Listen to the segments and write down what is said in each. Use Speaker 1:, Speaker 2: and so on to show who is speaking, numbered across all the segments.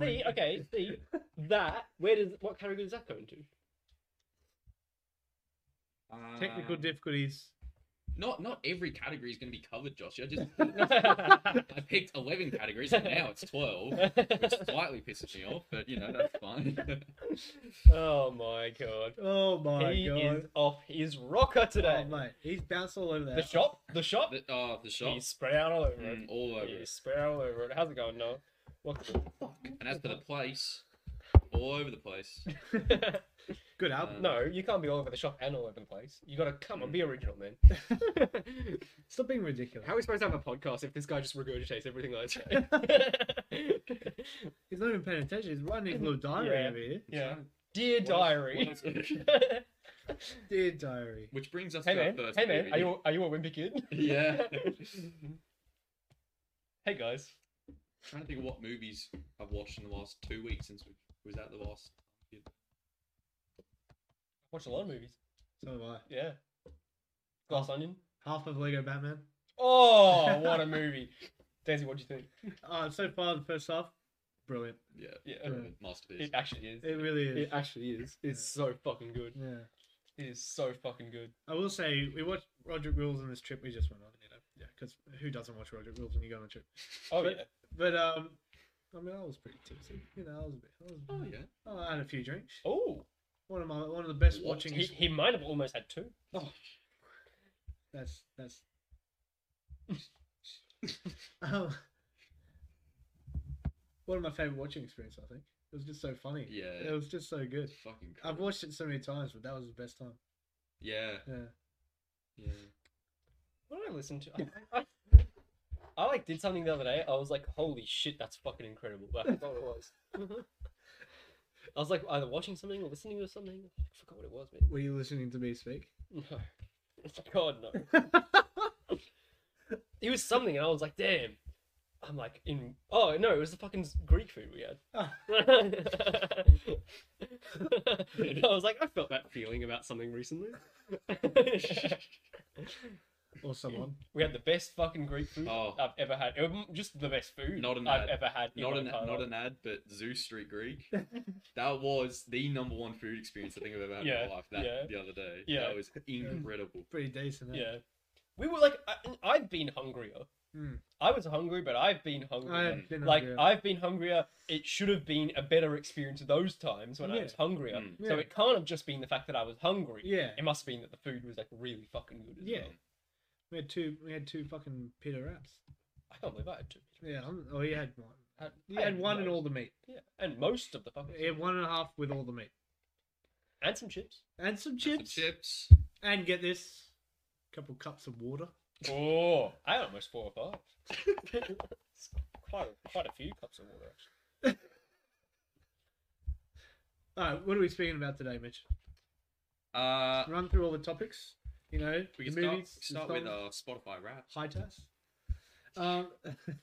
Speaker 1: See, okay, see that. Where does what category does that go into?
Speaker 2: Um,
Speaker 3: Technical difficulties.
Speaker 2: Not not every category is going to be covered, Josh. I just I picked eleven categories and now it's twelve, which slightly pisses me off. But you know that's fine.
Speaker 1: oh my god,
Speaker 3: Oh my
Speaker 1: he
Speaker 3: god.
Speaker 1: is off his rocker
Speaker 3: Oh
Speaker 1: today.
Speaker 3: mate, he's bounced all over that.
Speaker 1: the shop, the shop.
Speaker 2: the, oh, the shop.
Speaker 1: He's spread out all over
Speaker 2: Mm,
Speaker 1: it.
Speaker 2: all over
Speaker 1: He's
Speaker 2: it.
Speaker 1: spread out all over it. How's it going, Noah? What?
Speaker 2: And as for the place, all over the place.
Speaker 3: Good album.
Speaker 1: no, you can't be all over the shop and all over the place. You gotta come on, be original, man.
Speaker 3: Stop being ridiculous.
Speaker 1: Mm. How are we supposed to have a podcast if this guy just regurgitates everything I say?
Speaker 3: He's not even paying attention. He's writing his little diary
Speaker 1: Yeah.
Speaker 3: over here.
Speaker 1: yeah.
Speaker 2: So,
Speaker 1: Dear
Speaker 2: what
Speaker 1: diary.
Speaker 2: else- what else-
Speaker 3: Dear diary.
Speaker 2: Which brings us
Speaker 1: hey
Speaker 2: to our
Speaker 1: man,
Speaker 2: first
Speaker 1: hey man, are
Speaker 2: movie.
Speaker 1: you are you a wimpy kid?
Speaker 2: Yeah.
Speaker 1: hey guys.
Speaker 2: trying to think of what movies I've watched in the last two weeks since we was that the last.
Speaker 1: Watch a lot of movies.
Speaker 3: So am I.
Speaker 1: Yeah. Glass Onion.
Speaker 3: Half of Lego Batman.
Speaker 1: Oh, what a movie. Daisy, what do you think?
Speaker 3: Uh, so far, the first half, brilliant.
Speaker 2: Yeah.
Speaker 1: Yeah.
Speaker 2: brilliant. Masterpiece.
Speaker 1: It actually is.
Speaker 3: It really is.
Speaker 1: It actually is. It's so fucking good.
Speaker 3: yeah.
Speaker 1: It is so fucking good.
Speaker 3: I will say, we watched Roger Rules on this trip we just went on, you know. Yeah, because who doesn't watch Roger Rules when you go on a trip?
Speaker 1: Oh
Speaker 3: But-
Speaker 1: yeah.
Speaker 3: But, um, I mean, I was pretty tipsy. You know, I was a bit. I, was,
Speaker 2: Oh yeah.
Speaker 3: oh, I had a few drinks.
Speaker 1: Oh,
Speaker 3: One of my, one of the best
Speaker 2: What?
Speaker 3: watching.
Speaker 1: he, he might have almost had two.
Speaker 3: That's that's. um, one of my favorite watching experiences. I think it was just so funny.
Speaker 2: Yeah.
Speaker 3: It was just so good.
Speaker 2: It's fucking. Cool.
Speaker 3: I've watched it so many times, but that was the best time.
Speaker 2: Yeah.
Speaker 3: Yeah.
Speaker 2: Yeah.
Speaker 1: What did I listen to? I, I, I like did something the other day. I was like, holy shit, that's fucking incredible. But I forgot what it was. I was like either watching something or listening to something. I forgot what it was, man.
Speaker 3: Were you listening to me speak?
Speaker 1: No. God, no. It was something, and I was like, damn. I'm like, in. Oh, no, it was the fucking Greek food we had. I was like, I felt that feeling about something recently.
Speaker 3: or someone?
Speaker 1: we had the best fucking Greek food
Speaker 2: Oh.
Speaker 1: I've ever had. It was just the best food
Speaker 2: Not an
Speaker 1: I've
Speaker 2: ad.
Speaker 1: ever had. in
Speaker 2: Not
Speaker 1: my
Speaker 2: an
Speaker 1: entire
Speaker 2: not
Speaker 1: life.
Speaker 2: an ad, but Zoo Street Greek. that was the number one food experience I think I've ever had in
Speaker 1: Yeah,
Speaker 2: my life. That
Speaker 1: yeah.
Speaker 2: the other day.
Speaker 1: Yeah.
Speaker 2: That was incredible.
Speaker 3: Pretty decent. eh?
Speaker 1: Yeah. We were like, I, I've been hungrier.
Speaker 3: Mm.
Speaker 1: I was hungry, but I've been hungrier.
Speaker 3: I have been
Speaker 1: like
Speaker 3: hungry.
Speaker 1: I've been hungrier. It should have been a better experience those times when I
Speaker 3: Yeah.
Speaker 1: was hungrier.
Speaker 2: Mm.
Speaker 1: So
Speaker 3: Yeah.
Speaker 1: it can't have just been the fact that I was hungry.
Speaker 3: yeah.
Speaker 1: It must have been that the food was like really fucking good. As
Speaker 3: Yeah.
Speaker 1: well.
Speaker 3: We had two. We had two fucking pita wraps.
Speaker 1: I can't believe I had two.
Speaker 3: Yeah. I'm, oh, you had one.
Speaker 1: I had,
Speaker 3: You had one and all the meat.
Speaker 1: Yeah, and most of the fucking
Speaker 3: You had one and a half with all the meat
Speaker 1: and some chips.
Speaker 3: and some
Speaker 2: Some
Speaker 3: chips.
Speaker 2: chips.
Speaker 3: And get this, couple cups of water.
Speaker 1: Oh, I had almost four or five. It's quite a, quite a few cups of water. Actually.
Speaker 3: All right, what are we speaking about today, Mitch?
Speaker 2: Uh,
Speaker 3: Run through all the topics. You know,
Speaker 2: we can
Speaker 3: the
Speaker 2: start,
Speaker 3: movies, the
Speaker 2: start with
Speaker 3: songs,
Speaker 2: uh, Spotify rap.
Speaker 3: high test. Um,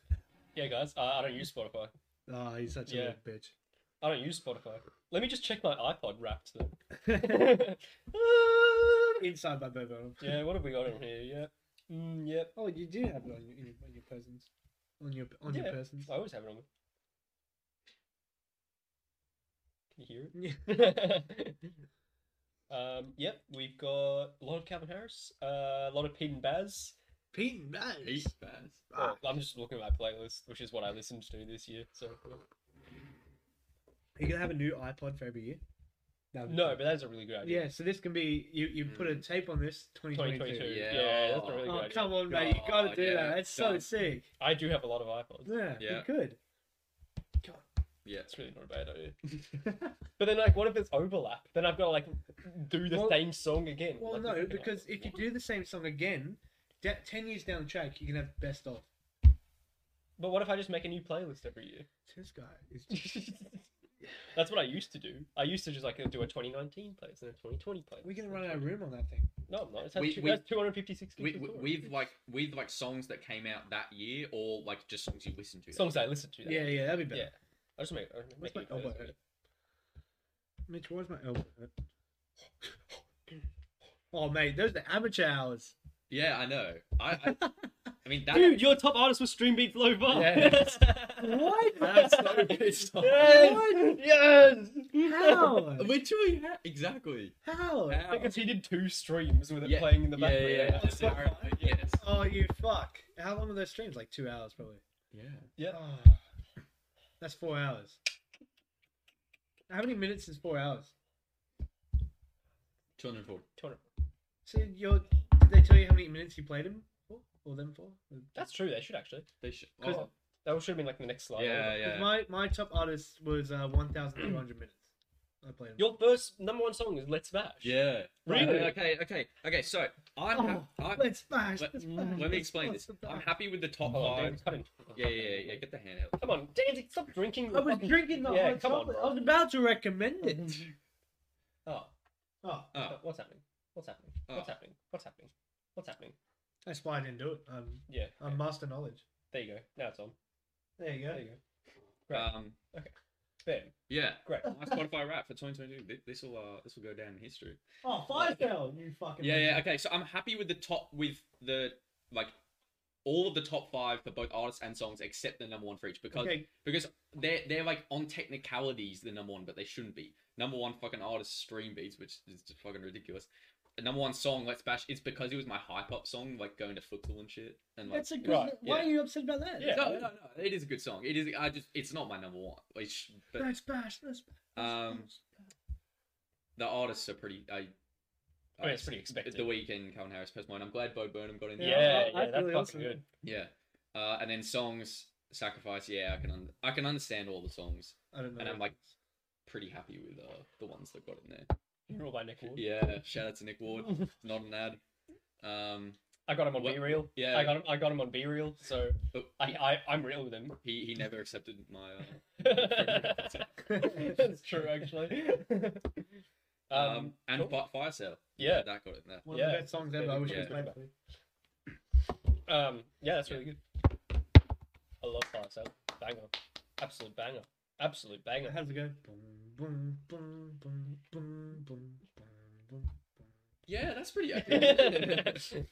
Speaker 1: Yeah, guys, uh, I don't use Spotify.
Speaker 3: oh, he's such a
Speaker 1: Yeah.
Speaker 3: little bitch.
Speaker 1: I don't use Spotify. Let me just check my iPod wrapped though.
Speaker 3: Inside by Bo Burnham.
Speaker 1: yeah, what have we got in here? Yeah. Mm, yep.
Speaker 3: Oh, you do have it on your, in your, on your persons. On your on
Speaker 1: Yeah.
Speaker 3: your persons.
Speaker 1: I always have it on me. Can you hear it?
Speaker 3: Yeah.
Speaker 1: um, yep, we've got a lot of Calvin Harris, uh, a lot of Pete and Baz.
Speaker 3: Pete and Baz.
Speaker 2: He's bad.
Speaker 3: Ah,
Speaker 1: Oh, I'm just looking at my playlist, which is what I listened to this year. So
Speaker 3: You're gonna have a new iPod for every year. That'd be
Speaker 1: no,
Speaker 3: cool.
Speaker 1: but that's a really good idea.
Speaker 3: yeah. So this can be you. You put
Speaker 2: Mm.
Speaker 3: a tape on this 2022.
Speaker 1: 2022. Yeah,
Speaker 2: Yeah.
Speaker 1: that's a really good
Speaker 3: Oh
Speaker 1: idea.
Speaker 3: come on, mate! You gotta
Speaker 2: Oh,
Speaker 3: do
Speaker 2: yeah,
Speaker 3: that. That's so
Speaker 2: done.
Speaker 3: sick.
Speaker 1: I do have a lot of iPods.
Speaker 3: Yeah,
Speaker 2: Yeah.
Speaker 3: you could.
Speaker 2: Yeah.
Speaker 1: It's really not a bad idea. but then, like, what if it's overlap? Then I've got to like do the
Speaker 3: Well-
Speaker 1: same song again.
Speaker 3: Well,
Speaker 1: Like,
Speaker 3: no,
Speaker 1: it's-
Speaker 3: because if you do the same song again, da- ten years down the track, you can have best of.
Speaker 1: But what if I just make a new playlist every year?
Speaker 3: This guy is just
Speaker 1: That's what I used to do. I used to just like do a 2019 playlist and a 2020 playlist.
Speaker 3: We're gonna run out of room on that thing.
Speaker 1: No, I'm not. It's had
Speaker 2: We-
Speaker 1: two,
Speaker 2: we-
Speaker 1: that's 256 gigs
Speaker 2: With,
Speaker 1: of storage.
Speaker 2: with like with like songs that came out that year, or like just songs you listened to. that
Speaker 1: songs I listen to. that-
Speaker 3: Yeah, yeah, that'd be better.
Speaker 1: yeah. I just make. I just
Speaker 3: Where's
Speaker 1: make
Speaker 3: my
Speaker 1: a new
Speaker 3: elbow
Speaker 1: playlist.
Speaker 3: hurt? Mitch, why's my elbow hurt? Oh mate, those are amateur hours.
Speaker 2: Yeah, I know. I, I I mean, that.
Speaker 1: Dude, your top artist was Stream Beats Low Bar.
Speaker 2: Yes.
Speaker 1: what?
Speaker 2: That's so pissed off.
Speaker 1: Yes. Yes.
Speaker 3: How?
Speaker 2: Literally, ha- exactly.
Speaker 3: How?
Speaker 2: How?
Speaker 1: Because he did two streams with it
Speaker 2: Yeah,
Speaker 1: playing in the
Speaker 2: yeah,
Speaker 1: background.
Speaker 2: yeah, yeah.
Speaker 1: It's like,
Speaker 2: Sorry, but yes.
Speaker 3: Oh, you fuck. How long were those streams? Like two hours, probably.
Speaker 2: Yeah.
Speaker 1: yeah.
Speaker 3: Oh, that's four hours. How many minutes is four hours?
Speaker 2: 204.
Speaker 3: So you're, did they tell you how many minutes you played him for? Or them for?
Speaker 1: That's true. They should actually.
Speaker 2: They should.
Speaker 3: Cause-
Speaker 2: oh,
Speaker 1: That should have been like the next slide.
Speaker 2: yeah,
Speaker 3: Because
Speaker 2: yeah.
Speaker 3: My, my top artist was uh, 1,200 minutes. I played him.
Speaker 1: Your first number one song is Let's Smash.
Speaker 2: Yeah. Right.
Speaker 1: Really?
Speaker 2: Okay. Okay. Okay. So I'm.
Speaker 3: Oh,
Speaker 2: ha- I-
Speaker 3: let's smash.
Speaker 2: let-
Speaker 3: let's
Speaker 1: mm,
Speaker 3: smash,
Speaker 2: let me
Speaker 3: let's
Speaker 2: explain
Speaker 3: smash,
Speaker 2: this.
Speaker 3: let's
Speaker 2: I'm
Speaker 3: smash.
Speaker 2: happy with the top
Speaker 1: Hold on,
Speaker 2: five.
Speaker 1: David, cut him.
Speaker 2: Yeah, yeah, yeah, yeah. Get the hand out.
Speaker 1: Come on, Dandy, stop drinking.
Speaker 3: I was
Speaker 1: fucking-
Speaker 3: drinking the
Speaker 1: Yeah,
Speaker 3: hot
Speaker 1: come on,
Speaker 3: chocolate.
Speaker 1: bro.
Speaker 3: I was about to recommend it.
Speaker 1: Oh, Uh,
Speaker 3: oh,
Speaker 2: Oh.
Speaker 1: what's happening? What's happening?
Speaker 2: Oh.
Speaker 1: What's happening? What's happening? What's happening?
Speaker 3: that's why I didn't do it. I'm,
Speaker 1: Yeah.
Speaker 3: I'm master knowledge.
Speaker 1: There you go. Now it's on.
Speaker 3: There you go.
Speaker 1: There you go.
Speaker 2: Um.
Speaker 1: Bam.
Speaker 2: Yeah.
Speaker 1: Great.
Speaker 2: My Spotify rap for 2022. This will. Uh, this will go down in history.
Speaker 3: Oh, five bell, you fucking.
Speaker 2: Yeah, yeah, okay. So I'm happy with the top with the like all of the top five for both artists and songs except the number one for each because
Speaker 3: Okay,
Speaker 2: because they're they're like on technicalities the number one, but they shouldn't be. Number one fucking artist stream beats, which is just fucking ridiculous. The number one song, Let's Bash, it's because it was my hype up song, like going to football and shit. And like
Speaker 3: that's a
Speaker 2: it
Speaker 3: good.
Speaker 2: was-
Speaker 1: Right,
Speaker 3: Why
Speaker 2: yeah.
Speaker 3: are you upset about that?
Speaker 1: Yeah.
Speaker 2: No, no, no. It is a good song. It is I just it's not my number one. Which but
Speaker 3: Let's bash. Let's bash. let's
Speaker 2: Um,
Speaker 3: bash.
Speaker 2: the artists are pretty I
Speaker 1: I mean, it's pretty expected.
Speaker 2: The weekend, Calvin Harris, Pesmo, and I'm glad Bo Burnham got in there.
Speaker 1: Yeah,
Speaker 3: I- I
Speaker 1: yeah, that's
Speaker 3: feel
Speaker 1: fucking
Speaker 3: awesome.
Speaker 1: good.
Speaker 2: Yeah. Uh, and then songs, sacrifice. Yeah, I can un- I can understand all the songs.
Speaker 3: I don't know.
Speaker 2: And I'm
Speaker 3: what-
Speaker 2: like pretty happy with uh, the ones that got in there.
Speaker 1: You're all by Nick Ward.
Speaker 2: Yeah. Shout out to Nick Ward. Not an ad. Um.
Speaker 1: I got him on
Speaker 2: What-
Speaker 1: B Reel.
Speaker 2: Yeah. Oh.
Speaker 1: I got him. I got him on B Reel. So
Speaker 2: But
Speaker 1: I, I I'm real with him.
Speaker 2: he he never accepted my. Uh,
Speaker 1: That's true, actually.
Speaker 2: um,
Speaker 1: um,
Speaker 2: and
Speaker 1: cool.
Speaker 2: fi Fire Sale.
Speaker 1: Yeah.
Speaker 2: That got in there.
Speaker 3: One of
Speaker 1: yeah,
Speaker 3: the best songs ever. I wish it was
Speaker 1: yeah.
Speaker 3: played. by me.
Speaker 1: um, yeah, that's
Speaker 2: Yeah.
Speaker 1: really good. I love Fire Sale. Banger, absolute banger, absolute banger.
Speaker 3: How's it go? Boom, boom, boom, boom, boom, boom, boom, boom, boom.
Speaker 2: Yeah, that's pretty accurate.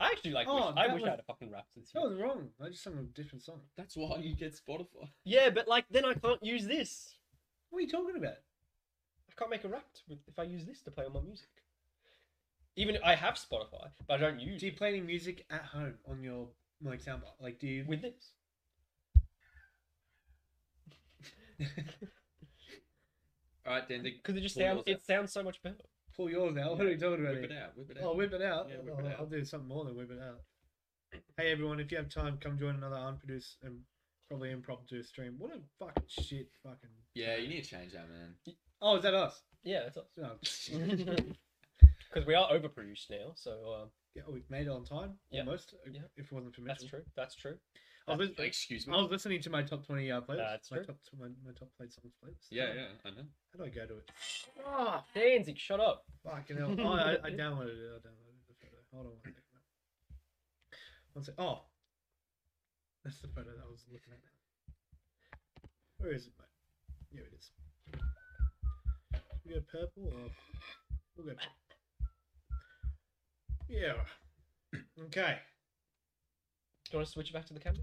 Speaker 1: I actually like.
Speaker 3: Oh,
Speaker 1: wish, I
Speaker 3: that
Speaker 1: wish
Speaker 3: was-
Speaker 1: I had a fucking rap this
Speaker 3: That
Speaker 1: year.
Speaker 3: was wrong. I just sang a different song.
Speaker 2: that's why you get Spotify.
Speaker 1: Yeah, but like then I can't use this.
Speaker 3: What are you talking about?
Speaker 1: I can't make a rap with, if I use this to play on my music. Even I have Spotify, but I don't use
Speaker 3: Do you
Speaker 1: it
Speaker 3: play any music at home on your like soundbar? Like, do you?
Speaker 1: with this.
Speaker 2: All right, Dendig.
Speaker 1: Because it just
Speaker 2: Well,
Speaker 1: sounds
Speaker 2: yours
Speaker 1: it sounds so much better.
Speaker 3: Pull yours out. Oh, What are we talking about?
Speaker 2: Whip
Speaker 3: here?
Speaker 2: it out. Whip it
Speaker 3: Oh,
Speaker 2: out.
Speaker 3: whip it out.
Speaker 2: Yeah, whip
Speaker 3: Oh,
Speaker 2: it out.
Speaker 3: I'll do something more than whip it out. Hey everyone, if you have time, come join another unproduced and probably impromptu stream. What a fucking shit fucking
Speaker 2: Yeah, you need to change that, man.
Speaker 3: Oh, is that us?
Speaker 1: Yeah, that's us.
Speaker 3: No.
Speaker 1: Because we are overproduced now, so um,
Speaker 3: Yeah, we've made it on time.
Speaker 1: Yeah.
Speaker 3: Almost.
Speaker 1: Yeah.
Speaker 3: If it wasn't for
Speaker 1: that's
Speaker 3: Mitchell.
Speaker 1: true. That's true.
Speaker 3: I was, lis-
Speaker 2: Excuse me.
Speaker 3: I was listening to my top twenty uh playlist.
Speaker 1: That's
Speaker 3: my
Speaker 1: true.
Speaker 3: top my, my top played songs playlist.
Speaker 2: Yeah,
Speaker 3: How do-
Speaker 2: yeah, I know.
Speaker 3: How do I go to it?
Speaker 1: Ah, Danzig, shut up.
Speaker 3: Fucking hell. Oh, I, I downloaded it. I downloaded the photo. Hold on one second. One sec. Oh. That's the photo that I was looking at. Where is it, mate? Here it is. We go purple or we'll go purple. Yeah. Okay.
Speaker 1: Do you want to switch it back to the camera?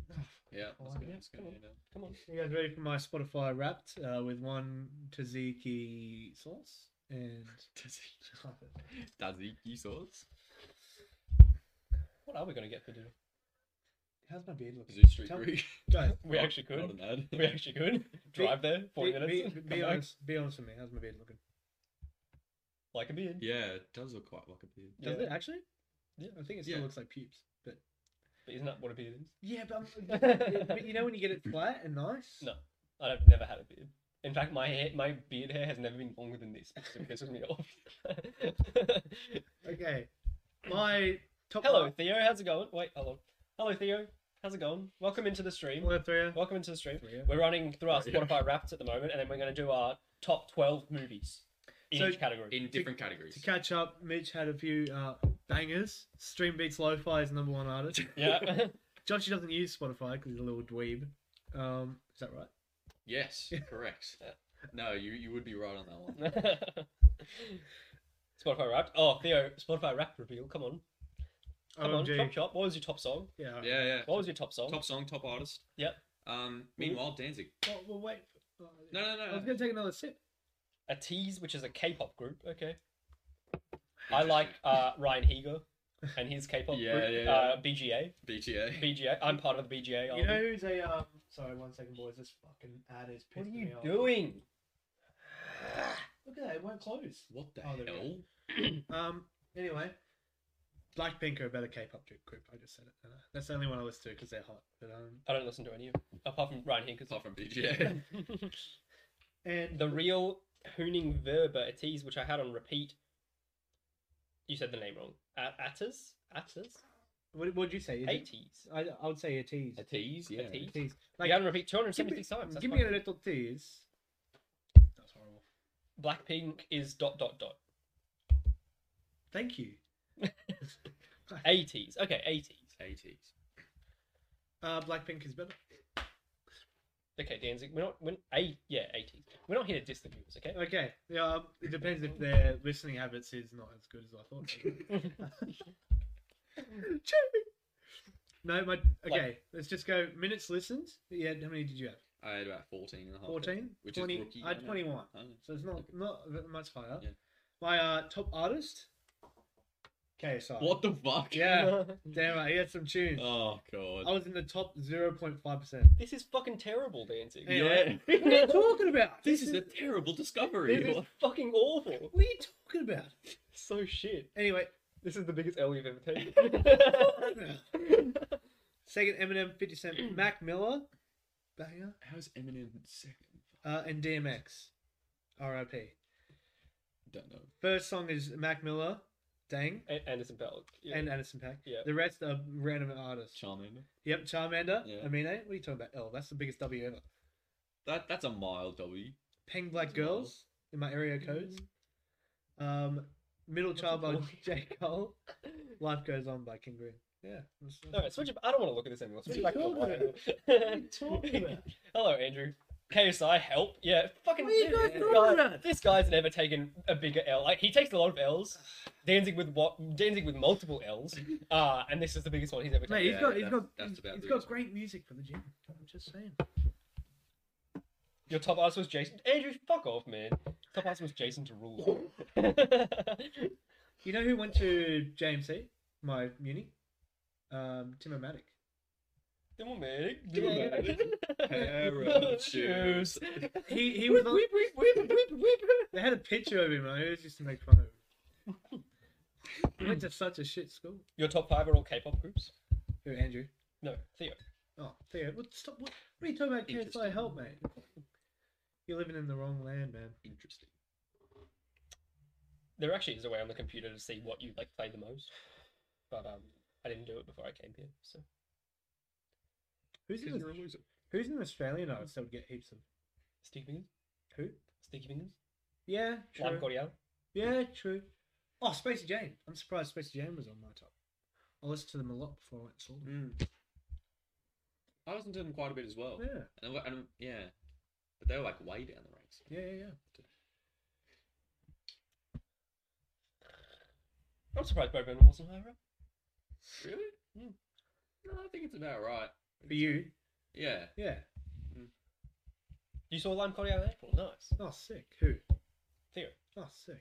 Speaker 2: Yeah, that's
Speaker 3: Why?
Speaker 2: good. That's good.
Speaker 1: Come on.
Speaker 2: you know.
Speaker 1: Come on.
Speaker 3: You guys ready for my Spotify wrapped uh, with one tzatziki sauce and
Speaker 2: Tzatziki sauce.
Speaker 1: What are we gonna get for dinner?
Speaker 3: how's my beard looking?
Speaker 2: Zoo Street
Speaker 3: Tell-
Speaker 2: Brew.
Speaker 3: Guys,
Speaker 1: We actually
Speaker 2: Not
Speaker 1: could.
Speaker 2: an ad.
Speaker 1: We actually could drive there forty
Speaker 3: be, be,
Speaker 1: minutes. come
Speaker 3: be
Speaker 1: back,
Speaker 3: honest. Be honest with me. How's my beard looking?
Speaker 1: like a beard.
Speaker 2: Yeah, it does look quite like a beard.
Speaker 1: Yeah.
Speaker 3: Does it actually?
Speaker 1: Yeah.
Speaker 3: I think it still
Speaker 2: Yeah.
Speaker 3: looks like pubes, but
Speaker 1: But isn't that what a beard is?
Speaker 3: yeah, but, I'm- but you know when you get it flat and nice.
Speaker 1: No. I've never had a beard. In fact, my hair, my beard hair has never been longer than this. It's been pissing me off.
Speaker 3: Okay, my top.
Speaker 1: hello, Theo. How's it going? Wait, hello. Hello, Theo. How's it going? Welcome into the stream.
Speaker 3: Hello, Thea.
Speaker 1: Welcome into the stream.
Speaker 3: Thea.
Speaker 1: We're running through our
Speaker 2: Oh, yeah.
Speaker 1: Spotify wraps at the moment, and then we're going to do our top twelve movies in
Speaker 3: So-
Speaker 1: each category.
Speaker 2: In different categories.
Speaker 3: To catch up, Mitch had a few uh, bangers. Stream Beats Lo-Fi is number one artist.
Speaker 1: yeah.
Speaker 3: Joshy doesn't use Spotify because he's a little dweeb. Um, is that right?
Speaker 2: Yes, correct. No, you you would be right on that one.
Speaker 1: Spotify Wrapped. Oh, Theo, Spotify Wrapped reveal. Come on. Come on,
Speaker 3: OMG.
Speaker 1: chop chop. What was your top song?
Speaker 3: Yeah. alright.
Speaker 2: Yeah, yeah.
Speaker 1: What was your top song?
Speaker 2: Top song, top artist.
Speaker 1: Yep.
Speaker 2: Um. Meanwhile, Danzig.
Speaker 3: Well, well, wait. Oh,
Speaker 2: No, no, no,
Speaker 3: I was
Speaker 2: no.
Speaker 3: gonna take another sip.
Speaker 1: A Tease, which is a K-pop group. Okay. I like uh, Ryan Higo and his K-pop
Speaker 2: Yeah,
Speaker 1: group,
Speaker 2: yeah, yeah.
Speaker 1: Uh, BGA.
Speaker 2: BTA.
Speaker 1: BGA. I'm part of the BGA.
Speaker 3: You
Speaker 1: army.
Speaker 3: know who's a um? Sorry, one second, boys. This fucking ad is
Speaker 1: what are
Speaker 3: pissing
Speaker 1: you
Speaker 3: me off.
Speaker 1: doing?
Speaker 3: Look at that. It won't close.
Speaker 2: What the
Speaker 3: Oh, there we
Speaker 2: hell?
Speaker 3: Um. Anyway, Blackpink are a better K-pop group. group, I just said it. Uh, That's the only one I listen to because they're hot. But um,
Speaker 1: I don't listen to any of apart from Ryan Higo's.
Speaker 2: Apart from BTA.
Speaker 3: and
Speaker 1: the real Hooning Verba a tease which I had on repeat. You said the name wrong. At Atas? Atas?
Speaker 3: what would you say? Is it-
Speaker 1: Eighties.
Speaker 3: I I would say a tease.
Speaker 2: A tease. Yeah.
Speaker 1: tease.
Speaker 3: tease. Like
Speaker 1: Like, I had on repeat
Speaker 3: give me,
Speaker 1: 276 times. That's
Speaker 3: give me
Speaker 1: fine.
Speaker 3: a little tease. That's horrible.
Speaker 1: Blackpink is dot dot dot.
Speaker 3: Thank you.
Speaker 1: Eighties. Okay, eighties.
Speaker 2: A tease.
Speaker 3: Uh, Blackpink is better.
Speaker 1: Okay, Danzig. We're not. We're eight. Yeah, eighties. We're not here to diss the viewers. Okay.
Speaker 3: Okay. Yeah. Um, it depends if their listening habits is not as good as I thought. they were. Jeremy. No, my okay. let's just go minutes listened. Yeah, how many did you have?
Speaker 2: I had about 14 and a half.
Speaker 3: 14?
Speaker 2: Which
Speaker 3: 20
Speaker 2: is rookie.
Speaker 3: I had
Speaker 2: don't know.
Speaker 3: 21.
Speaker 2: I don't know.
Speaker 3: So it's not
Speaker 2: Okay.
Speaker 3: not that much higher.
Speaker 2: Yeah.
Speaker 3: My uh, top artist, KSI.
Speaker 2: What the fuck?
Speaker 3: Yeah, damn right, he had some tunes.
Speaker 2: Oh
Speaker 3: I
Speaker 2: god.
Speaker 3: was in the top zero point five percent.
Speaker 1: this is fucking terrible, Danzig.
Speaker 3: Yeah.
Speaker 2: Yeah.
Speaker 3: What are you talking about?
Speaker 2: This is a terrible discovery.
Speaker 1: This is fucking awful.
Speaker 3: What are you talking about?
Speaker 1: So shit.
Speaker 3: Anyway,
Speaker 1: This is the biggest L you've ever taken.
Speaker 3: second Eminem, Fifty Cent, Mac Miller, banger,
Speaker 2: How's Eminem second?
Speaker 3: uh, and DMX, R.I.P.
Speaker 2: Don't know.
Speaker 3: First song is Mac Miller, Dang,
Speaker 1: A- Anderson Paak. Yeah.
Speaker 3: and uh, Anderson Pack.
Speaker 1: Yeah.
Speaker 3: The rest are random artists.
Speaker 2: Charmander.
Speaker 3: Yep, Charmander,
Speaker 2: Yeah.
Speaker 3: Amine. What are you talking about? L. That's the biggest W ever.
Speaker 2: That that's a mild W.
Speaker 3: Peng Black
Speaker 2: That's
Speaker 3: Girls in my area codes. Um, Middle
Speaker 1: That's
Speaker 3: Child by
Speaker 1: annoying.
Speaker 3: J Cole. Life Goes On by King Green. Yeah. that's-
Speaker 1: All right, switch it. I don't want to look at this anymore. Switch it back to the
Speaker 3: What are you
Speaker 1: white.
Speaker 3: talking about?
Speaker 1: Hello, Andrew. KSI, help. Yeah, fucking.
Speaker 3: What are you guys
Speaker 1: this,
Speaker 3: talking
Speaker 1: guy-
Speaker 3: about?
Speaker 1: this guy's never taken a bigger L. Like he takes a lot of L's. Dancing with what? Dancing with multiple L's. Uh, and this is the biggest one he's ever taken.
Speaker 3: Mate, he's
Speaker 2: Yeah,
Speaker 3: got, he's
Speaker 2: that's-
Speaker 3: got,
Speaker 2: that's
Speaker 3: he's-
Speaker 2: about
Speaker 3: he's
Speaker 2: the
Speaker 3: got
Speaker 2: reason.
Speaker 3: great music for the gym. I'm just saying.
Speaker 1: Your top artist was Jason. Andrew, fuck off, man. Top artist was Jason Derulo.
Speaker 3: You know who went to JMC, my uni? Um, Tim O'Matic.
Speaker 1: Diplomatic.
Speaker 3: Diplomatic.
Speaker 2: Pair of shoes.
Speaker 3: He he was. on, they had a picture of him. and It was just to make fun of him. he went to such a shit school.
Speaker 1: Your top five are all K-pop groups.
Speaker 3: Who Andrew?
Speaker 1: No, Theo.
Speaker 3: Oh, Theo, what, stop! What, what are you talking about? Can't I
Speaker 2: Interesting.
Speaker 3: help, mate? You're living in the wrong land, man.
Speaker 2: Interesting.
Speaker 1: There actually is a way on the computer to see what you like play the most, but um, I didn't do it before I came here. So
Speaker 3: Who's in,
Speaker 2: You're a
Speaker 3: the,
Speaker 2: loser.
Speaker 3: who's in Australian artist that would get heaps of
Speaker 1: sticky fingers,
Speaker 3: who?
Speaker 1: sticky fingers,
Speaker 3: Yeah, true.
Speaker 1: lime cordial.
Speaker 3: Yeah, true. Oh, Spacey Jane. I'm surprised Spacey Jane was on my top. I listened to them a lot before I went and saw them.
Speaker 2: Mm. I listened to them quite a bit as well.
Speaker 3: Yeah,
Speaker 2: And, I- and I- yeah, but they were like way down the ranks.
Speaker 3: yeah, yeah, yeah.
Speaker 1: I'm surprised Bob Burnham wasn't higher up.
Speaker 2: Really? Mm. No, I think it's about right.
Speaker 3: For you,
Speaker 2: Yeah.
Speaker 3: yeah.
Speaker 1: You saw lime cordial in April. Nice.
Speaker 3: Oh, sick. Who?
Speaker 1: Theo.
Speaker 3: Oh, sick.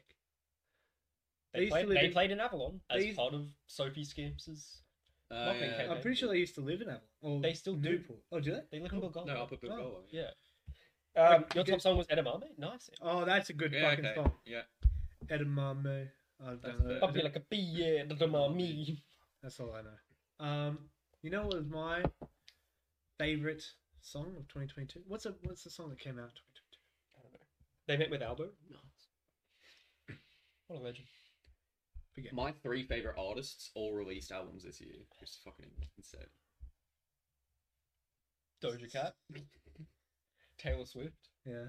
Speaker 3: They
Speaker 1: They,
Speaker 3: used to
Speaker 1: played,
Speaker 3: live
Speaker 1: they
Speaker 3: in-
Speaker 1: played in Avalon
Speaker 3: they
Speaker 1: as
Speaker 3: used-
Speaker 1: part of Sophie Skimps's.
Speaker 2: Uh,
Speaker 1: Nothing
Speaker 2: yeah.
Speaker 1: came
Speaker 3: I'm pretty sure they used to live in Avalon. Or
Speaker 1: They still do.
Speaker 3: Newport. Oh, do they?
Speaker 1: They live in Bulgaria.
Speaker 2: No, up at
Speaker 3: Oh.
Speaker 2: Bilbao. yeah.
Speaker 1: Yeah. Um,
Speaker 3: Like,
Speaker 1: your
Speaker 3: get-
Speaker 1: top song was Edamame. Nice.
Speaker 3: Oh, that's a good
Speaker 2: Yeah,
Speaker 3: fucking
Speaker 2: okay.
Speaker 3: song.
Speaker 2: Yeah.
Speaker 3: Edamame. I don't
Speaker 2: That's
Speaker 3: know.
Speaker 2: the-
Speaker 1: Up here like a bee, yeah, Edamame.
Speaker 3: That's all I know. Um, you know what was my favorite song of 2022? What's a what's the song that came out in
Speaker 1: I don't know. They met with Albert.
Speaker 2: Nice.
Speaker 1: What a legend.
Speaker 3: 2022? Forget.
Speaker 2: My three favorite artists all released albums this year, which is fucking insane.
Speaker 1: Doja Cat. Taylor Swift.
Speaker 3: yeah.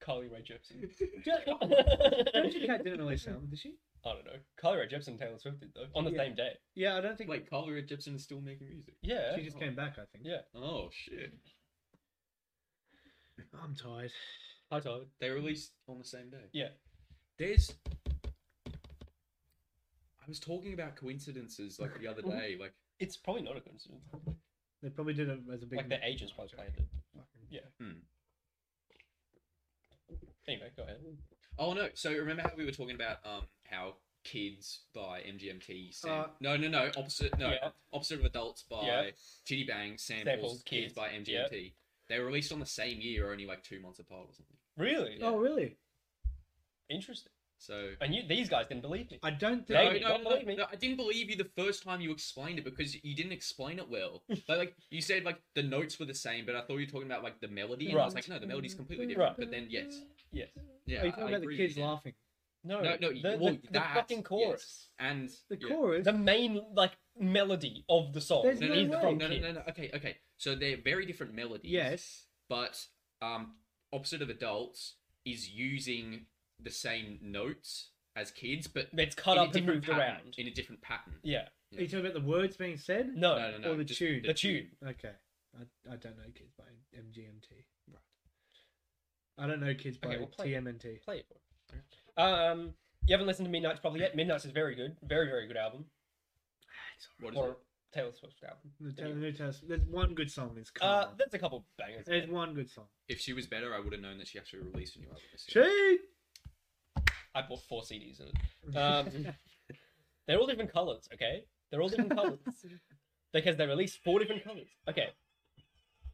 Speaker 1: Carly Rae Jepsen.
Speaker 3: Doja Cat didn't release an album, did she?
Speaker 1: I don't know. Carly Rae Jepsen and Taylor Swift did though on the
Speaker 3: Yeah.
Speaker 1: same day.
Speaker 3: Yeah, I don't think.
Speaker 2: Wait, Carly Rae Jepsen is still making music.
Speaker 1: Yeah.
Speaker 3: she just came back. I think.
Speaker 1: Yeah.
Speaker 2: Oh shit!
Speaker 3: I'm tired.
Speaker 1: Hi Tyler.
Speaker 2: They released on the same day.
Speaker 1: Yeah.
Speaker 2: There's. I was talking about coincidences like the
Speaker 3: Mm-hmm.
Speaker 2: other day. Like,
Speaker 1: It's probably not a coincidence.
Speaker 3: They probably did it as a big.
Speaker 1: Like the agents probably planned it.
Speaker 3: Fucking-
Speaker 1: Yeah.
Speaker 2: Hmm.
Speaker 1: Anyway, go ahead.
Speaker 2: oh no! So remember how we were talking about um how kids by MGMT Sam?
Speaker 3: Uh,
Speaker 2: no, no, no. Opposite, no.
Speaker 1: Yeah.
Speaker 2: Opposite of adults by
Speaker 1: Yeah.
Speaker 2: Chitty Bang
Speaker 1: Samples,
Speaker 2: samples kids,
Speaker 1: Kids,
Speaker 2: by
Speaker 1: yeah.
Speaker 2: MGMT. They were released on the same year, only like two months apart or something.
Speaker 1: Really?
Speaker 2: Yeah.
Speaker 3: Oh really?
Speaker 1: Interesting.
Speaker 2: So
Speaker 1: I knew these guys didn't believe me.
Speaker 3: I don't
Speaker 1: They
Speaker 2: No,
Speaker 1: did
Speaker 3: think.
Speaker 2: no,
Speaker 1: not
Speaker 2: no,
Speaker 1: believe me.
Speaker 2: no, I didn't believe you the first time you explained it because you didn't explain it well. like, like you said, like the notes were the same, but I thought you were talking about like the melody. And I was
Speaker 1: Right.
Speaker 2: like, no, the melody's completely different.
Speaker 1: Right.
Speaker 2: But then, yes,
Speaker 1: Yes.
Speaker 2: yeah,
Speaker 3: Are
Speaker 2: I-
Speaker 3: you talking
Speaker 2: I
Speaker 3: about the
Speaker 2: agree
Speaker 3: kids
Speaker 2: with you.
Speaker 3: laughing?
Speaker 1: No.
Speaker 2: No, no,
Speaker 1: The,
Speaker 2: you-
Speaker 1: the,
Speaker 2: well,
Speaker 1: the
Speaker 2: that,
Speaker 1: fucking chorus.
Speaker 2: And
Speaker 3: The
Speaker 2: yeah.
Speaker 3: chorus.
Speaker 1: The main like melody of the song
Speaker 3: There's
Speaker 2: No,
Speaker 1: is
Speaker 2: no,
Speaker 3: no
Speaker 1: from
Speaker 2: no, no,
Speaker 1: Kids.
Speaker 2: no, no. Okay, okay. So they're very different melodies.
Speaker 3: Yes.
Speaker 2: But um, opposite of adults is using the same notes as kids, but
Speaker 1: It's cut
Speaker 2: in a
Speaker 1: up and
Speaker 2: different
Speaker 1: moved
Speaker 2: pattern-
Speaker 1: around.
Speaker 2: in a different pattern.
Speaker 1: Yeah.
Speaker 2: Yeah.
Speaker 3: Are you talking about the words being said?
Speaker 1: No.
Speaker 2: no, no, no.
Speaker 3: Or the
Speaker 2: just
Speaker 3: tune.
Speaker 1: The tune.
Speaker 3: Okay. I, I don't know kids by MGMT. I don't know kids by
Speaker 1: Okay, we'll play-
Speaker 3: TMNT.
Speaker 1: Play it. for us. Um, you haven't listened to Midnight's probably yet. Midnight's is very good. Very very good album.
Speaker 2: What is
Speaker 1: Or
Speaker 2: it?
Speaker 1: Taylor Swift album.
Speaker 3: The Taylor
Speaker 1: Anyway.
Speaker 3: New Test. There's one good song. It's
Speaker 1: Uh,
Speaker 3: Carl.
Speaker 1: there's a couple bangers. in
Speaker 3: There's
Speaker 1: there.
Speaker 3: one good song.
Speaker 2: If she was better, I would have known that she actually released a new album this year.
Speaker 3: Cheat.
Speaker 1: I bought four CDs in it. Um, They're all different colors, okay? They're all different colors because they released four different colors. Okay,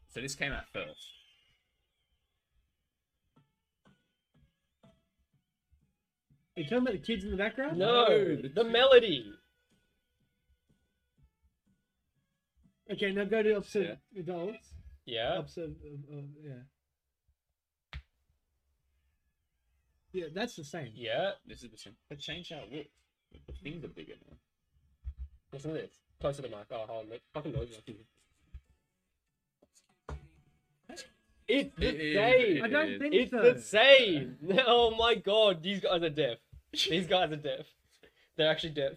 Speaker 2: So this came out first.
Speaker 3: Are you talking about the kids in the background?
Speaker 1: no, the melody.
Speaker 3: Okay, now go to opposite adults.
Speaker 2: Oh.
Speaker 1: Yeah,
Speaker 3: Opposite, uh, uh, yeah. Yeah, that's the same.
Speaker 1: yeah.
Speaker 2: This is the same. But change how it looks. The things are bigger now.
Speaker 1: Listen to this. Closer to the mic. Oh, hold on. Look. Fucking noise. is making- It's the
Speaker 2: It is,
Speaker 1: same.
Speaker 2: it
Speaker 3: I don't
Speaker 2: is.
Speaker 3: think
Speaker 1: It's
Speaker 3: so.
Speaker 1: the same. Oh my god, these guys are deaf. These guys are deaf. They're actually deaf.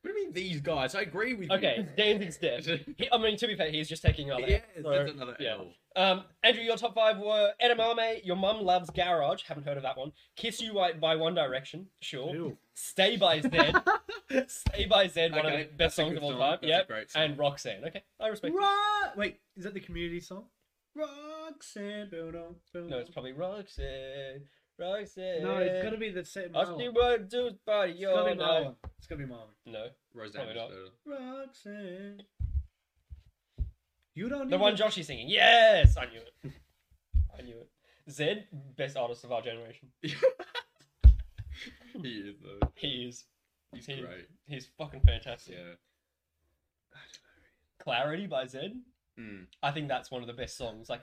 Speaker 2: What do you mean these guys? I agree with
Speaker 1: Okay, Danzig's
Speaker 2: you.
Speaker 1: deaf. He, I mean, to be fair, he's just taking another.
Speaker 2: yes,
Speaker 1: L,
Speaker 2: that's
Speaker 1: so,
Speaker 2: another
Speaker 1: yeah.
Speaker 2: L.
Speaker 1: Um, Andrew, your top five were Edamame, Your Mum Loves Garage, haven't heard of that one. Kiss You by, by One Direction, sure.
Speaker 3: Ew.
Speaker 1: Stay by Zed, Stay by Zed, one
Speaker 2: Okay,
Speaker 1: of the
Speaker 2: that's
Speaker 1: best
Speaker 2: a
Speaker 1: songs
Speaker 2: good
Speaker 1: of all
Speaker 2: song,
Speaker 1: time.
Speaker 2: that's a
Speaker 1: Yep.
Speaker 2: great song.
Speaker 1: And Roxanne. Okay, I respect. it.
Speaker 3: Right. Wait, is that the community song? Roxanne. No,
Speaker 1: No, it's probably Roxanne. Roxanne.
Speaker 3: No, it's gotta be the same.
Speaker 1: I
Speaker 3: my one.
Speaker 1: still want to do it, buddy.
Speaker 3: It's gotta
Speaker 1: You're
Speaker 3: be my
Speaker 1: no.
Speaker 3: one. It's gotta be my one.
Speaker 1: No,
Speaker 2: Roseanne
Speaker 1: Probably not.
Speaker 2: was
Speaker 3: Roxanne. You don't
Speaker 1: the
Speaker 3: need
Speaker 1: one
Speaker 3: to-
Speaker 1: Josh is singing. Yes, I knew it. I knew it. Zed, best artist of our generation.
Speaker 2: better. he is though.
Speaker 1: He is.
Speaker 2: He's
Speaker 1: He-
Speaker 2: great.
Speaker 1: He's fucking fantastic.
Speaker 2: Yeah.
Speaker 1: Clarity by Zed.
Speaker 2: Mm.
Speaker 1: I think that's one of the best songs, like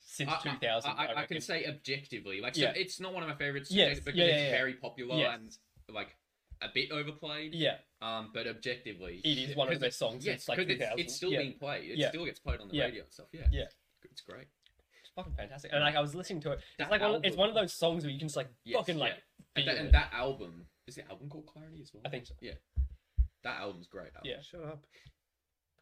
Speaker 1: since
Speaker 2: I- I-
Speaker 1: 2000.
Speaker 2: I, I, I
Speaker 1: reckon.
Speaker 2: can say objectively, like,
Speaker 1: Yeah.
Speaker 2: so it's not one of my favorites
Speaker 1: Yes,
Speaker 2: because
Speaker 1: yeah, yeah,
Speaker 2: it's
Speaker 1: yeah.
Speaker 2: very popular
Speaker 1: Yes.
Speaker 2: and like a bit overplayed.
Speaker 1: yeah,
Speaker 2: Um, but objectively,
Speaker 1: it is one of the best songs.
Speaker 2: Yes,
Speaker 1: since like
Speaker 2: because
Speaker 1: 2000.
Speaker 2: it's, it's still
Speaker 1: yeah.
Speaker 2: being played. It
Speaker 1: Yeah.
Speaker 2: still gets played on the
Speaker 1: Yeah.
Speaker 2: radio and stuff. Yeah.
Speaker 1: Yeah.
Speaker 2: It's great.
Speaker 1: It's fucking fantastic. And like I was listening to it,
Speaker 2: That
Speaker 1: it's like one, of- it's
Speaker 2: album-
Speaker 1: one of those songs where you can just like
Speaker 2: Yes,
Speaker 1: fucking like.
Speaker 2: yeah. And
Speaker 1: feel
Speaker 2: that,
Speaker 1: it.
Speaker 2: and that album is the album called Clarity as well.
Speaker 1: I think so.
Speaker 2: that album's great. Album.
Speaker 1: Yeah.
Speaker 3: Shut up.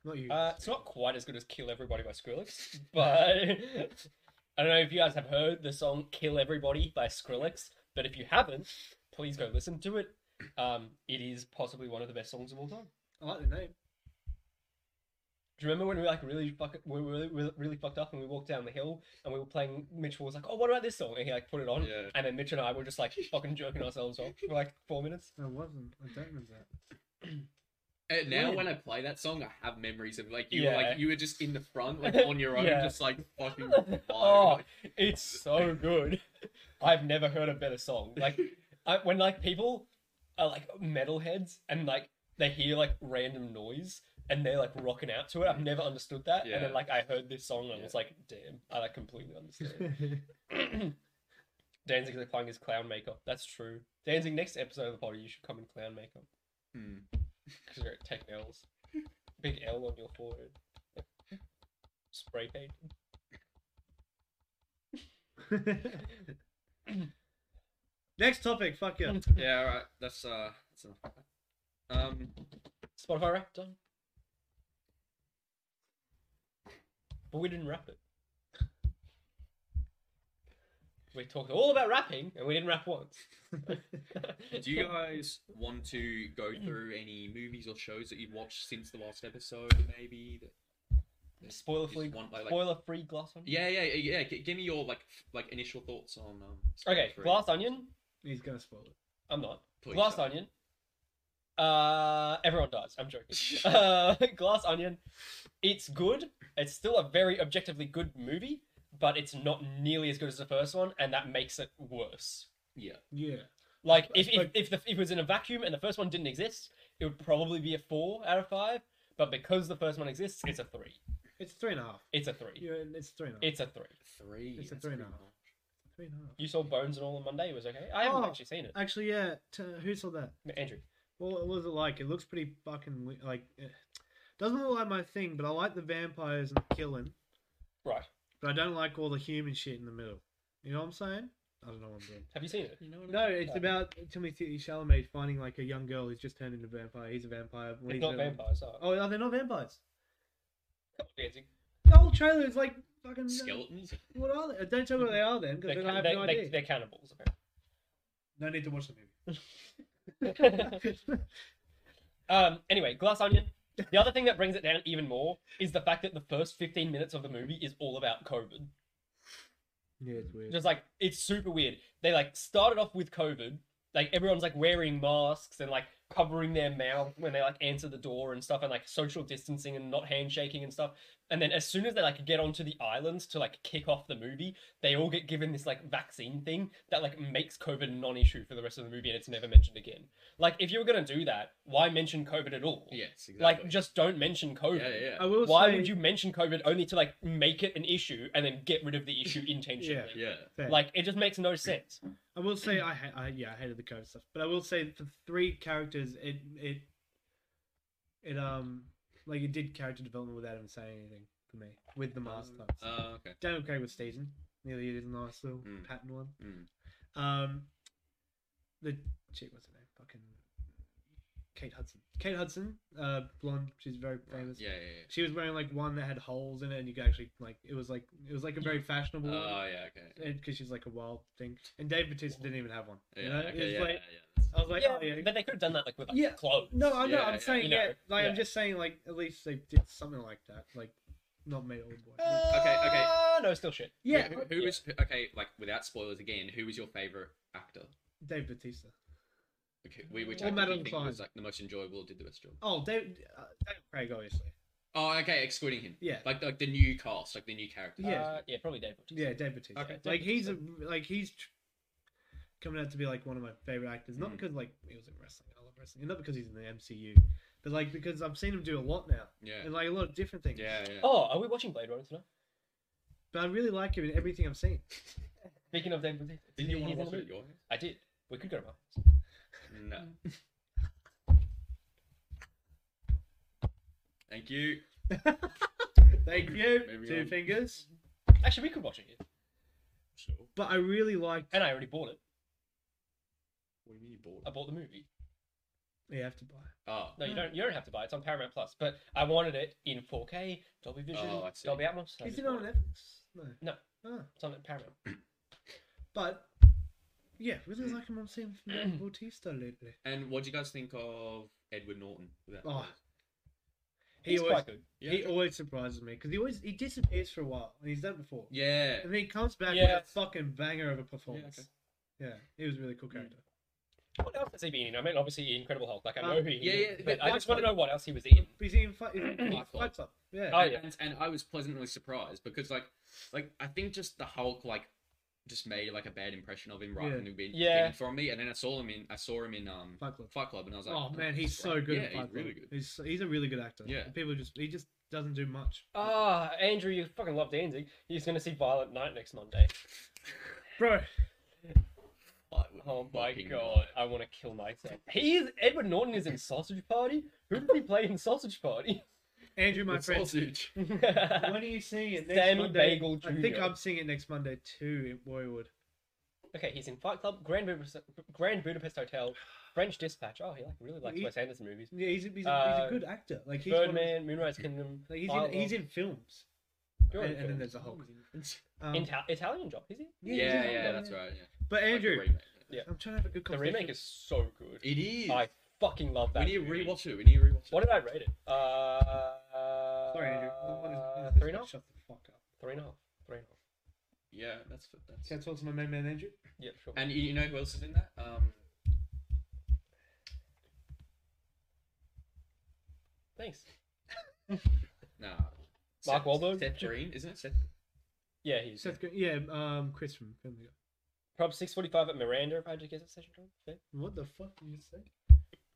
Speaker 3: Not you.
Speaker 1: Uh, it's not quite as good as "Kill Everybody" by Skrillex, but I don't know if you guys have heard the song "Kill Everybody" by Skrillex. But if you haven't, please go listen to it. Um, it is possibly one of the best songs of all time.
Speaker 3: I like the name.
Speaker 1: Do you remember when we like really fuck, we were really, really really fucked up and we walked down the hill and we were playing? Mitchell was like, "Oh, what about this song?" And he like put it on,
Speaker 2: Yeah.
Speaker 1: and then Mitch and I were just like fucking jerking ourselves off for like four minutes.
Speaker 3: No, it wasn't. I don't remember that.
Speaker 2: And now
Speaker 1: Weird.
Speaker 2: when I play that song, I have memories of like you were
Speaker 1: Yeah.
Speaker 2: like you were just in the front, like on your own,
Speaker 1: Yeah.
Speaker 2: just like fucking.
Speaker 1: Oh,
Speaker 2: wild.
Speaker 1: it's so good. I've never heard a better song. Like I, when like people are like metalheads and like they hear like random noise and they're like rocking out to it. I've never understood that. And then
Speaker 2: Yeah.
Speaker 1: like I heard this song and I was
Speaker 2: Yeah.
Speaker 1: like, damn, I like completely understand. Danzig's applying his clown makeup. That's true. Danzig, next episode of the party, you should come in clown makeup
Speaker 2: Hmm.
Speaker 1: because you're at Tech L's. Big L on your forehead. Spray paint.
Speaker 3: Next topic. Fuck yeah.
Speaker 2: Yeah, all right. That's uh, that's enough. of that. Um,
Speaker 1: Spotify rap done. But we didn't rap it. We talked all about rapping, and we didn't rap once.
Speaker 2: Do you guys want to go
Speaker 3: Mm.
Speaker 2: through any movies or shows that you've watched since the last episode? Maybe. That...
Speaker 1: spoiler free?
Speaker 2: Just want, like- like-
Speaker 1: spoiler free glass onion.
Speaker 2: Yeah, yeah, yeah. yeah, G- give me your like, f- like initial thoughts on. Um, Spider-Man
Speaker 1: Okay,
Speaker 2: three.
Speaker 1: glass onion.
Speaker 3: He's gonna spoil it.
Speaker 1: I'm not.
Speaker 2: Please
Speaker 1: glass
Speaker 2: don't.
Speaker 1: onion. Uh, everyone dies. I'm joking. uh, glass onion. It's good. It's still a very objectively good movie, but it's not nearly as good as the first one, and that makes it worse.
Speaker 2: Yeah.
Speaker 3: Yeah.
Speaker 1: Like
Speaker 3: I
Speaker 1: if if,
Speaker 3: suppose-
Speaker 1: if, the, if it was in a vacuum and the first one didn't exist, it would probably be a four out of five. But because the first one exists, it's a three.
Speaker 3: It's three and a half.
Speaker 1: It's a three.
Speaker 3: Yeah, it's three and a half.
Speaker 1: It's a three.
Speaker 2: Three.
Speaker 3: It's a
Speaker 2: that's
Speaker 3: three and a
Speaker 2: pretty
Speaker 3: half.
Speaker 2: much.
Speaker 3: three and a half.
Speaker 1: You saw Bones and all on Monday. It was okay. I haven't
Speaker 3: Oh.
Speaker 1: actually seen it.
Speaker 3: Actually, yeah. T- who saw that?
Speaker 1: Andrew,
Speaker 3: Well, what was it like? It looks pretty fucking we- like. eh. Doesn't look like my thing, but I like the vampires and the killing.
Speaker 1: Right.
Speaker 3: But I don't like all the human shit in the middle. You know what I'm saying? I don't know what I'm doing.
Speaker 1: have you seen it?
Speaker 2: You know what I
Speaker 3: No,
Speaker 2: mean?
Speaker 3: it's about Timothy Chalamet finding like a young girl who's just turned into a vampire. He's a vampire.
Speaker 1: It's
Speaker 3: He's
Speaker 1: not
Speaker 3: a-
Speaker 1: vampires. Oh,
Speaker 3: Oh, are they not vampires?
Speaker 1: Come on, Danzig.
Speaker 3: The whole trailer is like fucking.
Speaker 2: Skeletons.
Speaker 3: What are they? Don't tell me what they are then, because
Speaker 1: They're,
Speaker 3: then I
Speaker 1: ca-
Speaker 3: have
Speaker 1: they,
Speaker 3: no
Speaker 1: they-
Speaker 3: idea.
Speaker 1: they're cannibals.
Speaker 3: No need to watch the movie.
Speaker 1: Apparently. um. Anyway, Glass Onion. The other thing that brings it down even more is the fact that the first 15 minutes of the movie is all about COVID.
Speaker 3: yeah, it's weird.
Speaker 1: Just like it's super weird. They like started off with COVID. Like everyone's like wearing masks and like covering their mouth when they like answer the door and stuff and like social distancing and not handshaking and stuff. And then as soon as they like get onto the islands to like kick off the movie, they all get given this like vaccine thing that like makes COVID a non-issue for the rest of the movie and it's never mentioned again. Like if you were gonna do that, why mention COVID at all?
Speaker 2: Yes. Exactly.
Speaker 1: Like just don't mention COVID.
Speaker 2: Yeah, yeah.
Speaker 3: I will
Speaker 1: Why
Speaker 3: say,
Speaker 1: would you mention COVID only to like make it an issue and then get rid of the issue intentionally?
Speaker 3: Yeah.
Speaker 2: Yeah.
Speaker 3: fair.
Speaker 1: Like it just makes no sense.
Speaker 3: I will say I, ha- I yeah I hated the COVID stuff, but I will say for three characters it it it um like it did character development without even saying anything for me with the mask types.
Speaker 2: Uh, okay.
Speaker 3: Daniel Craig was Stephen, nearly did a nice little
Speaker 2: Mm.
Speaker 3: pattern one.
Speaker 2: Mm.
Speaker 3: Um, the chick, what's her name? Fucking Kate Hudson. Kate Hudson, uh, blonde. She's very famous.
Speaker 2: Yeah, yeah,
Speaker 3: She was wearing like one that had holes in it, and you could actually like it was like it was like a very fashionable.
Speaker 2: yeah.
Speaker 3: one
Speaker 2: Oh, yeah, okay.
Speaker 3: because she's like a wild thing. And Dave Bautista didn't even have one.
Speaker 2: Yeah,
Speaker 3: you know,
Speaker 2: okay,
Speaker 3: it's
Speaker 2: yeah,
Speaker 3: like
Speaker 2: yeah,
Speaker 3: I was like,
Speaker 1: yeah,
Speaker 3: oh yeah.
Speaker 1: but they could have done that like with like,
Speaker 3: Yeah.
Speaker 1: clothes.
Speaker 3: No, I know.
Speaker 2: Yeah,
Speaker 3: I'm
Speaker 2: yeah,
Speaker 3: saying
Speaker 1: you know,
Speaker 3: yeah. Like
Speaker 1: yeah.
Speaker 3: I'm just saying like at least they did something like that. Like not made old boy.
Speaker 2: Okay, okay.
Speaker 1: Ah, No, still shit.
Speaker 3: yeah,
Speaker 2: Who, who
Speaker 1: yeah.
Speaker 2: was who- okay? Like without spoilers again, who was your favorite actor?
Speaker 3: Dave Bautista.
Speaker 2: Okay, we which
Speaker 1: Or
Speaker 2: actor do you
Speaker 3: Madeline
Speaker 2: think was
Speaker 3: Klein.
Speaker 2: like the most enjoyable? or Did the best job?
Speaker 3: Oh, Dave, uh, Daniel Craig obviously.
Speaker 2: Oh, okay, excluding him.
Speaker 3: Yeah.
Speaker 2: Like like the new cast, like the new characters.
Speaker 3: Yeah.
Speaker 1: Uh, yeah, probably David.
Speaker 3: Yeah, Dave Bautista.
Speaker 1: Okay, Dave
Speaker 3: like he's a, like he's tr- coming out to be like one of my favorite actors. Not
Speaker 2: Mm.
Speaker 3: because like he was in wrestling, I love wrestling, and not because he's in the MCU, but like because I've seen him do a lot now
Speaker 2: Yeah.
Speaker 3: and like a lot of different things.
Speaker 2: Yeah. yeah.
Speaker 1: Oh, are we watching Blade Runner tonight?
Speaker 3: But I really like him in everything I've seen.
Speaker 1: Speaking of David,
Speaker 2: Didn't you want
Speaker 1: he's
Speaker 2: to
Speaker 1: in
Speaker 2: watch
Speaker 1: the
Speaker 2: it at
Speaker 1: movie.
Speaker 2: your
Speaker 1: I did. We could go to Mars.
Speaker 2: house? No. Thank you.
Speaker 3: Thank you.
Speaker 2: Moving
Speaker 3: Two
Speaker 2: on.
Speaker 3: fingers.
Speaker 1: Actually, we could watch it here,
Speaker 2: Sure.
Speaker 3: But I really liked.
Speaker 1: and I already bought it.
Speaker 2: What do you mean you
Speaker 1: I
Speaker 2: bored?
Speaker 1: bought the movie.
Speaker 3: You have to buy.
Speaker 2: Oh.
Speaker 1: No, you don't. You don't have to buy it. It's on Paramount Plus. But I wanted it in 4K, Dolby Vision,
Speaker 2: Oh, I see.
Speaker 1: Dolby Atmos. so I
Speaker 3: Is
Speaker 1: just
Speaker 3: it on
Speaker 1: bought
Speaker 3: Netflix? No.
Speaker 1: No.
Speaker 3: Ah,
Speaker 1: It's on Paramount.
Speaker 3: but yeah, really like him. I'm seeing from Dave Bautista lately.
Speaker 2: And what do you guys think of Edward Norton? with that?
Speaker 3: Oh, He
Speaker 1: He's
Speaker 3: always
Speaker 1: quite good.
Speaker 2: yeah.
Speaker 3: he always surprises me because he always he disappears for a while and he's done it before.
Speaker 2: yeah.
Speaker 3: And then he comes back
Speaker 1: Yeah.
Speaker 3: with a fucking banger of a performance.
Speaker 2: okay. Mm.
Speaker 3: Yeah, he was a really cool character.
Speaker 1: What else has he been in? I mean, obviously Incredible Hulk. Like I
Speaker 3: Um,
Speaker 1: know who he
Speaker 2: yeah,
Speaker 1: is,
Speaker 2: yeah,
Speaker 1: but
Speaker 2: but
Speaker 1: I just
Speaker 2: that's-
Speaker 1: want to know what else he was in.
Speaker 3: But He's in Fight, he's in
Speaker 2: Fight Club.
Speaker 3: Fight Club. Yeah.
Speaker 1: Oh, yeah.
Speaker 2: and, and I was pleasantly surprised because like like I think just the Hulk like just made like a bad impression of him right
Speaker 3: Yeah.
Speaker 2: from the be-
Speaker 1: Yeah.
Speaker 2: beginning from me, and then I saw him in I saw him in um
Speaker 3: Fight Club.
Speaker 2: Fight Club, and I was like,
Speaker 3: Oh man, he's
Speaker 2: this
Speaker 3: so
Speaker 2: right-
Speaker 3: good.
Speaker 2: Yeah,
Speaker 3: at
Speaker 2: he's
Speaker 3: Fight Club.
Speaker 2: really good.
Speaker 3: He's he's a really good actor.
Speaker 2: Yeah.
Speaker 3: People just he just doesn't do much.
Speaker 1: Ah, Andrew, you fucking love Danzig. He's gonna see Violent Night next Monday.
Speaker 3: Bro,
Speaker 1: Oh my
Speaker 2: Fucking
Speaker 1: god, I want to kill myself. He is Edward Norton is in Sausage Party. Who did he play in Sausage Party?
Speaker 3: Andrew, my
Speaker 2: With
Speaker 3: friend.
Speaker 2: sausage.
Speaker 1: okay,
Speaker 3: When are you seeing it?
Speaker 1: Sammy
Speaker 3: Monday?
Speaker 1: Bagel
Speaker 3: I think
Speaker 1: Jr..
Speaker 3: I'm seeing it next Monday too in Warriorwood.
Speaker 1: he's in Fight Club, Grand Budapest, Grand Budapest Hotel, French Dispatch. Oh, he like really likes
Speaker 3: He-
Speaker 1: Wes Anderson movies.
Speaker 3: Yeah, he's a, he's a,
Speaker 1: Uh,
Speaker 3: he's a good actor. Like he's one of-
Speaker 1: Birdman, Moonrise Kingdom.
Speaker 3: like he's in,
Speaker 1: Firewall.
Speaker 3: he's in films.
Speaker 1: Jordan
Speaker 3: and, and then
Speaker 1: Jones.
Speaker 3: there's a Hulk. Um,
Speaker 1: Ital- Italian Job, is he?
Speaker 2: Yeah,
Speaker 3: he's
Speaker 2: yeah,
Speaker 3: a Hulk.
Speaker 2: that's right. Yeah. Like
Speaker 3: But
Speaker 2: the
Speaker 3: Andrew,
Speaker 2: remake.
Speaker 1: Yeah.
Speaker 3: I'm trying to have a good
Speaker 1: The
Speaker 3: conversation.
Speaker 1: remake is so good.
Speaker 2: It is.
Speaker 1: I fucking love
Speaker 2: we
Speaker 1: that.
Speaker 2: need to
Speaker 1: movie.
Speaker 2: rewatch it. We need to rewatch it.
Speaker 1: What did I rate it? Uh,
Speaker 3: Sorry, Andrew. What is- what is this
Speaker 1: three and a
Speaker 3: one?
Speaker 1: half.
Speaker 3: Shut the fuck up.
Speaker 1: Three and a half. Three and a half.
Speaker 2: Yeah, that's that's.
Speaker 3: That's what's my main man, Andrew.
Speaker 1: Yeah, sure.
Speaker 2: And you, you know who else is in that? Um,
Speaker 1: Thanks.
Speaker 2: nah.
Speaker 1: Mark
Speaker 2: Seth-
Speaker 1: Wahlberg?
Speaker 2: Seth Green, isn't it? Seth.
Speaker 1: Yeah, he's
Speaker 3: Seth Green. Yeah, um, Chris from Family Guy.
Speaker 1: probably six forty-five at Miranda. If I just guess at session time. Okay.
Speaker 3: What the fuck did you say?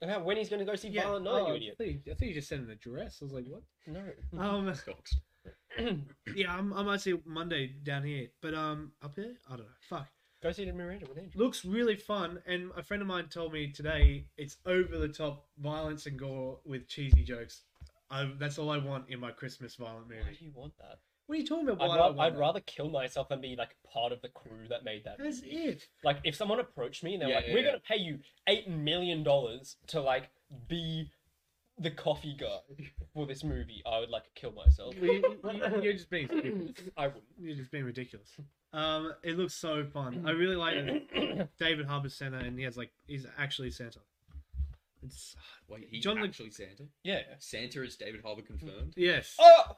Speaker 1: About when he's going to go see Violent Night,
Speaker 3: oh,
Speaker 1: you
Speaker 3: I
Speaker 1: idiot.
Speaker 3: thought you, I thought you just said an address. I was like, what?
Speaker 1: No.
Speaker 3: um,
Speaker 2: Stokes.
Speaker 3: yeah, I'm, I'm actually Monday down here, but um, up here, I don't know. Fuck.
Speaker 1: go see it in Miranda with Andrew.
Speaker 3: Looks really fun, and a friend of mine told me today it's over the top violence and gore with cheesy jokes. I, that's all I want in my Christmas violent
Speaker 1: Why
Speaker 3: movie.
Speaker 1: do you want that?
Speaker 3: What are you talking about? Why do
Speaker 1: I'd, ra-
Speaker 3: I want
Speaker 1: I'd
Speaker 3: that?
Speaker 1: rather kill myself than be like part of the crew that made that.
Speaker 3: That's
Speaker 1: movie.
Speaker 3: it.
Speaker 1: Like if someone approached me and they're
Speaker 2: Yeah,
Speaker 1: like,
Speaker 2: yeah,
Speaker 1: "We're
Speaker 2: yeah.
Speaker 1: gonna pay you eight million dollars to like be the coffee guy for this movie," I would like kill myself.
Speaker 3: Well, you, you- you're just being stupid.
Speaker 1: I wouldn't.
Speaker 3: You're just being ridiculous. Um, it looks so fun. I really like it. David Harbour Santa, and he has like he's actually Santa. It's
Speaker 2: Wait, he's
Speaker 3: John Lin-
Speaker 2: actually Santa.
Speaker 1: Yeah.
Speaker 2: Santa is David Harbour confirmed.
Speaker 3: yes,
Speaker 1: Oh,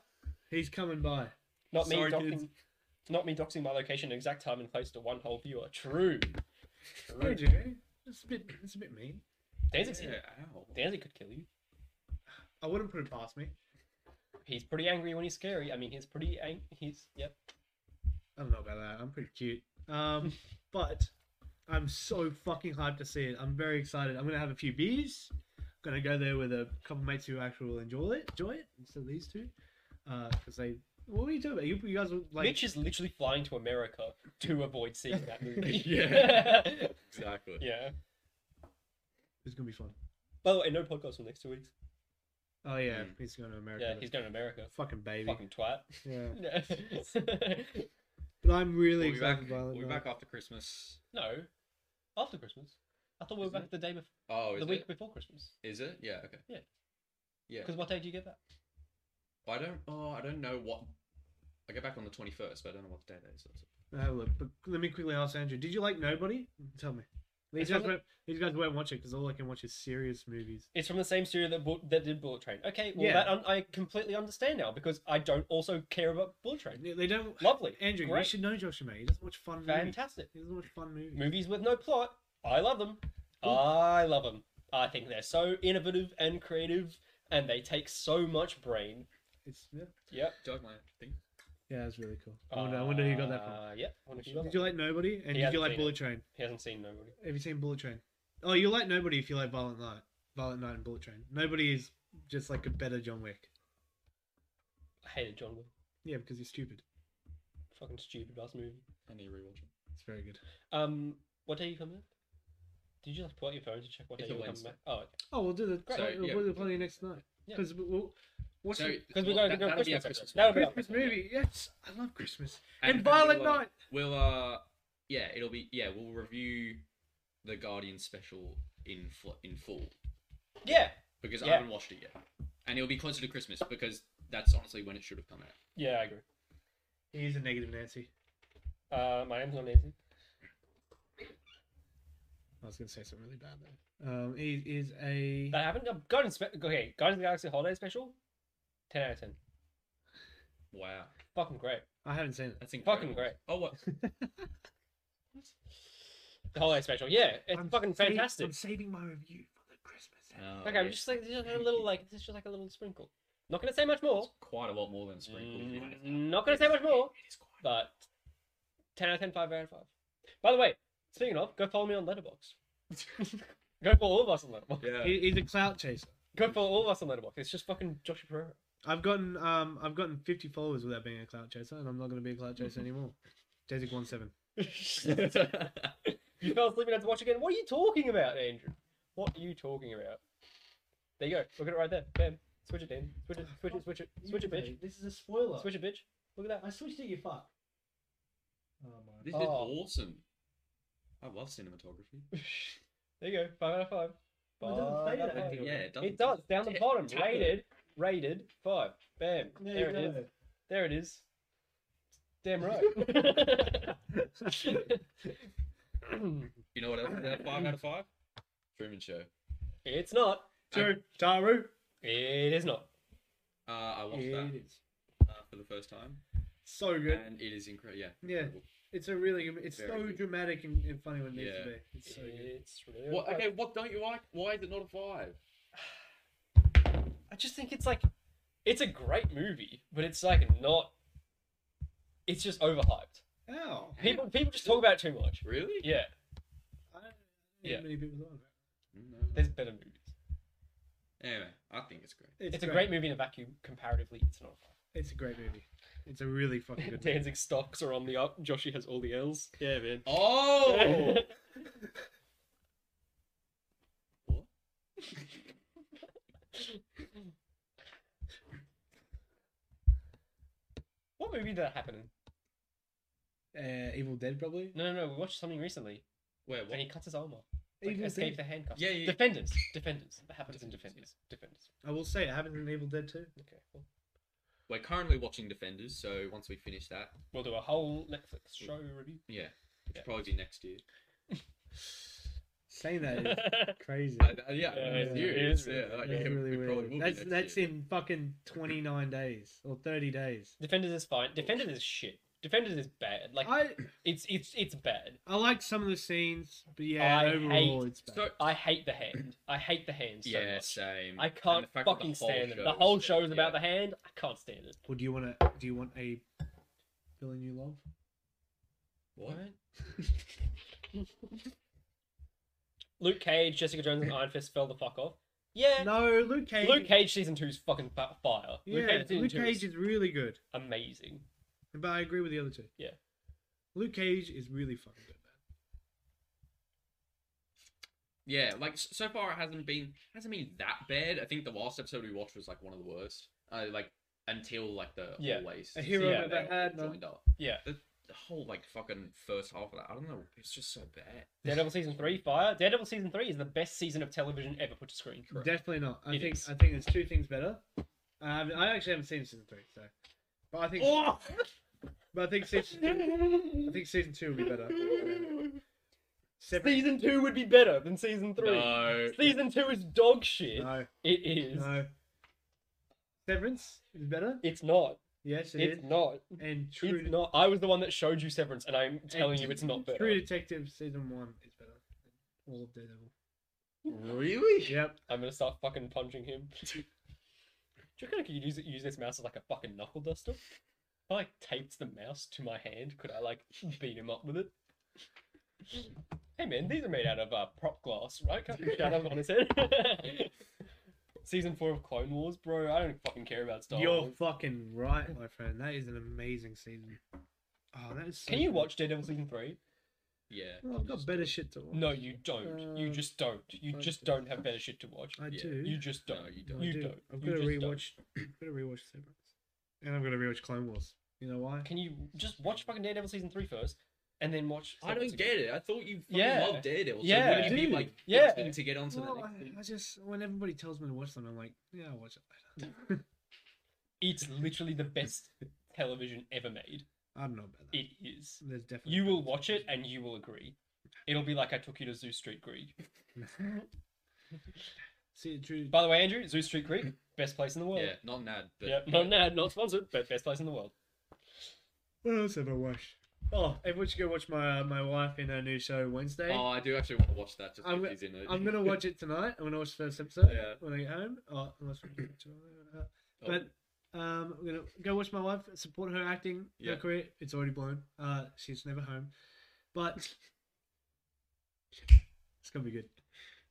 Speaker 3: he's coming by.
Speaker 1: not me
Speaker 2: Sorry,
Speaker 1: doxing.
Speaker 2: kids.
Speaker 1: Not me doxing my location, exact time and place to one whole viewer. True. True.
Speaker 3: Andrew, it's a bit, it's a bit mean.
Speaker 1: Danzig's
Speaker 2: yeah,
Speaker 1: here.
Speaker 2: ow.
Speaker 1: Danzig could kill you.
Speaker 3: I wouldn't put it past me.
Speaker 1: He's pretty angry when he's scary. I mean, he's pretty ang- He's yep.
Speaker 3: I don't know about that. I'm pretty cute. Um, but I'm so fucking hyped to see it. I'm very excited. I'm gonna have a few beers. gonna go there with a couple mates who actually will enjoy it, enjoy it instead of these two, because they. What were you talking about? You, you guys were like.
Speaker 1: Mitch is literally flying to America to avoid seeing that movie.
Speaker 2: Yeah. Exactly.
Speaker 1: yeah.
Speaker 3: It's gonna be fun.
Speaker 1: By the way, no podcast for the next two weeks.
Speaker 3: Oh yeah,
Speaker 2: Mm.
Speaker 3: he's going to America.
Speaker 1: Yeah, he's going to America.
Speaker 3: fucking baby.
Speaker 1: Fucking twat.
Speaker 3: Yeah,
Speaker 1: Yeah.
Speaker 3: but I'm really
Speaker 2: We'll be back.
Speaker 3: excited. by
Speaker 2: We'll
Speaker 3: it
Speaker 2: be
Speaker 3: now.
Speaker 2: back after Christmas.
Speaker 1: no. After Christmas. I thought we were
Speaker 2: Isn't
Speaker 1: back the day before,
Speaker 2: Oh, is
Speaker 1: the
Speaker 2: it?
Speaker 1: week before Christmas.
Speaker 2: Is it? Yeah. Okay.
Speaker 1: Yeah.
Speaker 2: Yeah.
Speaker 1: Because what day do you get back?
Speaker 2: But I don't. Oh, I don't know what. I get back on the twenty first, but I don't know what day that is. That's-
Speaker 3: I'll Have a look. But let me quickly ask Andrew. Did you like Nobody? Tell me. These
Speaker 1: It's
Speaker 3: guys,
Speaker 1: from the-
Speaker 3: won't, these guys won't watch it because all I can watch is serious movies.
Speaker 1: It's from the same studio that bu- that did Bullet Train. Okay, well
Speaker 3: Yeah.
Speaker 1: that un- I completely understand now because I don't also care about Bullet Train.
Speaker 3: They they don't.
Speaker 1: Lovely,
Speaker 3: Andrew, you
Speaker 1: great.
Speaker 3: should know Josh May. He doesn't watch fun movies.
Speaker 1: fantastic.
Speaker 3: He doesn't watch fun movies.
Speaker 1: Movies with no plot, I love them. I love them. I think they're so innovative and creative, and they take so much brain.
Speaker 3: It's yeah.
Speaker 1: Yep.
Speaker 2: Dog my thing.
Speaker 3: Yeah, that's really cool. I wonder, I wonder who got that from.
Speaker 1: Uh, Yep. I wonder who got
Speaker 3: Did
Speaker 1: that.
Speaker 3: you like Nobody? And
Speaker 1: He
Speaker 3: did you
Speaker 1: hasn't
Speaker 3: like
Speaker 1: seen it.
Speaker 3: Bullet Train?
Speaker 1: He hasn't seen nobody.
Speaker 3: Have you seen Bullet Train? Oh, you like Nobody if you like Violent Night. Violent Night and Bullet Train. Nobody is just like a better John Wick.
Speaker 1: I hated John Wick.
Speaker 3: Yeah, because he's stupid.
Speaker 1: Fucking stupid ass movie.
Speaker 2: I need to rewatch it.
Speaker 3: It's very good.
Speaker 1: Um, what day are you coming back? Did you just pull out your phone to check what
Speaker 2: It's
Speaker 1: day
Speaker 2: a
Speaker 1: you were coming
Speaker 2: Wednesday.
Speaker 1: back? Oh, okay.
Speaker 3: Oh, we'll do the
Speaker 1: Great.
Speaker 2: So,
Speaker 3: we'll
Speaker 2: yeah,
Speaker 3: do the
Speaker 2: we'll-
Speaker 3: plenty next night
Speaker 1: Yeah.
Speaker 3: because we'll what's
Speaker 2: So
Speaker 3: the
Speaker 1: because we're going to
Speaker 2: that-
Speaker 1: do
Speaker 2: that'll be our
Speaker 1: Christmas. episode.
Speaker 2: Christmas
Speaker 1: That'll be our
Speaker 3: Christmas movie. Yes, I love Christmas
Speaker 2: And-
Speaker 3: and,
Speaker 2: and
Speaker 3: Violent
Speaker 2: we'll, uh,
Speaker 3: Night.
Speaker 2: We'll uh, yeah, it'll be yeah. We'll review the Guardian special in fl- in full
Speaker 1: Yeah.
Speaker 2: because I
Speaker 1: Yeah.
Speaker 2: haven't watched it yet, and it'll be closer to Christmas because that's honestly when it should have come out.
Speaker 1: Yeah, I agree.
Speaker 3: He is a negative Nancy.
Speaker 1: Uh, my name's not Nancy.
Speaker 3: I was gonna say something really bad there. Um, he is a
Speaker 1: That happened. Um, Guardians. Spe- okay, Guardians of the Galaxy Holiday Special. Ten out of ten.
Speaker 2: Wow,
Speaker 1: Fucking great.
Speaker 3: I haven't seen it.
Speaker 2: that's incredible.
Speaker 1: Fucking great.
Speaker 2: Oh what?
Speaker 1: The holiday special. Yeah, it's
Speaker 3: I'm
Speaker 1: fucking
Speaker 3: sa-
Speaker 1: fantastic.
Speaker 3: I'm saving my review for the Christmas. episode.
Speaker 2: Oh,
Speaker 1: okay, I'm
Speaker 2: yeah.
Speaker 1: just like this is a
Speaker 2: Thank
Speaker 1: little
Speaker 2: you.
Speaker 1: like this is just like a little sprinkle. Not gonna say much more.
Speaker 2: It's quite a lot more than Sprinkle. to be honest.
Speaker 1: Mm, Not gonna say much more.
Speaker 2: It is quite-
Speaker 1: But ten out of ten, five out of five. By the way, speaking of, go follow me on Letterbox. go follow all of us on Letterbox.
Speaker 2: Yeah.
Speaker 3: He, he's a clout chaser.
Speaker 1: Go follow all of us on Letterbox. It's just fucking Joshua Pereira.
Speaker 3: I've gotten um I've gotten 50 followers without being a clout chaser, and I'm not gonna be a clout chaser
Speaker 1: Mm-hmm.
Speaker 3: anymore. Jazik one seven.
Speaker 1: You fell asleep and had to watch again. What are you talking about, Andrew? What are you talking about? There you go. Look at it right there. Bam. Switch it, Dan. Switch it. Switch it. Switch it. Switch it, bitch.
Speaker 3: This is a spoiler.
Speaker 1: Switch it, bitch. Look at that.
Speaker 3: I switched it. You fuck. Oh
Speaker 2: this is
Speaker 1: Oh.
Speaker 2: awesome. I love cinematography.
Speaker 1: There you go. Five out of five.
Speaker 3: Well, it doesn't
Speaker 1: Five
Speaker 3: say
Speaker 1: out of
Speaker 3: that.
Speaker 1: five.
Speaker 2: Yeah, it does.
Speaker 1: It does. Down the bottom.
Speaker 2: Tap it.
Speaker 1: Rated. Rated. Five. Bam. There it is. There it is. Damn right.
Speaker 2: You know what else? Is that a five out of five? Truman Show.
Speaker 1: it's not.
Speaker 3: Two, Taru.
Speaker 1: It is not.
Speaker 2: Uh, I watched that
Speaker 1: It is.
Speaker 2: uh, for the first time,
Speaker 3: So good.
Speaker 2: and it is incredible. Yeah.
Speaker 3: Yeah,
Speaker 2: incredible.
Speaker 3: it's a really good. It's
Speaker 2: Very
Speaker 3: so
Speaker 2: good.
Speaker 3: dramatic and, and funny when it needs
Speaker 2: Yeah.
Speaker 3: to be. It's so good.
Speaker 1: It's really.
Speaker 2: What,
Speaker 1: good.
Speaker 2: okay, what don't you like? Why is it not a five?
Speaker 1: I just think it's like, it's a great movie, but it's like not. It's just overhyped.
Speaker 3: Ow.
Speaker 1: People people just talk about it too much.
Speaker 2: Really?
Speaker 1: Yeah,
Speaker 3: I don't know
Speaker 1: Yeah.
Speaker 3: many people talking about
Speaker 2: Mm, No.
Speaker 1: there's better movies.
Speaker 2: Anyway, I think it's great.
Speaker 3: it.
Speaker 1: It's, a great movie in a vacuum. Comparatively, it's not.
Speaker 3: It's a great movie. It's a really fucking good movie.
Speaker 1: Danzig stocks are on the up. Joshy has all the L's. Yeah, man.
Speaker 2: Oh. What?
Speaker 1: what movie did that happen in?
Speaker 3: Uh, Evil Dead, probably.
Speaker 1: No, no, no. We watched something recently,
Speaker 2: Wait, what?
Speaker 1: and he cuts his arm off. Like,
Speaker 3: Evil
Speaker 1: escape
Speaker 3: Dead.
Speaker 1: the handcuffs.
Speaker 2: Yeah, yeah, yeah.
Speaker 1: Defenders, defenders. That happens in
Speaker 2: Defenders,
Speaker 1: defenders. Defenders.
Speaker 3: I will say it happened in Evil Dead too.
Speaker 1: Okay. Well,
Speaker 2: We're currently watching Defenders, so once we finish that,
Speaker 1: we'll do a whole Netflix
Speaker 3: Hmm.
Speaker 1: show review.
Speaker 2: yeah,
Speaker 1: Yeah.
Speaker 2: it'll probably be next year.
Speaker 3: Saying that is crazy.
Speaker 2: I, I- Uh, yeah,
Speaker 1: Yeah,
Speaker 2: no, it's
Speaker 3: it
Speaker 2: serious.
Speaker 1: is
Speaker 2: Yeah,
Speaker 1: really-
Speaker 2: like,
Speaker 3: That's
Speaker 2: it
Speaker 3: really
Speaker 2: it probably will be
Speaker 3: weird. That's
Speaker 2: next
Speaker 3: that's
Speaker 2: year.
Speaker 3: in fucking twenty nine days or thirty days.
Speaker 1: defenders is fine. Defenders is shit. Defenders is bad. Like
Speaker 3: I
Speaker 1: it's it's it's bad.
Speaker 3: I like some of the scenes, but yeah,
Speaker 1: I
Speaker 3: overall
Speaker 1: hate-
Speaker 3: it's bad.
Speaker 2: So,
Speaker 1: I hate the hand. I hate the hand so
Speaker 2: yeah,
Speaker 1: much.
Speaker 2: same.
Speaker 1: I
Speaker 2: And the
Speaker 1: can't
Speaker 2: fact that the
Speaker 1: fucking
Speaker 2: whole
Speaker 1: stand them.
Speaker 2: show
Speaker 1: The
Speaker 2: is
Speaker 1: whole
Speaker 2: shit,
Speaker 1: show's about
Speaker 2: yeah.
Speaker 1: the hand. I can't stand it.
Speaker 3: Or do you want to? Do you want a villain you love?
Speaker 2: What?
Speaker 1: Luke Cage, Jessica Jones, and Iron Fist fell the fuck off. Yeah.
Speaker 3: No, Luke Cage.
Speaker 1: Eh. Luke Cage season two is fucking fa- fire.
Speaker 3: Yeah,
Speaker 1: Luke Cage season
Speaker 3: Luke
Speaker 1: two
Speaker 3: Cage
Speaker 1: is
Speaker 3: is really good.
Speaker 1: amazing.
Speaker 3: But I agree with the other two.
Speaker 1: Yeah.
Speaker 3: Luke Cage is really fucking good, man.
Speaker 2: Yeah, like s- so far it hasn't been hasn't been that bad. I think the last episode we watched was like one of the worst. Uh, like until like the
Speaker 1: Yeah.
Speaker 2: always
Speaker 3: A hero
Speaker 2: yeah,
Speaker 1: I've
Speaker 2: they
Speaker 3: ever
Speaker 2: all
Speaker 3: had, man.
Speaker 2: joined up.
Speaker 1: Yeah.
Speaker 2: The, the whole like fucking first half of that, I don't know, it's just so bad.
Speaker 1: Daredevil season three, fire. Daredevil season three is the best season of television ever put to screen.
Speaker 3: Definitely not. I
Speaker 1: It
Speaker 3: think
Speaker 1: is.
Speaker 3: I think there's two things better. Um, I actually haven't seen season three, so but I think
Speaker 2: Oh!
Speaker 3: but I think season two, I think season two will be better. Separate.
Speaker 1: season two would be better than season three.
Speaker 2: No.
Speaker 1: Season two is dog shit.
Speaker 3: No,
Speaker 1: It is.
Speaker 3: no. Severance is better.
Speaker 1: It's not.
Speaker 3: Yes, it
Speaker 1: it's
Speaker 3: is.
Speaker 1: not.
Speaker 3: And True
Speaker 1: It's not. I was the one that showed you Severance, and I'm telling you, it's not better.
Speaker 3: True Detective season one is better. than All of Daredevil.
Speaker 2: Really?
Speaker 3: Yep.
Speaker 1: I'm gonna start fucking punching him. Do you reckon I could use use this mouse as like a fucking knuckle duster? If I like taped the mouse to my hand, could I like beat him up with it? Hey man, these are made out of uh, prop glass, right? Can't you shut up on his head? Season four of Clone Wars, bro. I don't fucking care about Star
Speaker 3: You're
Speaker 1: Wars.
Speaker 3: fucking right, my friend. That is an amazing season. Oh, that is. So
Speaker 1: Can you
Speaker 3: good.
Speaker 1: watch Daredevil season three?
Speaker 2: Yeah.
Speaker 3: Well, I've got better shit to watch.
Speaker 1: No, you don't. you
Speaker 3: Um,
Speaker 1: just don't. You
Speaker 3: I
Speaker 1: just
Speaker 3: do.
Speaker 1: Uh, don't have better shit to watch.
Speaker 3: I
Speaker 2: Yeah,
Speaker 3: do.
Speaker 1: You just
Speaker 2: No,
Speaker 1: don't.
Speaker 2: you
Speaker 3: No,
Speaker 2: don't.
Speaker 3: I
Speaker 1: you
Speaker 3: do.
Speaker 1: don't.
Speaker 3: I've
Speaker 1: You
Speaker 3: got to
Speaker 1: just don't.
Speaker 3: rewatch. I've got to rewatch Severance, and I've got to rewatch Clone Wars. You know why?
Speaker 1: Can you just watch fucking Daredevil season three first, and then watch?
Speaker 2: I don't
Speaker 1: Severance again?
Speaker 2: get it. I thought you fucking
Speaker 1: Yeah.
Speaker 2: loved Daredevil. So
Speaker 1: Yeah.
Speaker 2: yeah, would
Speaker 3: I
Speaker 2: you
Speaker 3: do.
Speaker 2: be like
Speaker 1: Yeah.
Speaker 2: itching to get onto
Speaker 3: Well,
Speaker 2: the next
Speaker 3: I,
Speaker 2: thing?
Speaker 3: I just when everybody tells me to watch them, I'm like, yeah, I'll watch it later.
Speaker 1: It's literally the best television ever made.
Speaker 3: I don't know about that.
Speaker 1: It is.
Speaker 3: There's definitely
Speaker 1: You will
Speaker 3: better
Speaker 1: watch it
Speaker 3: television.
Speaker 1: and you will agree. It'll be like I took you to Zoo Street Greek.
Speaker 3: See, true.
Speaker 1: By the way, Andrew, Zoo Street Greek, best place in the world.
Speaker 2: Yeah, not an ad, but
Speaker 1: Yeah, not nah, not sponsored, but best place in the world.
Speaker 3: What else have I watched? Oh, everyone should go watch my uh, my wife in her new show Wednesday.
Speaker 2: Oh, I do actually want to watch that just
Speaker 3: I'm
Speaker 2: because
Speaker 3: go-
Speaker 2: he's in it.
Speaker 3: I'm gonna watch it tonight. I'm gonna watch the first episode
Speaker 2: Yeah.
Speaker 3: when I get home. Oh, unless we do it tomorrow. Uh,
Speaker 2: Oh,
Speaker 3: But um, I'm gonna go watch my wife, support her acting,
Speaker 2: Yeah.
Speaker 3: her career. It's already blown. Uh, she's never home, but it's gonna be good.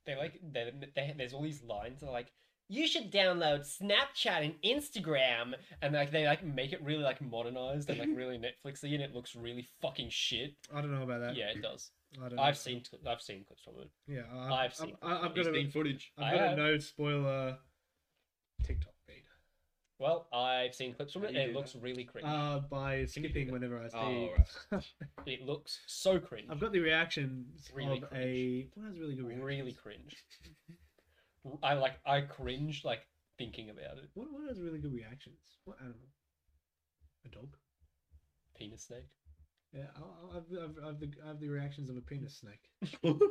Speaker 1: They like they, they, there's all these lines that are like you should download Snapchat and Instagram, and like they like make it really like modernized and like really Netflixy, and it looks really fucking shit.
Speaker 3: I don't know about that.
Speaker 1: Yeah, it does.
Speaker 3: I don't know.
Speaker 1: I've seen cl- I've seen clips from it.
Speaker 3: Yeah, I,
Speaker 1: I've seen-
Speaker 3: I, have
Speaker 2: he's
Speaker 3: got a,
Speaker 2: seen footage.
Speaker 1: I
Speaker 3: I've got a
Speaker 1: have.
Speaker 3: no spoiler TikTok feed.
Speaker 1: Well, I've seen clips from
Speaker 2: How
Speaker 1: it,
Speaker 2: do you
Speaker 1: and it
Speaker 2: do Um,
Speaker 1: looks really cringe.
Speaker 3: Uh, by
Speaker 2: you do
Speaker 3: skipping
Speaker 2: that?
Speaker 3: whenever I see.
Speaker 2: Oh,
Speaker 1: it looks so cringe.
Speaker 3: I've got the reactions
Speaker 1: Really
Speaker 3: of a. What was really good? Reactions?
Speaker 1: really cringe. I like I cringe like thinking about it.
Speaker 3: What what has really good reactions? What animal? A dog.
Speaker 1: penis snake.
Speaker 3: Yeah, I'll, I'll have, the- I've, I've, the, I've the reactions of a penis snake.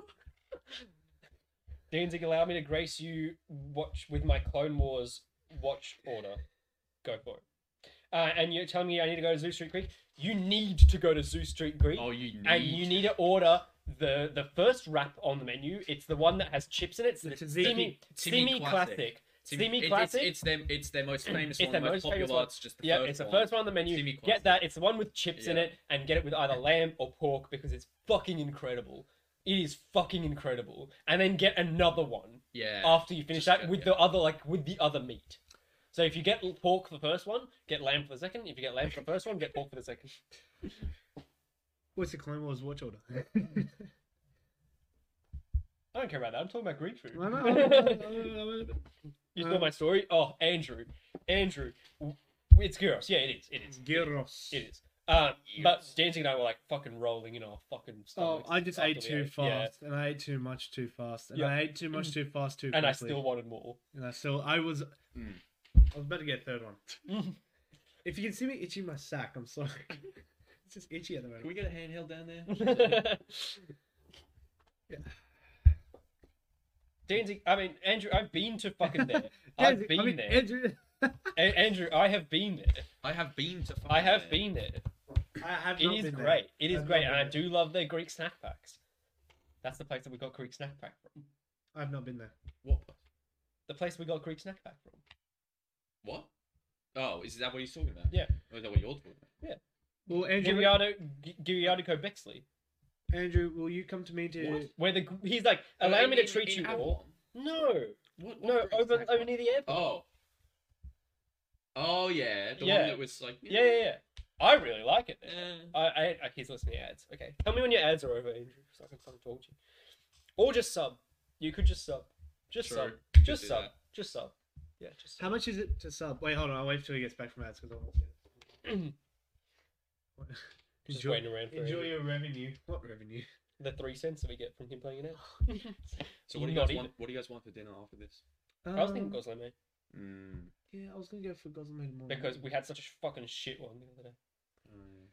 Speaker 1: Danzig, allow me to grace you watch with my Clone Wars watch order. Go for it. Uh, and you're telling me I need to go to Zoo Street Greek. You need to go to Zoo Street Greek,
Speaker 2: Oh, you need.
Speaker 1: and you need to order the the first wrap on the menu. It's the one that has chips in it. It's the
Speaker 2: The tzatziki-
Speaker 1: steamy,
Speaker 2: Timmy
Speaker 1: steamy
Speaker 2: classic.
Speaker 1: classic.
Speaker 2: Tim-
Speaker 1: Steamy
Speaker 2: it- it's-
Speaker 1: classic.
Speaker 2: It's, them. It's their most famous
Speaker 1: It's
Speaker 2: one.
Speaker 1: their
Speaker 2: most
Speaker 1: most famous
Speaker 2: popular.
Speaker 1: one.
Speaker 2: It's just the
Speaker 1: Yeah,
Speaker 2: first
Speaker 1: it's the
Speaker 2: one.
Speaker 1: first one on the menu.
Speaker 2: Steamy
Speaker 1: Get
Speaker 2: classic.
Speaker 1: that. It's the one with chips in
Speaker 2: Yeah.
Speaker 1: it, and get it with either lamb or pork because it's fucking incredible. It is fucking incredible. And then get another one
Speaker 2: Yeah.
Speaker 1: after you finish
Speaker 2: Just
Speaker 1: that
Speaker 2: get-
Speaker 1: with
Speaker 2: yeah.
Speaker 1: the other like with the other meat. So if you get l- pork for the first one, get lamb for the second. If you get lamb for the first one, get pork for the second.
Speaker 3: What's the Clone Wars watch order?
Speaker 1: I don't care about that. I'm talking about Greek food.
Speaker 3: I know, I know, I know, I know.
Speaker 1: you saw
Speaker 3: Um,
Speaker 1: my story. Oh, Andrew, Andrew, w- it's gyros. Yeah, it is. It is.
Speaker 3: Gyros.
Speaker 1: It is. Um, but
Speaker 2: Yes.
Speaker 1: Danzig and I were like fucking rolling in our fucking
Speaker 3: Oh,
Speaker 1: stomachs
Speaker 3: I just
Speaker 1: after
Speaker 3: ate
Speaker 1: we
Speaker 3: too
Speaker 1: Yeah.
Speaker 3: fast, and I ate too much too fast, and
Speaker 1: Yeah.
Speaker 3: I ate too much too fast too quickly.
Speaker 1: And I still wanted more.
Speaker 3: and I still, I was,
Speaker 1: Hmm.
Speaker 2: Mm.
Speaker 3: I was about to get a third one. If you can see me itching my sack, I'm sorry. it's just itchy at the
Speaker 2: Can
Speaker 3: moment.
Speaker 2: we get a handheld down there?
Speaker 1: Danzig, I mean, Andrew, I've been to fucking there.
Speaker 3: Yeah,
Speaker 1: I've been
Speaker 3: I mean,
Speaker 1: there.
Speaker 3: Andrew,
Speaker 1: A- Andrew, I have been there.
Speaker 2: I have been to.
Speaker 1: I
Speaker 2: fucking
Speaker 1: have
Speaker 2: there.
Speaker 1: been there.
Speaker 3: I have
Speaker 1: It
Speaker 3: not
Speaker 1: is
Speaker 3: been there.
Speaker 1: great. It is
Speaker 3: I've not
Speaker 1: great, and
Speaker 3: been
Speaker 1: I
Speaker 3: there.
Speaker 1: do love their Greek snack packs. That's the place that we got Greek snack pack from.
Speaker 3: I've not been there.
Speaker 2: What?
Speaker 1: The place we got Greek snack pack from.
Speaker 2: What? Oh, is that what he's talking about?
Speaker 1: Yeah.
Speaker 2: Or is that what you're talking about?
Speaker 3: Well, Andrew,
Speaker 1: Giuliano, Gi- Giuliano Bexley.
Speaker 3: Andrew, will you come to me to?
Speaker 2: What?
Speaker 1: Where the he's like,
Speaker 3: Oh,
Speaker 1: allow me to treat you all. No,
Speaker 2: What? what
Speaker 1: no,
Speaker 2: brings
Speaker 1: over
Speaker 2: that
Speaker 1: over
Speaker 2: one?
Speaker 1: near the airport.
Speaker 2: Oh. Oh yeah, the
Speaker 1: Yeah.
Speaker 2: one that was like.
Speaker 1: Yeah, yeah, yeah. I really like it. There.
Speaker 2: eh.
Speaker 1: I, I, I he's listening to ads. Okay, tell me when your ads are over, Andrew, so I can fucking talk to you. Or just sub. You could just sub. Just
Speaker 2: True.
Speaker 1: sub.
Speaker 2: Could
Speaker 1: Just
Speaker 2: do
Speaker 1: sub.
Speaker 2: that.
Speaker 1: Just sub. Yeah, just.
Speaker 3: How
Speaker 1: Sub.
Speaker 3: much is it to sub? Wait, hold on. I'll wait till he gets back from ads because I want to see it.
Speaker 1: Just
Speaker 3: enjoy,
Speaker 1: waiting around for
Speaker 3: enjoy
Speaker 1: Andrew.
Speaker 3: your revenue. What revenue?
Speaker 1: the three cents that we get from him playing an ad.
Speaker 2: So what do you
Speaker 1: Not
Speaker 2: guys
Speaker 1: even.
Speaker 2: want? What do you guys want for dinner after this?
Speaker 1: I was thinking
Speaker 3: Um,
Speaker 1: Gosling,
Speaker 2: Mm.
Speaker 3: Yeah, I was gonna go for Gosling more
Speaker 1: because we had such a fucking shit one the other day,
Speaker 2: Mm.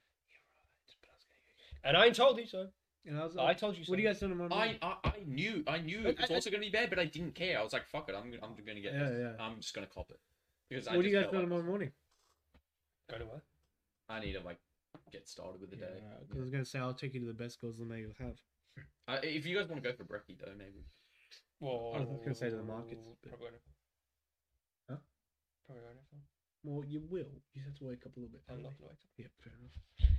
Speaker 1: and I told you so.
Speaker 3: And I was
Speaker 1: I
Speaker 3: like,
Speaker 1: told you so.
Speaker 3: what do you guys doing tomorrow?
Speaker 2: I,
Speaker 3: morning?
Speaker 2: I I knew I knew it
Speaker 3: I-
Speaker 2: was
Speaker 3: I-
Speaker 2: also gonna be bad, but I didn't care. I was like, fuck it, I'm gonna- I'm gonna get
Speaker 3: Yeah,
Speaker 2: this.
Speaker 3: yeah.
Speaker 2: I'm just gonna cop it because I
Speaker 3: What do you
Speaker 2: just felt
Speaker 3: guys doing
Speaker 2: like
Speaker 3: tomorrow morning?
Speaker 1: Go to work.
Speaker 2: I need to like get started with the
Speaker 3: Yeah,
Speaker 2: day.
Speaker 3: alright, 'cause I was gonna say I'll take you to the best Gosling you'll have.
Speaker 2: Uh, if you guys want to go for brekkie though, maybe.
Speaker 1: Well,
Speaker 3: I was gonna say to the markets, but-
Speaker 1: Probably won't.
Speaker 3: Huh?
Speaker 1: Probably won't. have
Speaker 3: Well, you will. You just have to wake up a little bit.
Speaker 1: one. I'm
Speaker 3: early.
Speaker 1: not gonna wake up.
Speaker 3: Yeah, fair enough.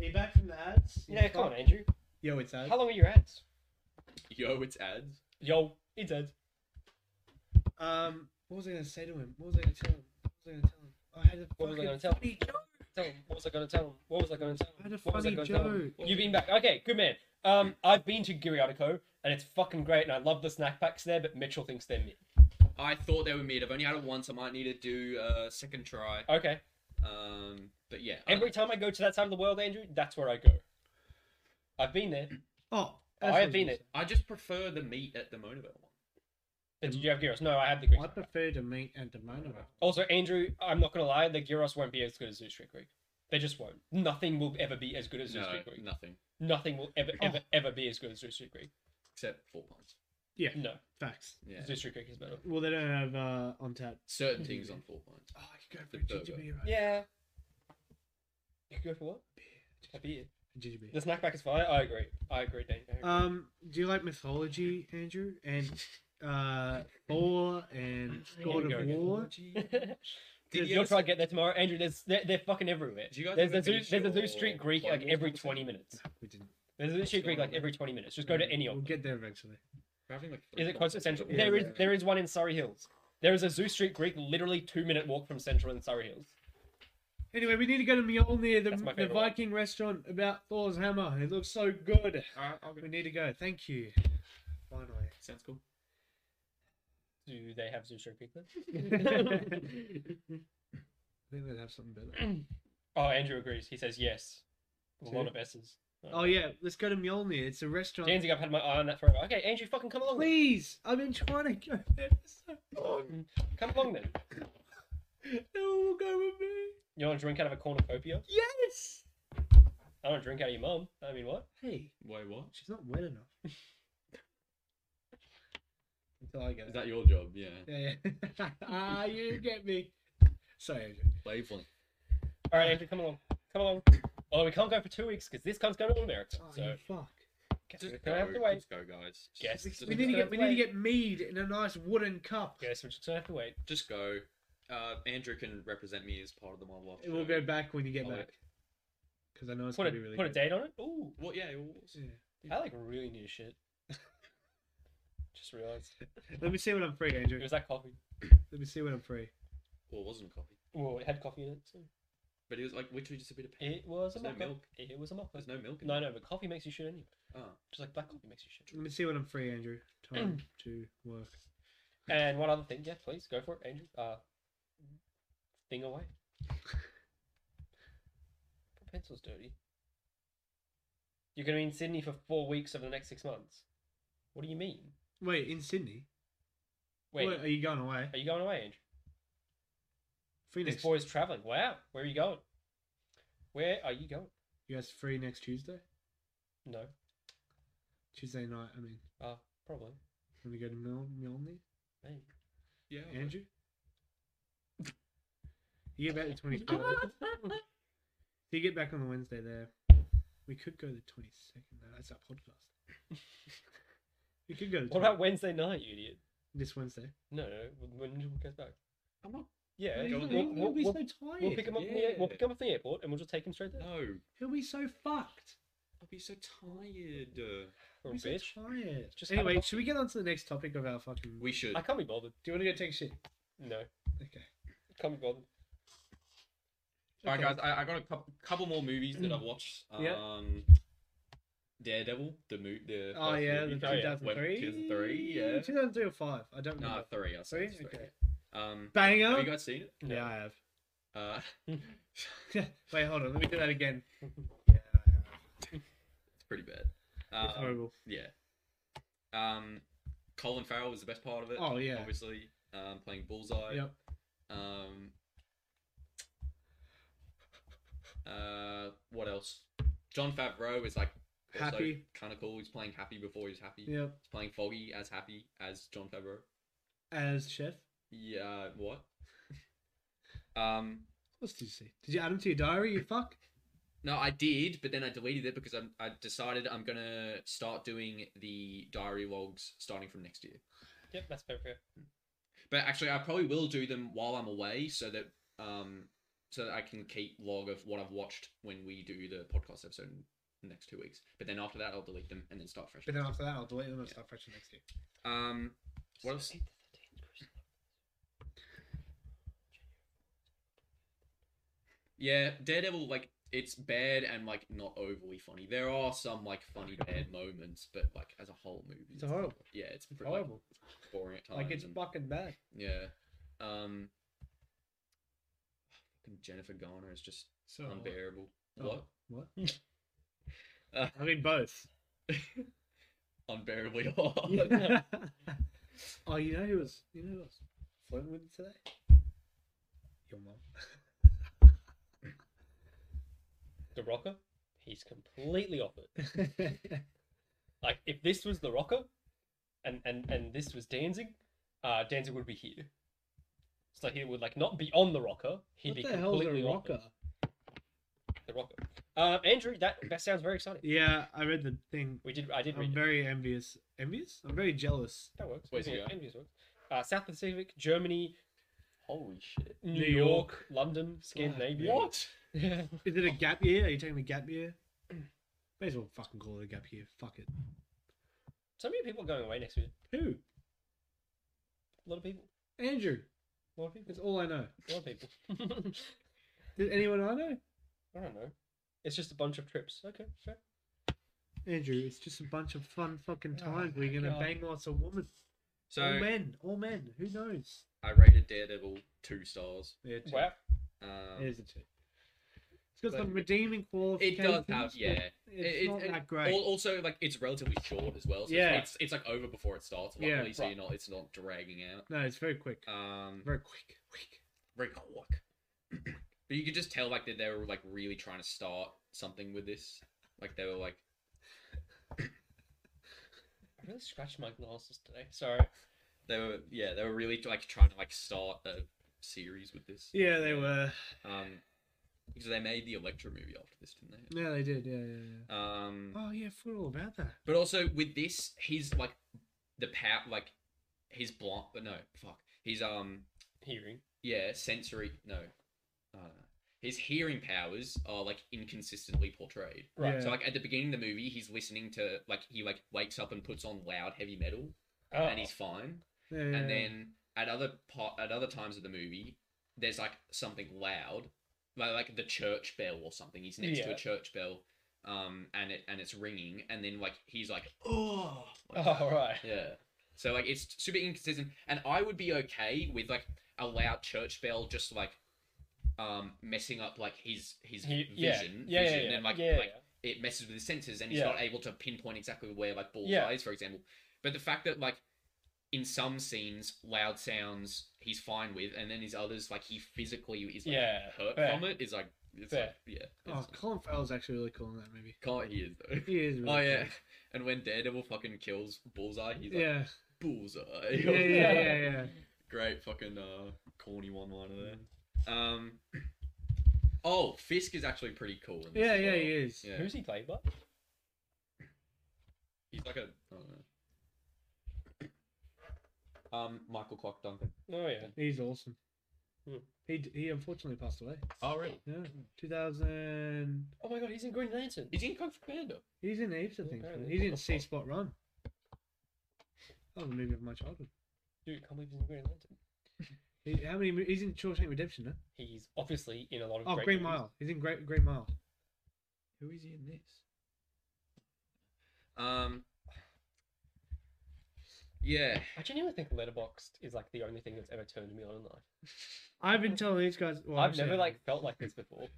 Speaker 3: Are you back from the ads?
Speaker 1: Yeah, come on, eh? Andrew.
Speaker 3: Yo, it's ads.
Speaker 1: How long are your ads?
Speaker 2: Yo, it's ads.
Speaker 1: Yo, it's ads.
Speaker 3: Um, what was I gonna say to him? What was I gonna tell him? What was I gonna tell him? I had a
Speaker 1: What was I
Speaker 3: fucking
Speaker 1: gonna tell him?
Speaker 3: funny joke.
Speaker 1: Tell him. What was I gonna tell him? What was I gonna tell him?
Speaker 3: I had a
Speaker 1: What was I
Speaker 3: funny
Speaker 1: gonna tell him?
Speaker 3: joke.
Speaker 1: You've been back. Okay, good man. Um, I've been to Giriatico and it's fucking great, and I love the snack packs there. But Mitchell thinks they're mid.
Speaker 2: I thought they were mid. I've only had it once. I might need to do a second try.
Speaker 1: Okay.
Speaker 2: Um, but yeah, I-
Speaker 1: Every time I go to that side of the world, Andrew, that's where I go. I've been there.
Speaker 3: Oh, that's
Speaker 1: I have
Speaker 3: what
Speaker 1: been
Speaker 3: you
Speaker 1: it.
Speaker 2: I just prefer the meat at the Monaville one.
Speaker 1: But did you have gyros? No, I had the Greek.
Speaker 3: said. I prefer to meet and to moan about.
Speaker 1: Also, Andrew, I'm not gonna lie, the gyros won't be as good as Zoo Street Greek. They just won't. Nothing will ever be as good as Zoo
Speaker 2: No,
Speaker 1: Street Greek.
Speaker 2: nothing
Speaker 1: Nothing will ever, ever, ever be as good as Zoo Street Greek.
Speaker 2: except four points.
Speaker 3: Yeah,
Speaker 1: No,
Speaker 3: facts.
Speaker 2: Yeah,
Speaker 1: Zoo Street Greek is better.
Speaker 3: Well, they don't have uh, on tap.
Speaker 2: certain things on four points.
Speaker 3: Oh, you go for
Speaker 2: The
Speaker 3: a ginger
Speaker 2: burger.
Speaker 3: beer, right?
Speaker 1: Yeah. You could go for what? A beer.
Speaker 3: A ginger beer.
Speaker 1: The snack pack is fine. I agree. I agree, Dan. I agree.
Speaker 3: Um, do you like mythology, Andrew? And uh, Thor and God
Speaker 1: Here
Speaker 3: of
Speaker 1: we go.
Speaker 3: War. Um,
Speaker 2: Did you
Speaker 1: You'll
Speaker 2: ever
Speaker 1: try to get there tomorrow, Andrew. There's they're, they're fucking everywhere.
Speaker 2: Did you guys
Speaker 1: There's
Speaker 2: ever
Speaker 1: a zoo,
Speaker 2: finish
Speaker 1: there's a
Speaker 2: your
Speaker 1: zoo street Greek
Speaker 2: Clone
Speaker 1: like
Speaker 2: Wars
Speaker 1: every
Speaker 2: conversation?
Speaker 1: 20 minutes.
Speaker 3: We didn't.
Speaker 1: There's a zoo street Greek
Speaker 2: going on
Speaker 1: like
Speaker 2: there?
Speaker 1: every 20 minutes. Just go to any
Speaker 3: We'll
Speaker 1: of them.
Speaker 3: get there eventually.
Speaker 2: We're having, like, three
Speaker 1: Is
Speaker 2: months
Speaker 1: it close to
Speaker 2: of
Speaker 1: Central?
Speaker 2: Monaville.
Speaker 3: Yeah,
Speaker 1: there is
Speaker 3: yeah.
Speaker 1: there is one in Surrey Hills. There is a zoo street Greek literally two minute walk from Central in Surrey Hills.
Speaker 3: Anyway, we need to go to Mjolnir,
Speaker 1: That's my
Speaker 3: the, the
Speaker 1: favourite one.
Speaker 3: Viking restaurant about Thor's hammer. It looks so good.
Speaker 2: Alright, I'll go.
Speaker 3: We need to go. Thank you. Finally.
Speaker 2: Sounds cool.
Speaker 1: Do they have zoo street Greek there?
Speaker 3: I think they'd have something better.
Speaker 1: Oh, Andrew agrees. He says yes. A lot
Speaker 3: See?
Speaker 1: of S's.
Speaker 3: Oh yeah, let's go to Mjolnir. It's a restaurant.
Speaker 1: Danzig, I've had my eye on that forever. Okay, Andrew, fucking come along. Then.
Speaker 3: Please, I've been trying to go there for so long.
Speaker 1: Come along then.
Speaker 3: No one will go with me.
Speaker 1: You want to drink out of a cornucopia?
Speaker 3: Yes.
Speaker 1: I don't drink out of your mum. I mean, what?
Speaker 3: Hey,
Speaker 2: Wait, what?
Speaker 3: she's not wet enough. Until I get
Speaker 2: Is
Speaker 3: it.
Speaker 2: that your job? Yeah.
Speaker 3: Yeah, yeah. ah, you get me. Sorry, Andrew.
Speaker 2: Wavelength.
Speaker 1: All right, Andrew, come along. Come along. Oh, we can't go for two weeks because this cunt's going to America.
Speaker 3: Oh,
Speaker 1: So
Speaker 3: you fuck.
Speaker 1: guess
Speaker 2: Just
Speaker 1: we're gonna have
Speaker 2: go,
Speaker 1: to wait.
Speaker 2: Just go, guys. Just-
Speaker 1: Guess.
Speaker 2: Just,
Speaker 3: We need to
Speaker 1: go
Speaker 3: get we need to
Speaker 1: play.
Speaker 3: get mead in a nice wooden cup.
Speaker 1: Guess we're just gonna have to wait.
Speaker 2: just go. Uh, Andrew can represent me as part of the Mob Loft.
Speaker 3: It will
Speaker 2: show.
Speaker 3: go back when you get
Speaker 2: Oh,
Speaker 3: back. Because I know it's
Speaker 1: Put a
Speaker 3: gonna be really
Speaker 1: put a
Speaker 3: good.
Speaker 1: date on it. Ooh,
Speaker 2: What? Yeah. what-
Speaker 3: Yeah.
Speaker 1: I like really new shit. just realized
Speaker 3: Let me see when I'm free,
Speaker 1: it
Speaker 3: Andrew.
Speaker 1: was that coffee.
Speaker 3: Let me see when I'm free.
Speaker 2: Well, it wasn't coffee,
Speaker 1: Well, it had coffee in it. So.
Speaker 2: but it was like literally just a bit of. Pain.
Speaker 1: It was a
Speaker 2: There's no
Speaker 1: mocha.
Speaker 2: milk.
Speaker 1: It was a mocha.
Speaker 2: There's no milk. In
Speaker 1: No,
Speaker 2: it.
Speaker 1: no, but coffee makes you shit anyway.
Speaker 2: Oh.
Speaker 1: Just like black coffee makes you shit.
Speaker 3: Let me see when I'm free, Andrew. Time to work.
Speaker 1: And one other thing, yeah, please go for it, Andrew. Uh, thing away. My pencil's dirty. You're gonna be in Sydney for four weeks over the next six months. What do you mean?
Speaker 3: Wait, in Sydney?
Speaker 1: Wait,
Speaker 3: Wait, are you going away?
Speaker 1: are you going away, Andrew?
Speaker 3: Free
Speaker 1: This
Speaker 3: next.
Speaker 1: boy's traveling. Wow, where are you going? Where are you going?
Speaker 3: You guys free next Tuesday?
Speaker 1: No,
Speaker 3: Tuesday night. I mean,
Speaker 1: uh, probably.
Speaker 3: when we go to Mil- Milne,
Speaker 1: Maybe.
Speaker 2: Yeah. I'll go.
Speaker 3: Andrew. You get back the twenty third. So you get back on the Wednesday there. We could go the twenty second. No, that's our podcast. we could go. The
Speaker 1: What
Speaker 3: 20
Speaker 1: about Wednesday night, you idiot?
Speaker 3: this Wednesday?
Speaker 1: No, no, when when Newell goes back.
Speaker 2: I'm not.
Speaker 1: Yeah,
Speaker 2: Mate, he'll
Speaker 1: we'll, we'll,
Speaker 2: be-
Speaker 1: we'll,
Speaker 3: he'll be
Speaker 1: we'll-
Speaker 3: so tired.
Speaker 1: we'll pick him up. From the, air- we'll
Speaker 2: yeah.
Speaker 1: pick him up from the airport, and we'll just take him straight there.
Speaker 2: No.
Speaker 3: He'll be so fucked.
Speaker 2: I'll be so tired. uh,
Speaker 1: Or
Speaker 3: He'll
Speaker 1: a
Speaker 3: be so
Speaker 1: bitch.
Speaker 3: tired.
Speaker 1: Just have a
Speaker 3: anyway,
Speaker 1: coffee.
Speaker 3: should we get on to the next topic of our fucking?
Speaker 2: We should.
Speaker 1: I can't be bothered.
Speaker 3: Do you want to go take a shit?
Speaker 1: No,
Speaker 3: Okay.
Speaker 1: can't be bothered.
Speaker 2: All right,
Speaker 3: Okay.
Speaker 2: guys. I, I got a couple, couple more movies that I've watched.
Speaker 3: Yeah.
Speaker 2: Um, Daredevil, the movie, the
Speaker 3: Oh
Speaker 2: first
Speaker 3: yeah, the
Speaker 2: movie.
Speaker 1: Oh, yeah.
Speaker 3: 2003.
Speaker 2: Two thousand three, yeah.
Speaker 3: 2003 or five. I don't know.
Speaker 2: No, three. I
Speaker 3: Three?
Speaker 2: think it's
Speaker 3: Okay. Oh.
Speaker 2: Um, have
Speaker 3: Banger.
Speaker 2: you guys seen it?
Speaker 1: No.
Speaker 3: Yeah, I have.
Speaker 2: Uh,
Speaker 3: Wait, hold on. Let me do that again. Yeah,
Speaker 2: it's pretty bad.
Speaker 3: it's
Speaker 2: Uh,
Speaker 3: horrible.
Speaker 2: yeah. Um, Colin Farrell was the best part of it.
Speaker 3: Oh yeah.
Speaker 2: Obviously, um, playing Bullseye.
Speaker 3: Yep.
Speaker 2: Um. Uh, what else? John Favreau is like
Speaker 3: Happy.
Speaker 2: kind of cool. He's playing Happy before he was Happy.
Speaker 3: Yep.
Speaker 2: He's playing Foggy as Happy as John Favreau.
Speaker 3: As chef.
Speaker 2: Yeah, what? um,
Speaker 3: What else did you see? Did you add him to your diary? You fuck.
Speaker 2: no, I did, but then I deleted it because I'm, I decided I'm gonna start doing the diary logs starting from next year.
Speaker 1: Yep, that's perfect.
Speaker 2: But actually, I probably will do them while I'm away, so that um, so that I can keep log of what I've watched when we do the podcast episode in the next two weeks. But then after that, I'll delete them and then start fresh.
Speaker 3: But then after that, I'll delete them and start fresh next year.
Speaker 2: Um, what else? Yeah, Daredevil, like it's bad and like not overly funny. There are some like funny bad moments, but like as a whole movie,
Speaker 3: It's horrible.
Speaker 2: Yeah, it's
Speaker 3: It's
Speaker 2: pretty like,
Speaker 3: horrible.
Speaker 2: boring at times.
Speaker 3: Like it's
Speaker 2: and-
Speaker 3: fucking bad.
Speaker 2: yeah. Um, fucking Jennifer Garner is just
Speaker 3: So
Speaker 2: unbearable.
Speaker 3: Oh,
Speaker 2: What?
Speaker 3: What?
Speaker 2: Uh,
Speaker 3: I mean both.
Speaker 2: Unbearably hard.
Speaker 3: oh, you know who was? You know who was flirting with today? Your mom.
Speaker 1: The Rocker, he's completely off it. Like if this was The Rocker, and and and this was Danzig, uh, Danzig would be here. So he would like not be on The Rocker. He'd
Speaker 3: what
Speaker 1: be
Speaker 3: the hell's
Speaker 1: completely
Speaker 3: a
Speaker 1: off it.
Speaker 3: rocker?
Speaker 1: The Rocker. Uh, Andrew, that that sounds very exciting.
Speaker 3: Yeah, I read the thing.
Speaker 1: We did. I did read.
Speaker 3: I'm
Speaker 1: it.
Speaker 3: very envious. Envious? I'm very jealous.
Speaker 1: That works.
Speaker 2: Where's
Speaker 1: yeah,
Speaker 2: he going?
Speaker 1: Envy's works. Uh, South Pacific, Germany,
Speaker 2: Holy shit.
Speaker 1: New,
Speaker 3: New
Speaker 1: York,
Speaker 3: York.
Speaker 1: London, Scandinavia.
Speaker 2: What?
Speaker 1: Yeah.
Speaker 3: Is it a gap year? Are you taking a gap year? May as well fucking call it a gap year. Fuck it.
Speaker 1: So many people are going away next week.
Speaker 3: Who?
Speaker 1: A lot of people.
Speaker 3: Andrew.
Speaker 1: A lot of people.
Speaker 3: That's all I know.
Speaker 1: A lot of people.
Speaker 3: Did anyone I know?
Speaker 1: I don't know. It's just a bunch of trips. Okay, fair.
Speaker 3: Andrew, it's just a bunch of fun fucking
Speaker 1: Oh
Speaker 3: times. We're
Speaker 1: my
Speaker 3: gonna
Speaker 1: God.
Speaker 3: bang lots of women.
Speaker 2: So
Speaker 3: all men. All men. Who knows?
Speaker 2: I rated Daredevil two stars.
Speaker 3: Yeah,
Speaker 1: Wow.
Speaker 2: Um,
Speaker 3: It is a two. It's got
Speaker 2: But-
Speaker 3: some redeeming
Speaker 2: it
Speaker 3: qualifications.
Speaker 2: does have,
Speaker 3: but
Speaker 2: yeah.
Speaker 3: It's
Speaker 2: It- it-
Speaker 3: not
Speaker 2: it-
Speaker 3: that great.
Speaker 2: al- Also, like it's relatively short as well. So
Speaker 3: Yeah.
Speaker 2: it's, it's like over before it starts. Luckily,
Speaker 3: Yeah.
Speaker 2: so you're not it's not dragging out.
Speaker 3: No, it's very quick.
Speaker 2: Um,
Speaker 3: Very quick. Quick.
Speaker 2: very quick. But you could just tell like that they were like really trying to start something with this. Like they were like
Speaker 1: I really scratched my glasses today. Sorry.
Speaker 2: they were yeah they were really like trying to like start a series with this.
Speaker 3: Yeah, they were.
Speaker 2: Um, because they made the Electra movie after this, didn't they?
Speaker 3: Yeah, they did. Yeah, yeah,
Speaker 2: Um,
Speaker 3: yeah. Oh yeah, I forgot all about that.
Speaker 2: But also with this, he's like the power, like he's blind. But no, fuck, he's um,
Speaker 1: Hearing.
Speaker 2: yeah, sensory. No, uh, his hearing powers are like inconsistently portrayed.
Speaker 1: Right.
Speaker 2: So like at the beginning of the movie, he's listening to like he like wakes up and puts on loud heavy metal,
Speaker 1: Oh.
Speaker 2: and he's fine.
Speaker 3: Yeah, yeah,
Speaker 2: And then at other part, at other times of the movie, there's like something loud, like like the church bell or something. He's next to a
Speaker 1: Yeah.
Speaker 2: church bell, um, and it and it's ringing, and then like he's like, oh, like that.
Speaker 1: Oh, right.
Speaker 2: yeah. So like it's super inconsistent, and I would be okay with like a loud church bell just like, um, messing up like his his
Speaker 1: He,
Speaker 2: vision,
Speaker 1: yeah. Yeah, yeah,
Speaker 2: vision,
Speaker 1: yeah.
Speaker 2: and like
Speaker 1: yeah,
Speaker 2: like it messes with his senses and he's
Speaker 1: Yeah.
Speaker 2: not able to pinpoint exactly where like bullseye
Speaker 1: Yeah.
Speaker 2: is, for example. But the fact that like in some scenes loud sounds he's fine with, and then his others like he physically is like,
Speaker 1: Yeah,
Speaker 2: hurt
Speaker 1: fair.
Speaker 2: from it is like it's
Speaker 1: Fair.
Speaker 2: like yeah.
Speaker 3: Oh,
Speaker 2: it's-
Speaker 3: Colin Farrell's actually really cool in that movie.
Speaker 2: Can't hear though.
Speaker 3: He is. Really
Speaker 2: Oh yeah.
Speaker 3: cool.
Speaker 2: And when Daredevil fucking kills Bullseye, he's like
Speaker 3: Yeah.
Speaker 2: Bullseye.
Speaker 3: Yeah, yeah, yeah, yeah, yeah.
Speaker 2: Great fucking uh corny one liner there. Um Oh, Fisk is actually pretty cool in this
Speaker 3: Yeah,
Speaker 2: as
Speaker 3: yeah,
Speaker 2: well.
Speaker 3: he is.
Speaker 2: Yeah.
Speaker 1: Who's he played by?
Speaker 2: He's like a I don't know. Um, Michael Clark Duncan.
Speaker 1: Oh yeah.
Speaker 3: He's awesome.
Speaker 1: Hmm.
Speaker 3: He d- he unfortunately passed away.
Speaker 2: Oh really?
Speaker 3: Yeah, 2000.
Speaker 1: Oh my god, he's in Green Lantern.
Speaker 2: Is he in Kung Fu Panda?
Speaker 3: He's in Apes, I
Speaker 1: Yeah,
Speaker 3: think.
Speaker 1: apparently.
Speaker 3: He's in
Speaker 1: What the
Speaker 3: C
Speaker 1: fuck?
Speaker 3: Spot Run. That was a movie of my childhood.
Speaker 1: Dude, can't believe he's in Green Lantern.
Speaker 3: He, how many? mo- He's in Shawshank Redemption. No?
Speaker 1: He's obviously in a lot of.
Speaker 3: Oh,
Speaker 1: great
Speaker 3: Green
Speaker 1: movies.
Speaker 3: Mile. He's in Great Green Mile.
Speaker 2: Who is he in this? Um. Yeah.
Speaker 1: I genuinely think Letterboxd is like the only thing that's ever turned me on in life.
Speaker 3: I've been telling these guys. Well,
Speaker 1: I've
Speaker 3: actually,
Speaker 1: never
Speaker 3: I
Speaker 1: like
Speaker 3: haven't.
Speaker 1: felt like this before.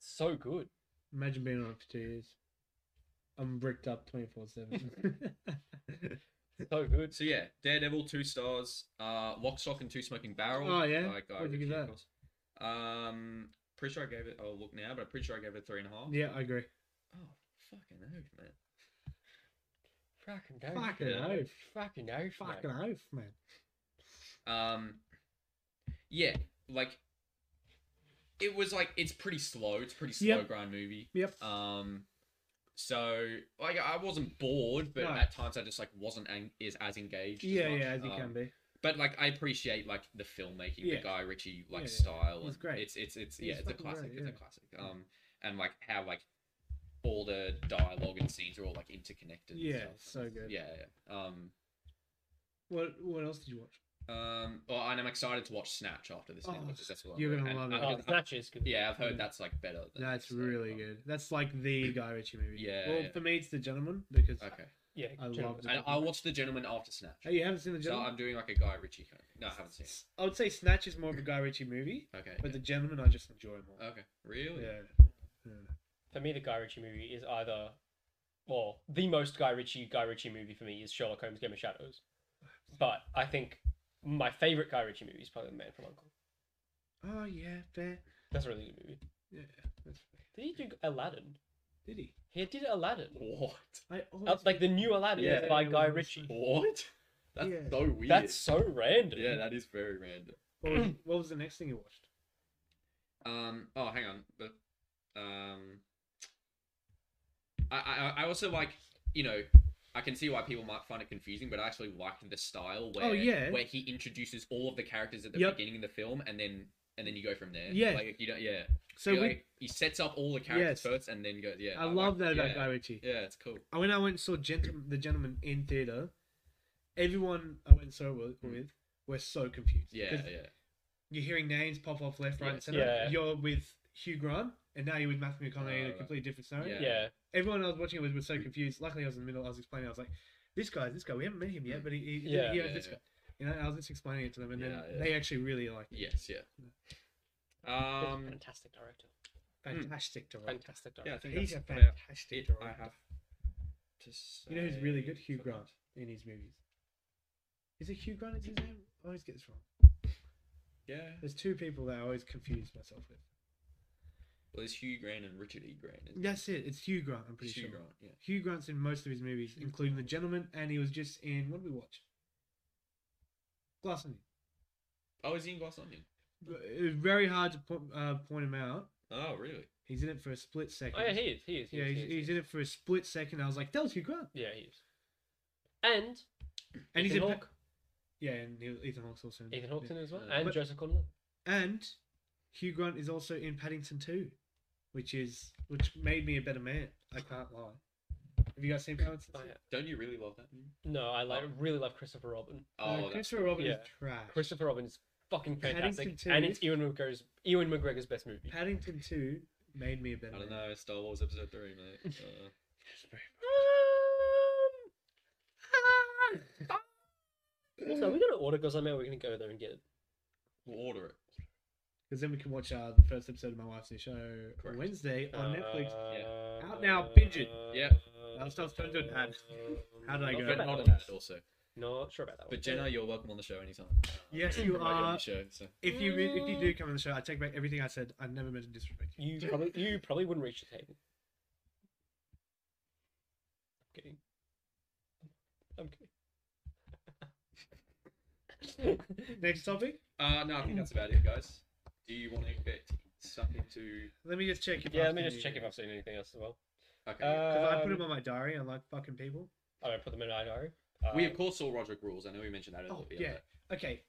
Speaker 1: So good.
Speaker 3: Imagine being on it for two years. I'm bricked up twenty four seven.
Speaker 1: So good.
Speaker 2: So yeah, Daredevil two stars. Uh, Lock, Stock, and Two Smoking Barrels.
Speaker 3: Oh, yeah?
Speaker 2: Like, I
Speaker 3: What'd you
Speaker 2: reviewed,
Speaker 3: give
Speaker 2: of
Speaker 3: that?
Speaker 2: course. Um, pretty sure I gave it. I'll look now, but I'm pretty sure I gave it three and a half.
Speaker 3: Yeah, I agree.
Speaker 2: Oh fucking oath, man.
Speaker 1: Fucking go.
Speaker 3: Fucking
Speaker 2: yeah.
Speaker 3: oath.
Speaker 1: Fucking no.
Speaker 3: Fucking oath, man.
Speaker 2: Um, yeah, like it was like it's pretty slow. It's a pretty slow
Speaker 3: Yep.
Speaker 2: grind movie.
Speaker 3: Yep.
Speaker 2: Um, so like I wasn't bored, but
Speaker 3: No.
Speaker 2: at times I just like wasn't ang- is as engaged. as
Speaker 3: yeah,
Speaker 2: much.
Speaker 3: yeah, as you
Speaker 2: Um,
Speaker 3: can be.
Speaker 2: But like I appreciate like the filmmaking,
Speaker 3: Yeah.
Speaker 2: the Guy Ritchie like
Speaker 3: Yeah, yeah.
Speaker 2: style.
Speaker 3: It was
Speaker 2: and
Speaker 3: great.
Speaker 2: It's it's it's
Speaker 3: It
Speaker 2: yeah,
Speaker 3: was
Speaker 2: it's a
Speaker 3: fucking
Speaker 2: classic.
Speaker 3: great,
Speaker 2: It's a
Speaker 3: yeah.
Speaker 2: classic. Um, and like how like all the dialogue and scenes are all like interconnected. and
Speaker 3: Yeah,
Speaker 2: stuff.
Speaker 3: so good.
Speaker 2: Yeah, yeah. Um,
Speaker 3: What What else did you watch?
Speaker 2: um, well, and I'm excited to watch Snatch after this. now,
Speaker 3: Oh,
Speaker 2: because that's what I'm
Speaker 3: you're
Speaker 2: doing.
Speaker 3: gonna
Speaker 2: And
Speaker 3: love it.
Speaker 2: I've-
Speaker 1: Oh,
Speaker 2: I've-
Speaker 1: Snatch is good.
Speaker 2: yeah, I've heard
Speaker 3: Mm.
Speaker 2: that's like better. Than
Speaker 3: That's
Speaker 2: so,
Speaker 3: really
Speaker 2: um,
Speaker 3: good. That's like the Guy Ritchie movie.
Speaker 2: Yeah,
Speaker 3: Well,
Speaker 2: yeah.
Speaker 3: for me, it's The Gentleman because
Speaker 2: Okay,
Speaker 1: Yeah.
Speaker 3: I
Speaker 1: General
Speaker 3: loved
Speaker 1: Mills.
Speaker 3: it.
Speaker 2: and I'll watch The Gentleman after Snatch.
Speaker 3: Hey, you haven't seen The
Speaker 2: So
Speaker 3: Gentleman.
Speaker 2: I'm doing like a Guy Ritchie. Kind of... No, I haven't seen.
Speaker 3: S- I would say Snatch is more of a Guy Ritchie movie,
Speaker 2: It. Okay.
Speaker 3: but The Gentleman I just enjoy more.
Speaker 2: yeah. Okay. Oh, Really?
Speaker 3: yeah. Yeah.
Speaker 1: For me, the Guy Ritchie movie is either, well, the most Guy Ritchie Guy Ritchie movie for me is Sherlock Holmes: Game of Shadows. But I think my favorite Guy Ritchie movie is probably The Man from Uncle.
Speaker 3: Oh yeah, fair.
Speaker 1: That's a really good movie.
Speaker 3: Yeah, that's fair.
Speaker 1: Did he do Aladdin?
Speaker 3: Did he?
Speaker 1: He did Aladdin.
Speaker 2: What?
Speaker 3: I
Speaker 1: Uh,
Speaker 3: always
Speaker 1: like the new Aladdin
Speaker 2: Oh, Yeah,
Speaker 1: is by
Speaker 3: yeah,
Speaker 1: Guy
Speaker 3: that's
Speaker 1: Ritchie.
Speaker 2: What? That's
Speaker 3: Yeah.
Speaker 2: so weird.
Speaker 1: That's so random.
Speaker 2: yeah, that is very random.
Speaker 3: What was, what was the next thing you watched?
Speaker 2: Um. Oh, hang on. But, um. I, I I also like you know. I can see why people might find it confusing, but I actually liked the style where
Speaker 3: Oh, yeah.
Speaker 2: where he introduces all of the characters at the
Speaker 3: Yep.
Speaker 2: beginning of the film, and then and then you go from there.
Speaker 3: Yeah.
Speaker 2: like you don't. Yeah,
Speaker 3: So
Speaker 2: He,
Speaker 3: we,
Speaker 2: like, he sets up all the characters
Speaker 3: Yes.
Speaker 2: first, and then goes. Yeah,
Speaker 3: I love that
Speaker 2: like-
Speaker 3: about
Speaker 2: yeah.
Speaker 3: Guy Ritchie.
Speaker 2: Yeah, it's cool.
Speaker 3: And When I went and saw Gentle- the gentleman in theater, everyone I went and saw with,
Speaker 2: Mm.
Speaker 3: with were so confused.
Speaker 2: Yeah,
Speaker 3: 'Cause
Speaker 2: yeah.
Speaker 3: You're hearing names pop off left, right, and
Speaker 2: Yes.
Speaker 3: center.
Speaker 1: Yeah.
Speaker 3: You're with Hugh Grant, and now you're with Matthew McConaughey in a
Speaker 2: Oh,
Speaker 3: completely different
Speaker 2: Yeah.
Speaker 3: scenario.
Speaker 1: Yeah.
Speaker 3: everyone I was watching it with was so confused. Luckily, I was in the middle. I was explaining. I was like, "This guy, this guy. We haven't met him yet, but he, he, he-
Speaker 1: Yeah.
Speaker 3: he owns
Speaker 2: Mm. Yeah,
Speaker 3: this
Speaker 2: yeah.
Speaker 3: guy." You know, I was just explaining it to them, and then
Speaker 2: Yeah, yeah.
Speaker 3: they actually really like
Speaker 2: Yes, yeah. Um.
Speaker 1: fantastic director.
Speaker 2: Mm.
Speaker 3: fantastic director.
Speaker 1: Fantastic
Speaker 2: Yeah, I
Speaker 1: director.
Speaker 2: think
Speaker 3: He's a
Speaker 2: that's about
Speaker 3: fantastic
Speaker 2: it. I
Speaker 3: director.
Speaker 2: have to say.
Speaker 3: You know who's really good? Hugh
Speaker 2: for
Speaker 3: Grant in his movies. Is it Hugh Grant? Is his name? I always get this wrong.
Speaker 2: that. Yeah.
Speaker 3: There's two people that I always confuse myself with.
Speaker 2: Well, there's Hugh Grant and Richard E. Grant. isn't
Speaker 3: That's it. It's Hugh Grant. I'm
Speaker 2: there?
Speaker 3: pretty
Speaker 2: Hugh
Speaker 3: sure.
Speaker 2: Grant, yeah.
Speaker 3: Hugh Grant's in most of his movies, including The Gentleman, and he was just in what did we watch? Glass Onion.
Speaker 2: Oh, is he in Glass Onion?
Speaker 1: Hmm.
Speaker 3: It was very hard to po- uh, point him out.
Speaker 2: Oh, really?
Speaker 3: He's in it for a split second.
Speaker 1: Oh yeah, he is. He is. He
Speaker 3: yeah,
Speaker 1: is,
Speaker 3: he's,
Speaker 1: he is,
Speaker 3: he's
Speaker 1: he is.
Speaker 3: in it for a split second. I was like, that was Hugh Grant,
Speaker 1: Yeah, he is. And
Speaker 3: and he's
Speaker 1: Ethan
Speaker 3: in. Pa-
Speaker 1: Hawke.
Speaker 3: yeah, and he- Ethan Hawke's also. In
Speaker 1: Ethan
Speaker 3: it.
Speaker 1: Hawke's in it as well,
Speaker 2: Yeah.
Speaker 1: and
Speaker 3: But-
Speaker 1: Joseph Gordon.
Speaker 3: And Hugh Grant is also in Paddington 2, which is which made me a better man. I can't lie. Have you guys seen Paddington? Uh, 2?
Speaker 1: Oh,
Speaker 2: Don't you really love that
Speaker 3: Mm.
Speaker 2: movie?
Speaker 1: No, I like
Speaker 2: Oh.
Speaker 1: really love Christopher Robin.
Speaker 2: Oh,
Speaker 3: no,
Speaker 2: that's
Speaker 3: Christopher Robin is
Speaker 1: yeah.
Speaker 3: trash.
Speaker 1: Christopher Robin is fucking fantastic,
Speaker 3: Paddington
Speaker 1: and
Speaker 3: two.
Speaker 1: it's Ewan McGregor's Ewan McGregor's best movie.
Speaker 3: Paddington 2 made me a better
Speaker 2: I
Speaker 3: man.
Speaker 2: don't know. Star Wars Episode Three, mate. Uh,
Speaker 3: It's very
Speaker 1: also, are Um, we gonna order Gozo Mail? We're gonna go there and get it.
Speaker 2: we'll order it.
Speaker 3: Because then we can watch uh, the first episode of my wife's new show on
Speaker 2: Correct.
Speaker 3: Wednesday
Speaker 1: Uh,
Speaker 3: on Netflix.
Speaker 1: Yeah.
Speaker 3: Out now, binge it.
Speaker 2: Yeah.
Speaker 3: That was- that was turned to an ad. How did I
Speaker 1: not
Speaker 3: go?
Speaker 1: sure
Speaker 2: But
Speaker 1: about
Speaker 2: not
Speaker 1: that
Speaker 2: an
Speaker 1: one.
Speaker 2: ad also.
Speaker 1: Not sure about that.
Speaker 2: But
Speaker 1: one.
Speaker 2: Jenna, you're welcome on the show anytime.
Speaker 3: Yes, you
Speaker 2: Right,
Speaker 1: Oh
Speaker 2: you're on
Speaker 3: are.
Speaker 2: the show, so.
Speaker 3: If you re- if you
Speaker 1: Mm.
Speaker 3: do come on the show, I take back everything I said. I never meant to disrespect you.
Speaker 1: you probably you probably wouldn't reach the table. I'm kidding. I'm kidding.
Speaker 3: Next topic.
Speaker 2: Uh, no, I think that's about it, guys. Do you want to get something to?
Speaker 3: Let me just check. If I've
Speaker 1: yeah, let me
Speaker 3: seen
Speaker 1: just
Speaker 3: any
Speaker 1: check if
Speaker 3: emails.
Speaker 1: I've seen anything else as well.
Speaker 2: Okay.
Speaker 3: Because
Speaker 1: Um,
Speaker 3: I put them on my diary. I like fucking people.
Speaker 1: I don't put them in my diary.
Speaker 2: we
Speaker 1: Um,
Speaker 2: of course saw Roderick rules. I know we mentioned that.
Speaker 3: Oh
Speaker 2: earlier.
Speaker 3: yeah. Okay.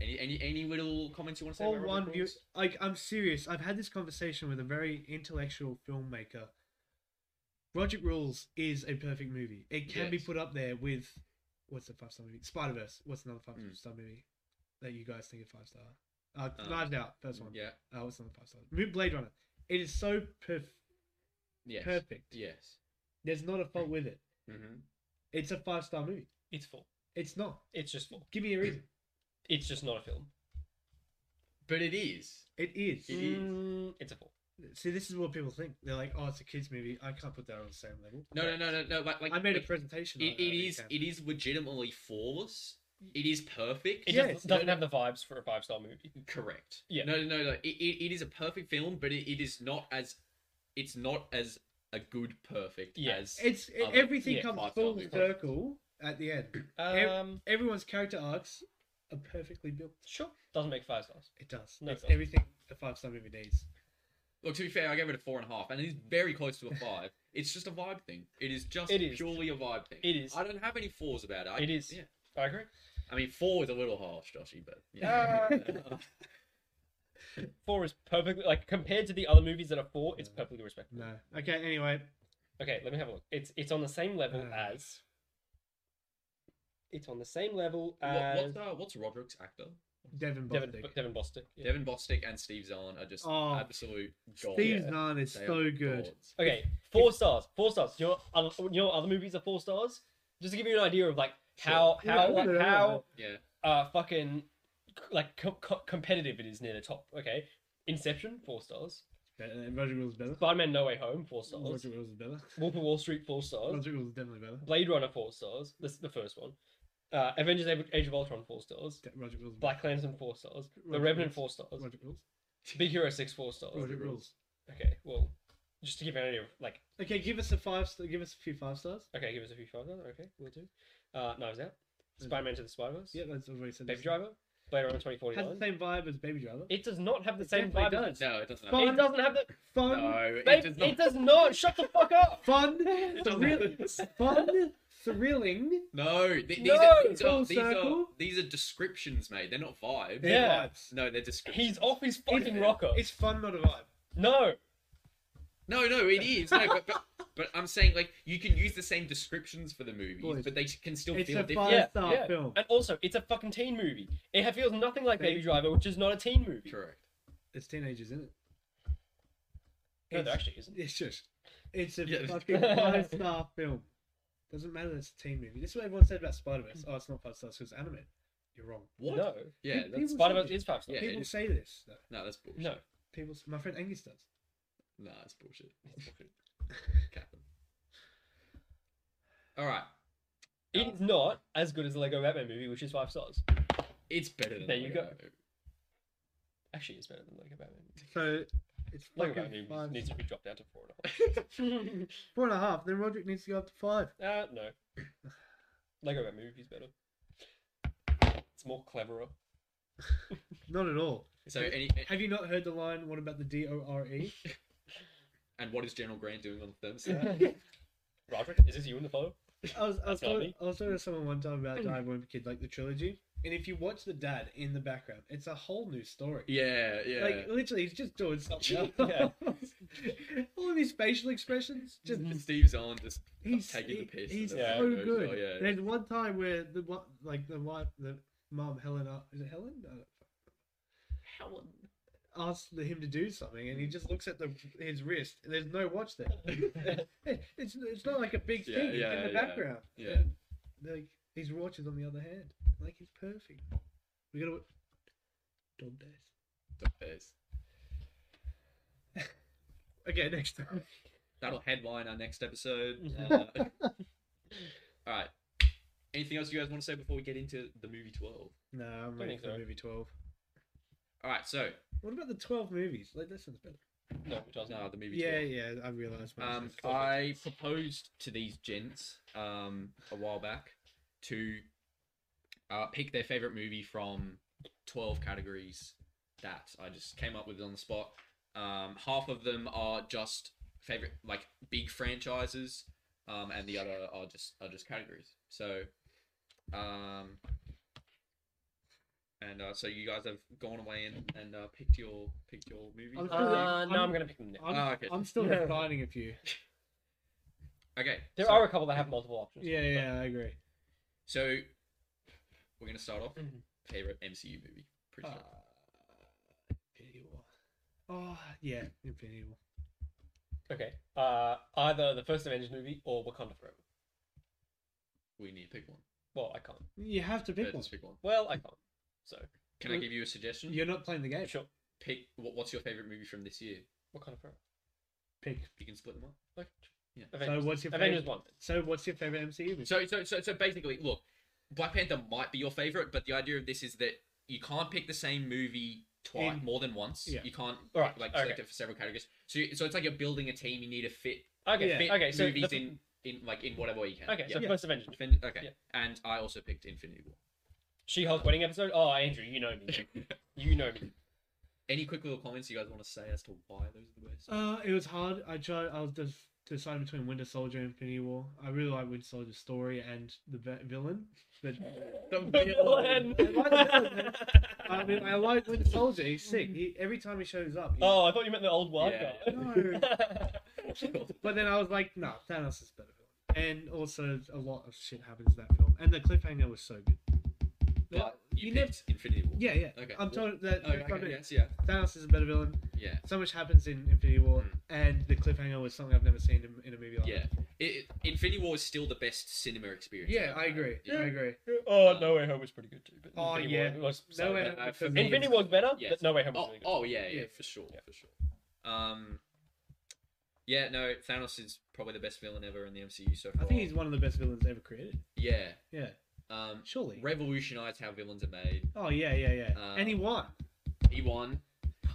Speaker 2: Any any any little comments you want to say?
Speaker 3: All
Speaker 2: about
Speaker 3: one
Speaker 2: Roderick
Speaker 3: view.
Speaker 2: rules?
Speaker 3: Like I'm serious. I've had this conversation with a very intellectual filmmaker. Roger Rules is a perfect movie. It can be
Speaker 2: Yes.
Speaker 3: put up there with what's the five star movie? Spider Verse. What's another five
Speaker 2: Mm.
Speaker 3: star movie that you guys think of five star? Uh,
Speaker 2: Um,
Speaker 3: Knives Out, first one.
Speaker 2: Yeah.
Speaker 3: Oh, it's not the five star. Mo- Blade Runner. It is so perf-
Speaker 2: Yes.
Speaker 3: perfect.
Speaker 2: Yes.
Speaker 3: There's not a fault with it.
Speaker 2: Mm-hmm.
Speaker 3: It's a five star movie.
Speaker 1: it's full.
Speaker 3: It's not.
Speaker 1: It's just full.
Speaker 3: Give me a reason.
Speaker 1: It's just not a film.
Speaker 2: But it is.
Speaker 3: It is.
Speaker 2: It is.
Speaker 1: Mm, it's a full.
Speaker 3: See, this is what people think. They're like, "Oh, it's a kids movie. I can't put that on the same level."
Speaker 2: No, no, no, no, no. Like, like
Speaker 3: I made a
Speaker 2: like,
Speaker 3: presentation.
Speaker 2: It,
Speaker 3: on
Speaker 2: it is.
Speaker 3: It,
Speaker 2: It is legitimately flawless. It is perfect.
Speaker 1: It
Speaker 3: Yeah,
Speaker 1: just
Speaker 3: it's-
Speaker 1: doesn't have the vibes for a five star movie.
Speaker 2: Correct.
Speaker 1: Yeah.
Speaker 2: No, no, no. It, it, it is a perfect film, but it, it is not as. It's not as a good perfect
Speaker 1: Yeah.
Speaker 2: as.
Speaker 3: it's it,
Speaker 2: Um,
Speaker 3: everything
Speaker 1: yeah,
Speaker 3: comes
Speaker 2: five-star
Speaker 3: full
Speaker 2: movie.
Speaker 3: circle at the end. Ev-
Speaker 1: Um,
Speaker 3: Everyone's character arcs are perfectly built.
Speaker 1: sure, doesn't make five stars.
Speaker 3: It does.
Speaker 1: No,
Speaker 3: it's
Speaker 1: it doesn't.
Speaker 3: everything a five star movie needs.
Speaker 2: Look, to be fair, I gave it a four and a half, and it is very close to a five. it's just a vibe thing. It is just
Speaker 1: It is.
Speaker 2: purely a vibe thing.
Speaker 1: It is.
Speaker 2: I don't have any fours about it. I,
Speaker 1: It is.
Speaker 2: Yeah.
Speaker 1: I agree.
Speaker 2: I mean, four is a little harsh, Joshy, but yeah.
Speaker 1: Uh, Four is perfectly like compared to the other movies that are four, it's perfectly respectable.
Speaker 3: No. Okay. Anyway,
Speaker 1: Okay, let me have a look. It's it's on the same level
Speaker 3: Uh.
Speaker 1: as. It's on the same level
Speaker 2: What-
Speaker 1: as
Speaker 2: what's uh, what's Roderick's actor?
Speaker 3: Devin
Speaker 1: Devin
Speaker 3: Bostic.
Speaker 1: Devin Bostick. yeah.
Speaker 2: Devin Bostick and Steve Zahn are just
Speaker 3: Oh,
Speaker 2: absolute gold.
Speaker 3: Steve
Speaker 1: Yeah.
Speaker 3: Zahn is
Speaker 2: They are
Speaker 3: so good.
Speaker 2: gods.
Speaker 1: Okay, four stars. Four stars. You know, other, you know, other movies are four stars. Just to give you an idea of like how
Speaker 3: Sure.
Speaker 1: how
Speaker 3: Yeah,
Speaker 1: like
Speaker 3: yeah,
Speaker 1: how
Speaker 2: Yeah.
Speaker 1: uh fucking like co- co- competitive it is near the top. Okay, Inception four stars.
Speaker 3: Better than- Roger Rules is better.
Speaker 1: Spider Man No Way Home four stars.
Speaker 3: Roger Rules is better.
Speaker 1: Wolf of Wall Street four stars.
Speaker 3: Roger Rules is definitely better.
Speaker 1: Blade Runner four stars. This is the first one. Uh, Avengers Age- Age of Ultron four stars.
Speaker 3: De- Roger Rules. is better.
Speaker 1: Black Klansman four stars. The
Speaker 3: Roger
Speaker 1: Revenant
Speaker 3: Rules.
Speaker 1: four stars.
Speaker 3: Roger Rules.
Speaker 1: Big Hero six four stars.
Speaker 3: Roger Rules.
Speaker 1: Okay, well, just to give you an idea of like
Speaker 3: Okay, give us a five. Star, give us a few five stars.
Speaker 1: Okay, give us a few five dollars. Okay, we'll do. Uh, Knives Out, Spider Man to the Spider Verse,
Speaker 3: Yeah, that's already said.
Speaker 1: Baby
Speaker 3: this.
Speaker 1: Driver, Blade Runner twenty forty
Speaker 3: Has the
Speaker 1: nine.
Speaker 3: same vibe as Baby Driver.
Speaker 1: It does not have the
Speaker 3: It
Speaker 1: same
Speaker 3: definitely
Speaker 1: vibe.
Speaker 3: does.
Speaker 1: as-
Speaker 2: No, it doesn't.
Speaker 3: Fun.
Speaker 1: It doesn't have the.
Speaker 3: Fun.
Speaker 2: No, it
Speaker 1: Babe,
Speaker 2: does not.
Speaker 1: it does not. Shut the fuck up.
Speaker 3: Fun.
Speaker 2: doesn't.
Speaker 3: thrilling, fun. Thrilling.
Speaker 2: No, th- these,
Speaker 1: No,
Speaker 2: are, these,
Speaker 3: full
Speaker 2: are, these, are,
Speaker 3: circle.
Speaker 2: these are descriptions, mate. They're not vibes.
Speaker 3: They're
Speaker 1: Yeah.
Speaker 3: vibes.
Speaker 2: No, they're descriptions.
Speaker 1: He's off his fucking rocker.
Speaker 3: It's fun, not a vibe.
Speaker 1: No,
Speaker 2: No, no, it is. No, but, but but I'm saying like you can use the same descriptions for the movies,
Speaker 3: Boys,
Speaker 2: but they can still
Speaker 3: It's
Speaker 2: feel
Speaker 3: a
Speaker 2: different.
Speaker 3: five
Speaker 1: yeah,
Speaker 3: star
Speaker 1: yeah.
Speaker 3: film.
Speaker 1: and also it's a fucking teen movie. It ha- feels nothing like Baby
Speaker 3: Baby-
Speaker 1: Driver, which is not a teen movie.
Speaker 2: Correct.
Speaker 3: It's teenagers, isn't it?
Speaker 1: No, there
Speaker 3: It's-
Speaker 1: actually isn't.
Speaker 3: It's just. It's a
Speaker 2: Yeah.
Speaker 3: fucking five star film. Doesn't matter. that It's a teen movie. This is what everyone said about Spider Verse. Oh, it's not five stars because it's animated. You're wrong.
Speaker 2: What?
Speaker 1: No,
Speaker 2: Yeah,
Speaker 3: People-
Speaker 2: that's
Speaker 1: Spider Verse is five stars.
Speaker 2: Yeah, it
Speaker 3: People
Speaker 2: is.
Speaker 3: say this. Though.
Speaker 2: no, that's bullshit.
Speaker 1: No,
Speaker 3: People. s- My friend Angus does.
Speaker 2: Nah, that's bullshit. That's bullshit. Captain. All right,
Speaker 1: it's not as good as the Lego Batman movie, which is five stars.
Speaker 2: it's better than.
Speaker 1: There you
Speaker 2: Lego.
Speaker 1: Actually, it's better than Lego Batman.
Speaker 3: So It's
Speaker 1: Like
Speaker 3: fucking
Speaker 1: about me
Speaker 3: five.
Speaker 1: needs to be dropped down to four and
Speaker 3: Four and a half. Then Roderick needs to go up to five.
Speaker 1: a half. uh, no. Lego about movies better. It's more cleverer.
Speaker 3: Not at all.
Speaker 2: So any
Speaker 3: Have you not heard the line? What about the D O R E?
Speaker 2: and what is General Grant doing on the thermostat?
Speaker 1: Roderick, is this you in the photo?
Speaker 3: I was I was
Speaker 1: That's not
Speaker 3: talking
Speaker 1: me.
Speaker 3: I was talking to someone one time about Die One Kid, like the trilogy. And if you watch the dad in the background, it's a whole new story.
Speaker 2: yeah, yeah.
Speaker 3: Like literally, he's just doing something.
Speaker 1: Yeah.
Speaker 3: else. All of his facial expressions, just
Speaker 2: Steve's on just
Speaker 3: he's
Speaker 2: taking the
Speaker 3: he-
Speaker 2: piss.
Speaker 3: He's
Speaker 2: and
Speaker 1: Yeah.
Speaker 3: so
Speaker 2: everyone goes,
Speaker 3: good.
Speaker 2: "Oh, yeah,
Speaker 3: There's one time where the one like the wife, the mom Helen, uh, is it Helen? I don't know.
Speaker 2: Helen.
Speaker 3: asks the- him to do something, and he just looks at the his wrist, and there's no watch there. it's it's not like a big
Speaker 2: Yeah,
Speaker 3: thing it's
Speaker 2: yeah,
Speaker 3: in the
Speaker 2: yeah.
Speaker 3: background.
Speaker 2: Yeah.
Speaker 3: Like his watch is on the other hand. Like he's perfect. We gotta wa- dog days.
Speaker 2: The piss.
Speaker 3: Okay, next time.
Speaker 2: That'll headline our next episode. Uh,
Speaker 1: Mhm.
Speaker 2: all right. Anything else you guys want to say before we get into the movie twelve?
Speaker 3: No, I'm
Speaker 1: Don't
Speaker 3: ready
Speaker 1: think
Speaker 3: for
Speaker 1: so.
Speaker 3: movie twelve.
Speaker 2: All right. So
Speaker 3: What about the twelve movies? Like that sounds better.
Speaker 1: No, it doesn't.
Speaker 2: no, uh, the movie.
Speaker 3: Yeah,
Speaker 2: 12.
Speaker 3: yeah, I realised. what I
Speaker 2: Um,
Speaker 3: said.
Speaker 2: I proposed to these gents um, a while back to uh, pick their favorite movie from 12 categories that I just came up with on the spot. Um, half of them are just favorite, like big franchises, um, and the other are just are just categories. So, um, and uh, so you guys have gone away and, and uh, picked your picked your movies.
Speaker 3: I'm
Speaker 2: I think.
Speaker 1: Uh, no, I'm
Speaker 3: I'm-
Speaker 1: gonna pick them next.
Speaker 3: I'm,
Speaker 2: Ah, okay.
Speaker 3: I'm still defining a few.
Speaker 2: okay,
Speaker 1: There
Speaker 2: so-
Speaker 1: are a couple that have multiple options.
Speaker 3: Yeah, yeah, I agree.
Speaker 2: So we're gonna start off
Speaker 1: Mhm.
Speaker 2: favorite MCU movie. Pretty
Speaker 3: Uh,
Speaker 2: sure.
Speaker 3: Infinity War. Oh yeah, Infinity War.
Speaker 1: Okay. Uh, either the first Avengers movie or Wakanda Forever.
Speaker 2: we need to pick one.
Speaker 1: Well, I can't.
Speaker 3: You have to
Speaker 2: Yeah,
Speaker 3: pick one.
Speaker 2: just pick one.
Speaker 1: Well, I can't. So
Speaker 2: Can I give you a suggestion?
Speaker 3: You're not playing the game.
Speaker 1: sure.
Speaker 2: Pick what, what's your favorite movie from this year?
Speaker 1: Wakanda Forever.
Speaker 3: Pick.
Speaker 2: You can split them up.
Speaker 1: Okay.
Speaker 2: Yeah. So
Speaker 1: Avengers.
Speaker 3: what's your
Speaker 1: Avengers
Speaker 3: favourite-
Speaker 1: one?
Speaker 3: So, what's your favorite MCU movie?
Speaker 2: So so so so basically, look, Black Panther might be your favorite, but the idea of this is that you can't pick the same movie twice
Speaker 3: In-
Speaker 2: more than once.
Speaker 3: yeah.
Speaker 2: You can't
Speaker 1: Alright,
Speaker 2: like
Speaker 1: okay.
Speaker 2: select it for several categories. So you, so it's like you're building a team. You need to fit
Speaker 1: Okay.
Speaker 3: Yeah.
Speaker 2: fit
Speaker 1: Okay. So
Speaker 2: movies
Speaker 1: the-
Speaker 2: in in like in whatever way you can.
Speaker 1: Okay.
Speaker 2: Yeah.
Speaker 1: So
Speaker 3: Yeah.
Speaker 1: first Avengers.
Speaker 2: Fin- okay.
Speaker 1: Yeah.
Speaker 2: And I also picked Infinity War.
Speaker 1: She Hulk wedding episode. Oh, Andrew, you know me. you know me.
Speaker 2: Any quick little comments you guys want to say as to why those are the best?
Speaker 3: Uh, it was hard. I tried. I was just deciding between Winter Soldier and Infinity War. I really like Winter Soldier's story and the vi- villain. But the
Speaker 1: villain.
Speaker 3: I like the villain, man. I mean, I like Winter Soldier. He's sick. He, every time he shows up. he-
Speaker 1: Oh, I thought you meant the old white
Speaker 2: Yeah.
Speaker 1: guy.
Speaker 3: No. But then I was like, nah, Thanos is better villain. And also, a lot of shit happens in that film. And the cliffhanger was so good.
Speaker 2: But you,
Speaker 3: you
Speaker 2: picked Infinity War.
Speaker 3: Yeah, yeah.
Speaker 2: Okay.
Speaker 3: I'm
Speaker 2: well-
Speaker 3: told that
Speaker 2: Okay,
Speaker 3: from
Speaker 2: Oh, okay,
Speaker 3: it,
Speaker 2: yes, yeah,
Speaker 3: Thanos is a better villain.
Speaker 2: yeah,
Speaker 3: So much happens in Infinity War,
Speaker 2: Mm.
Speaker 3: and the cliffhanger was something I've never seen in, in a movie like
Speaker 2: yeah.
Speaker 3: that.
Speaker 2: It, it- Infinity War is still the best cinema experience.
Speaker 3: Yeah,
Speaker 2: I've
Speaker 3: I
Speaker 2: had.
Speaker 3: agree.
Speaker 2: Yeah.
Speaker 3: I agree.
Speaker 1: oh, No Way Home was pretty good too. But
Speaker 3: Oh,
Speaker 1: Infinity
Speaker 3: yeah.
Speaker 1: War was
Speaker 3: No
Speaker 1: so
Speaker 3: Way
Speaker 1: bad.
Speaker 3: Home-
Speaker 2: Uh,
Speaker 3: for
Speaker 2: for
Speaker 3: me,
Speaker 2: me,
Speaker 1: Infinity War's better,
Speaker 2: Yes.
Speaker 1: but No Way Home was
Speaker 2: Oh,
Speaker 1: really good.
Speaker 2: oh yeah, yeah,
Speaker 3: Yeah.
Speaker 2: for sure,
Speaker 1: Yeah.
Speaker 2: for sure. Um, yeah, no, Thanos is probably the best villain ever in the MCU so far.
Speaker 3: I think he's one of the best villains ever created.
Speaker 2: yeah,
Speaker 3: Yeah,
Speaker 2: um,
Speaker 3: surely.
Speaker 2: revolutionized how villains are made.
Speaker 3: oh yeah, yeah, yeah.
Speaker 2: Uh,
Speaker 3: and he won.
Speaker 2: He won. E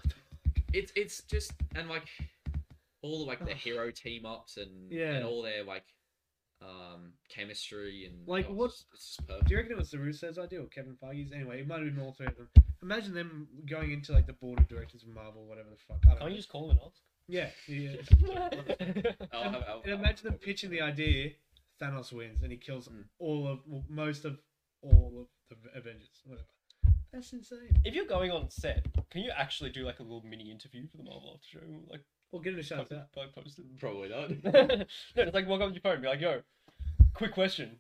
Speaker 2: It's it's just and like all like the
Speaker 3: Ugh.
Speaker 2: hero team ups and
Speaker 3: Yeah.
Speaker 2: and all their like um chemistry and
Speaker 3: Like,
Speaker 2: oh, it's
Speaker 3: what-
Speaker 2: just- It's just perfect.
Speaker 3: Do you reckon it was the Russo's idea or Kevin Feige's? Anyway, it might have been all three of them. Imagine them going into like the board of directors of Marvel, whatever the fuck. I
Speaker 2: oh.
Speaker 3: don't
Speaker 1: Can't
Speaker 3: know.
Speaker 1: you just call and
Speaker 3: Yeah, yeah.
Speaker 1: ask?
Speaker 2: I'll
Speaker 3: Um,
Speaker 2: have- I'll-
Speaker 3: and
Speaker 2: I'll-
Speaker 3: imagine them pitching the idea. Thanos wins, and he kills
Speaker 2: Mm.
Speaker 3: all of well, most of all of the Avengers. Whatever. That's insane.
Speaker 1: if you're going on set, can you actually do like a little mini interview for the Marvel After Show? Like,
Speaker 3: Well, give it a shout out.
Speaker 1: by post it.
Speaker 2: Probably not.
Speaker 1: no, it's like walk up to your phone and be like, yo, quick question.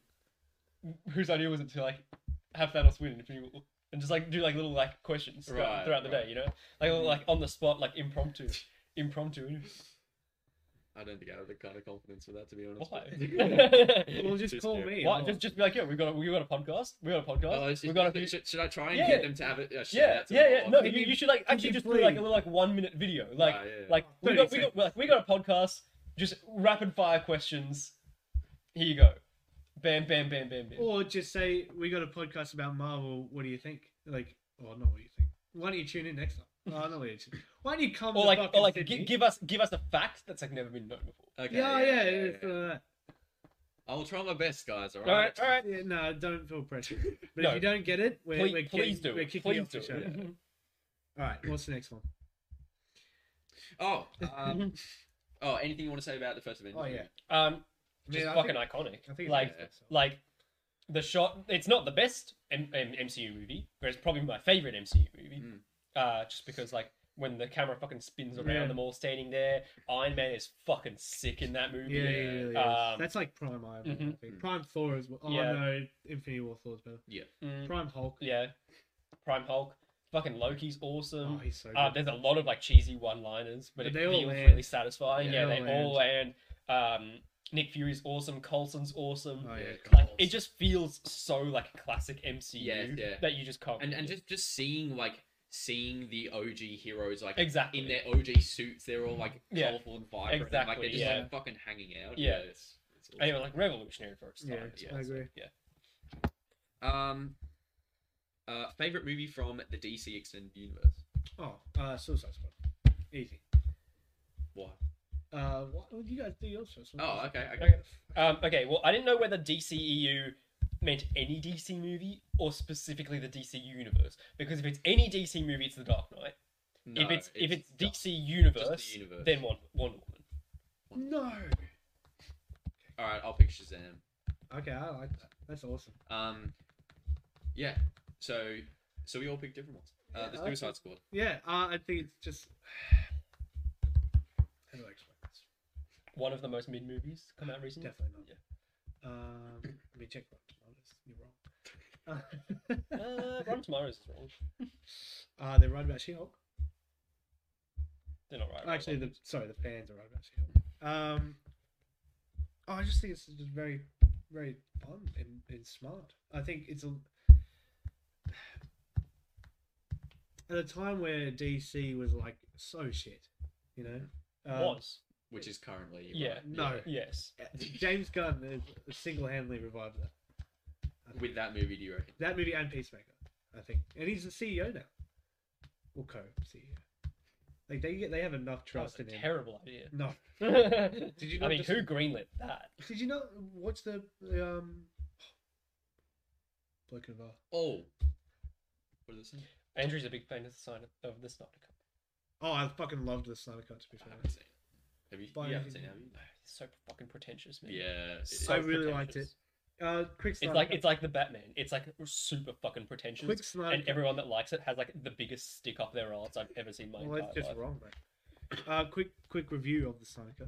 Speaker 1: Whose idea was it to like have Thanos win if you and just like do like little like questions throughout,
Speaker 2: Right,
Speaker 1: throughout the
Speaker 2: right.
Speaker 1: day, you know? Like little, like on the spot, like impromptu. Impromptu interviews.
Speaker 2: I don't think I have the kind of confidence for that to be honest. but-
Speaker 1: Why?
Speaker 3: Well, just,
Speaker 2: Just
Speaker 3: call
Speaker 2: do it.
Speaker 3: me.
Speaker 1: Why?
Speaker 3: I'll-
Speaker 1: Just just be like, yo, we've got a we got a podcast. We got a
Speaker 2: Oh,
Speaker 1: podcast.
Speaker 2: it's
Speaker 1: we
Speaker 2: just-
Speaker 1: we got a
Speaker 2: should, should, I try and
Speaker 1: Yeah.
Speaker 2: get them to have it? Uh, shout
Speaker 1: Yeah,
Speaker 2: out to
Speaker 1: yeah,
Speaker 2: them
Speaker 1: yeah.
Speaker 2: all?
Speaker 1: No,
Speaker 3: Could
Speaker 1: you,
Speaker 3: you-
Speaker 1: you should like
Speaker 3: could
Speaker 1: actually
Speaker 3: you
Speaker 1: just do like a
Speaker 3: please-
Speaker 1: little like one minute video. Like
Speaker 2: Ah, yeah.
Speaker 1: like we got
Speaker 3: 30
Speaker 1: we got like we got a podcast, just rapid fire questions. Here you go. Bam bam bam bam bam.
Speaker 3: Or just "Oh, say we got a podcast about Marvel. What do you think? Like, well, not what you think. Why don't you tune in next time? Oh, I know what it is. Why do you come
Speaker 1: Or
Speaker 3: to
Speaker 1: like,
Speaker 3: fucking
Speaker 1: or like,
Speaker 3: Sydney?
Speaker 1: gi- give us give us a fact that's like never been known before.
Speaker 2: Okay.
Speaker 3: yeah, yeah, yeah,
Speaker 2: yeah, yeah.
Speaker 3: yeah.
Speaker 2: I will try my best, guys. All
Speaker 1: All right,
Speaker 2: right.
Speaker 1: all right.
Speaker 3: Yeah, no, don't feel pressure. But
Speaker 1: No.
Speaker 3: if you don't get it, we're,
Speaker 1: Please,
Speaker 3: we're kick-
Speaker 1: please do
Speaker 3: We're
Speaker 1: it.
Speaker 3: kicking you
Speaker 1: Please
Speaker 3: off
Speaker 1: do
Speaker 3: the show.
Speaker 1: it. Um,
Speaker 3: All right, what's the next one?
Speaker 2: Oh. Um, oh, anything you want to say about the first Avengers?
Speaker 3: Oh yeah,
Speaker 2: movie?
Speaker 1: Um,
Speaker 3: I
Speaker 1: just
Speaker 3: mean, I
Speaker 1: fucking
Speaker 3: think-
Speaker 1: iconic.
Speaker 3: I think it's
Speaker 1: like,
Speaker 3: better, so.
Speaker 1: like the shot. It's not the best M- M- MCU movie, but it's probably my favorite MCU movie.
Speaker 3: Hmm.
Speaker 2: Mm.
Speaker 1: Uh, just because like when the camera fucking spins around
Speaker 3: Yeah.
Speaker 1: them all standing there, Iron Man is fucking sick in that movie.
Speaker 3: yeah, yeah, yeah, yeah.
Speaker 1: Um,
Speaker 3: That's like prime Iron Man. I
Speaker 1: mhm.
Speaker 3: think. Prime Thor is. Oh
Speaker 1: Yeah.
Speaker 3: no, Infinity War Thor is better.
Speaker 1: Mm,
Speaker 3: Prime Hulk.
Speaker 1: yeah. Prime Hulk, fucking Loki's awesome.
Speaker 3: Oh, he's so good.
Speaker 1: Uh, there's a lot of like cheesy one-liners, but,
Speaker 3: But
Speaker 1: it
Speaker 3: they all
Speaker 1: feels
Speaker 3: land.
Speaker 1: really satisfying.
Speaker 3: Yeah,
Speaker 1: Yeah,
Speaker 3: they
Speaker 1: they all land. Um, Nick Fury's awesome. Colson's awesome.
Speaker 3: Oh, yeah,
Speaker 1: like
Speaker 2: Carl.
Speaker 1: it just feels so like classic MCU
Speaker 2: Yeah, yeah.
Speaker 1: that you just can't.
Speaker 2: and and
Speaker 1: forget.
Speaker 2: just just seeing like seeing the OG heroes like
Speaker 1: exactly
Speaker 2: in their OG suits, they're all like
Speaker 1: Yeah.
Speaker 2: colorful and vibrant, and, like
Speaker 1: Exactly,
Speaker 2: they're just
Speaker 1: yeah.
Speaker 2: like, fucking hanging out.
Speaker 1: Yeah.
Speaker 2: it's, it's
Speaker 1: And it was, like revolutionary for its time.
Speaker 3: Yeah,
Speaker 1: as
Speaker 2: I
Speaker 1: well, so,
Speaker 3: agree.
Speaker 1: yeah.
Speaker 2: awesome. Um, uh, favorite movie from the DC extended universe.
Speaker 3: Oh, uh, Suicide Squad. Easy.
Speaker 2: What?
Speaker 3: Uh, what would you guys do yours first?
Speaker 2: Oh, okay, okay.
Speaker 1: Okay. Um, okay. Well, I didn't know whether DCEU meant any DC movie or specifically the DC universe. Because if it's any DC movie, it's The Dark Knight.
Speaker 2: No,
Speaker 1: if it's, if it's
Speaker 2: just-
Speaker 1: DC universe,
Speaker 2: universe.
Speaker 1: then Wonder, Wonder Woman. Oh,
Speaker 3: No.
Speaker 2: all right, I'll pick Shazam.
Speaker 3: Okay, I like that. That's awesome.
Speaker 2: Um, yeah. So so we all picked different ones. Uh, the
Speaker 3: Yeah, I
Speaker 2: Suicide Squad.
Speaker 3: Yeah, uh, I think it's just. How do I explain this?
Speaker 1: One of the most mid movies come out recently.
Speaker 3: Definitely not. Um, let me check. You're wrong. Uh,
Speaker 1: Uh, Rotten Tomatoes is wrong.
Speaker 3: uh, they're right about She-Hulk.
Speaker 1: They're not right.
Speaker 3: Actually,
Speaker 1: right?
Speaker 3: the sorry, the fans are right about She-Hulk. Um, oh, I just think it's just very, very fun and, and smart. I think it's a at a time where DC was like so shit, you know. Um,
Speaker 1: was
Speaker 2: Which is currently
Speaker 1: Yeah.
Speaker 2: right,
Speaker 3: No,
Speaker 1: yes.
Speaker 3: James Gunn is single-handedly revived that.
Speaker 2: With that movie, do you reckon?
Speaker 3: That movie and Peacemaker, I think. And he's the CEO now. Or co CEO. Like they get they have enough
Speaker 1: That was
Speaker 3: trust
Speaker 1: a
Speaker 3: in him.
Speaker 1: terrible idea.
Speaker 3: no.
Speaker 1: Did
Speaker 3: you
Speaker 1: I
Speaker 3: not
Speaker 1: mean,
Speaker 3: just-
Speaker 1: who greenlit that?
Speaker 3: Did you not watch the um Bloke in a Bar?
Speaker 2: Oh. What does it say?
Speaker 1: Andrew's a big fan of the sign of the Snyder Cup.
Speaker 3: Oh, I fucking loved the Snyder Cut to be
Speaker 2: I
Speaker 3: fair.
Speaker 2: haven't seen. it. Have you?
Speaker 3: By-
Speaker 2: you haven't seen it, have you?
Speaker 1: It's so fucking pretentious, man.
Speaker 2: Yeah. it
Speaker 1: So
Speaker 3: I
Speaker 2: is.
Speaker 3: really liked
Speaker 1: pretentious.
Speaker 3: Uh quick
Speaker 1: It's
Speaker 3: Snyder
Speaker 1: like
Speaker 3: Cut.
Speaker 1: it's like the Batman. It's like super fucking pretentious,
Speaker 3: quick Snyder
Speaker 1: and
Speaker 3: Cut.
Speaker 1: everyone that likes it has like the biggest stick up their arse I've ever seen in my
Speaker 3: Well that's
Speaker 1: entire
Speaker 3: just
Speaker 1: life.
Speaker 3: wrong, mate. Uh quick quick review of the Snyder Cut.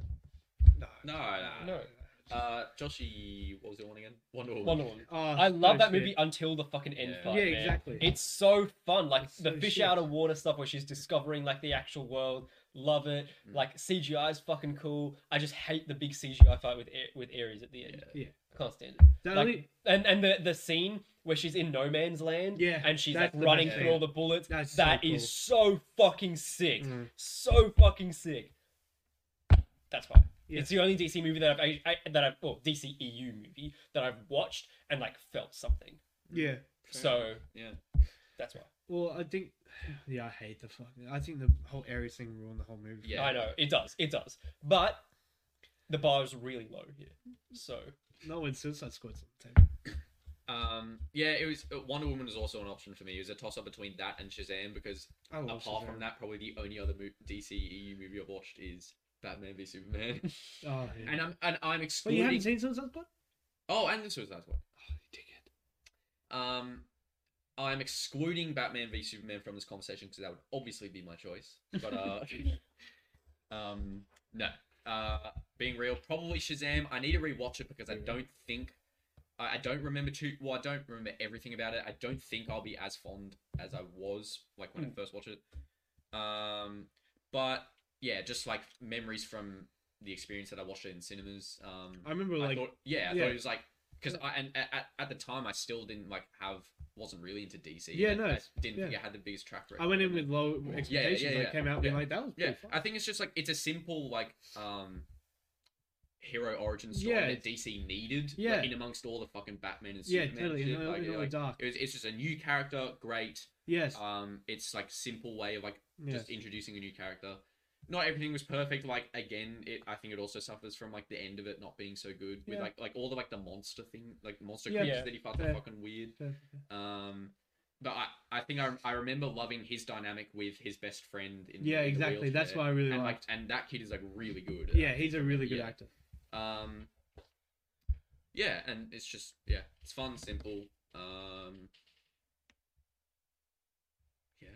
Speaker 3: No.
Speaker 2: No, no.
Speaker 1: No,
Speaker 2: Uh, Joshy, what was the one again? Wonder Woman.
Speaker 1: Wonder Woman.
Speaker 3: Oh,
Speaker 1: I love
Speaker 3: so
Speaker 1: that
Speaker 3: shit.
Speaker 1: movie until the fucking end
Speaker 2: Yeah.
Speaker 1: fight.
Speaker 3: Yeah,
Speaker 1: man.
Speaker 3: exactly.
Speaker 1: It's so fun, like
Speaker 3: It's
Speaker 1: the
Speaker 3: so
Speaker 1: fish
Speaker 3: shit.
Speaker 1: out of water stuff where she's discovering like the actual world. Love it.
Speaker 2: Mm.
Speaker 1: Like CGI is fucking cool. I just hate the big CGI fight with A- with Ares at the end.
Speaker 2: Yeah.
Speaker 3: Yeah.
Speaker 1: Can't stand it.
Speaker 3: That
Speaker 1: like,
Speaker 3: only-
Speaker 1: And and the the scene where she's in no man's land.
Speaker 3: Yeah,
Speaker 1: And she's like
Speaker 3: that's the
Speaker 1: running
Speaker 2: best
Speaker 1: through
Speaker 2: bit.
Speaker 1: all the bullets.
Speaker 3: That's
Speaker 1: That's
Speaker 3: so
Speaker 1: so
Speaker 3: cool.
Speaker 1: fucking sick.
Speaker 3: Mm.
Speaker 1: So fucking sick. That's fine.
Speaker 3: Yeah.
Speaker 1: It's the only DC movie that I've I, I- that I've or DC EU E movie that I've watched and like felt something.
Speaker 3: yeah.
Speaker 2: Fair
Speaker 1: So
Speaker 2: Yeah.
Speaker 1: that's why.
Speaker 3: Well, I think, yeah, I hate the fucking. I think the whole Aries thing ruined the whole movie.
Speaker 2: Yeah.
Speaker 1: I know it does. It does. But the bar is really low here. So
Speaker 3: No, when Suicide Squad's on the table.
Speaker 2: Um, yeah, it was uh, Wonder Woman was also an option for me. It was a toss up between that and Shazam because
Speaker 3: I love
Speaker 2: apart
Speaker 3: Shazam.
Speaker 2: from that, probably the only other mo- DC EU movie I've watched is Batman v Superman.
Speaker 3: Oh, yeah.
Speaker 2: and I'm and I'm
Speaker 3: Well, you haven't
Speaker 2: excluding.
Speaker 3: seen Suicide Squad?
Speaker 2: Oh, and the Suicide Squad.
Speaker 3: Oh, you dickhead.
Speaker 2: Um, I'm excluding Batman v Superman from this conversation because that would obviously be my choice. But uh, um, no. Uh, being real, probably Shazam. I need to rewatch it because I
Speaker 3: Yeah.
Speaker 2: don't think I, I don't remember too. Well, I don't remember everything about it. I don't think I'll be as fond as I was like when I first watched it. Um, but yeah, just like memories from the experience that I watched it in cinemas. Um,
Speaker 3: I remember,
Speaker 2: I
Speaker 3: like,
Speaker 2: thought, yeah, I
Speaker 3: yeah.
Speaker 2: thought it was like because I and a- at, at the time I still didn't like have wasn't really into DC.
Speaker 3: Yeah,
Speaker 2: I-
Speaker 3: no,
Speaker 2: I
Speaker 3: it's-
Speaker 2: didn't think
Speaker 3: yeah.
Speaker 2: it had the biggest track record.
Speaker 3: I went in with low
Speaker 2: yeah,
Speaker 3: expectations. and I
Speaker 2: yeah.
Speaker 3: came out being
Speaker 2: Yeah.
Speaker 3: like, that was
Speaker 2: yeah.
Speaker 3: pretty fun.
Speaker 2: I think it's just like it's a simple like um hero origin story
Speaker 3: Yeah.
Speaker 2: that DC needed. like,
Speaker 3: Yeah,
Speaker 2: in amongst all the fucking Batman and
Speaker 3: yeah,
Speaker 2: Superman.
Speaker 3: totally.
Speaker 2: shit,
Speaker 3: In, all-
Speaker 2: like,
Speaker 3: in all the
Speaker 2: like,
Speaker 3: dark.
Speaker 2: it was, it's just a new character, great.
Speaker 3: Yes.
Speaker 2: Um, it's like simple way of like
Speaker 3: Yeah.
Speaker 2: just introducing a new character. Not everything was perfect. Like again, it I think it also suffers from like the end of it not being so good with
Speaker 3: Yeah.
Speaker 2: like like all the like the monster thing, like monster
Speaker 3: Yeah.
Speaker 2: creatures
Speaker 1: Yeah.
Speaker 2: that he fights are
Speaker 3: Yeah.
Speaker 2: fucking weird.
Speaker 3: Fair,
Speaker 2: Um, but I I think I, I remember loving his dynamic with his best friend. In
Speaker 3: Yeah,
Speaker 2: in the
Speaker 3: exactly. That's
Speaker 2: wheelchair.
Speaker 3: what I really
Speaker 2: And like
Speaker 3: liked.
Speaker 2: and that kid is like really good. at
Speaker 3: yeah, he's a really good
Speaker 2: Yeah.
Speaker 3: actor.
Speaker 2: um, yeah, and it's just yeah, it's fun, simple. Um, yeah,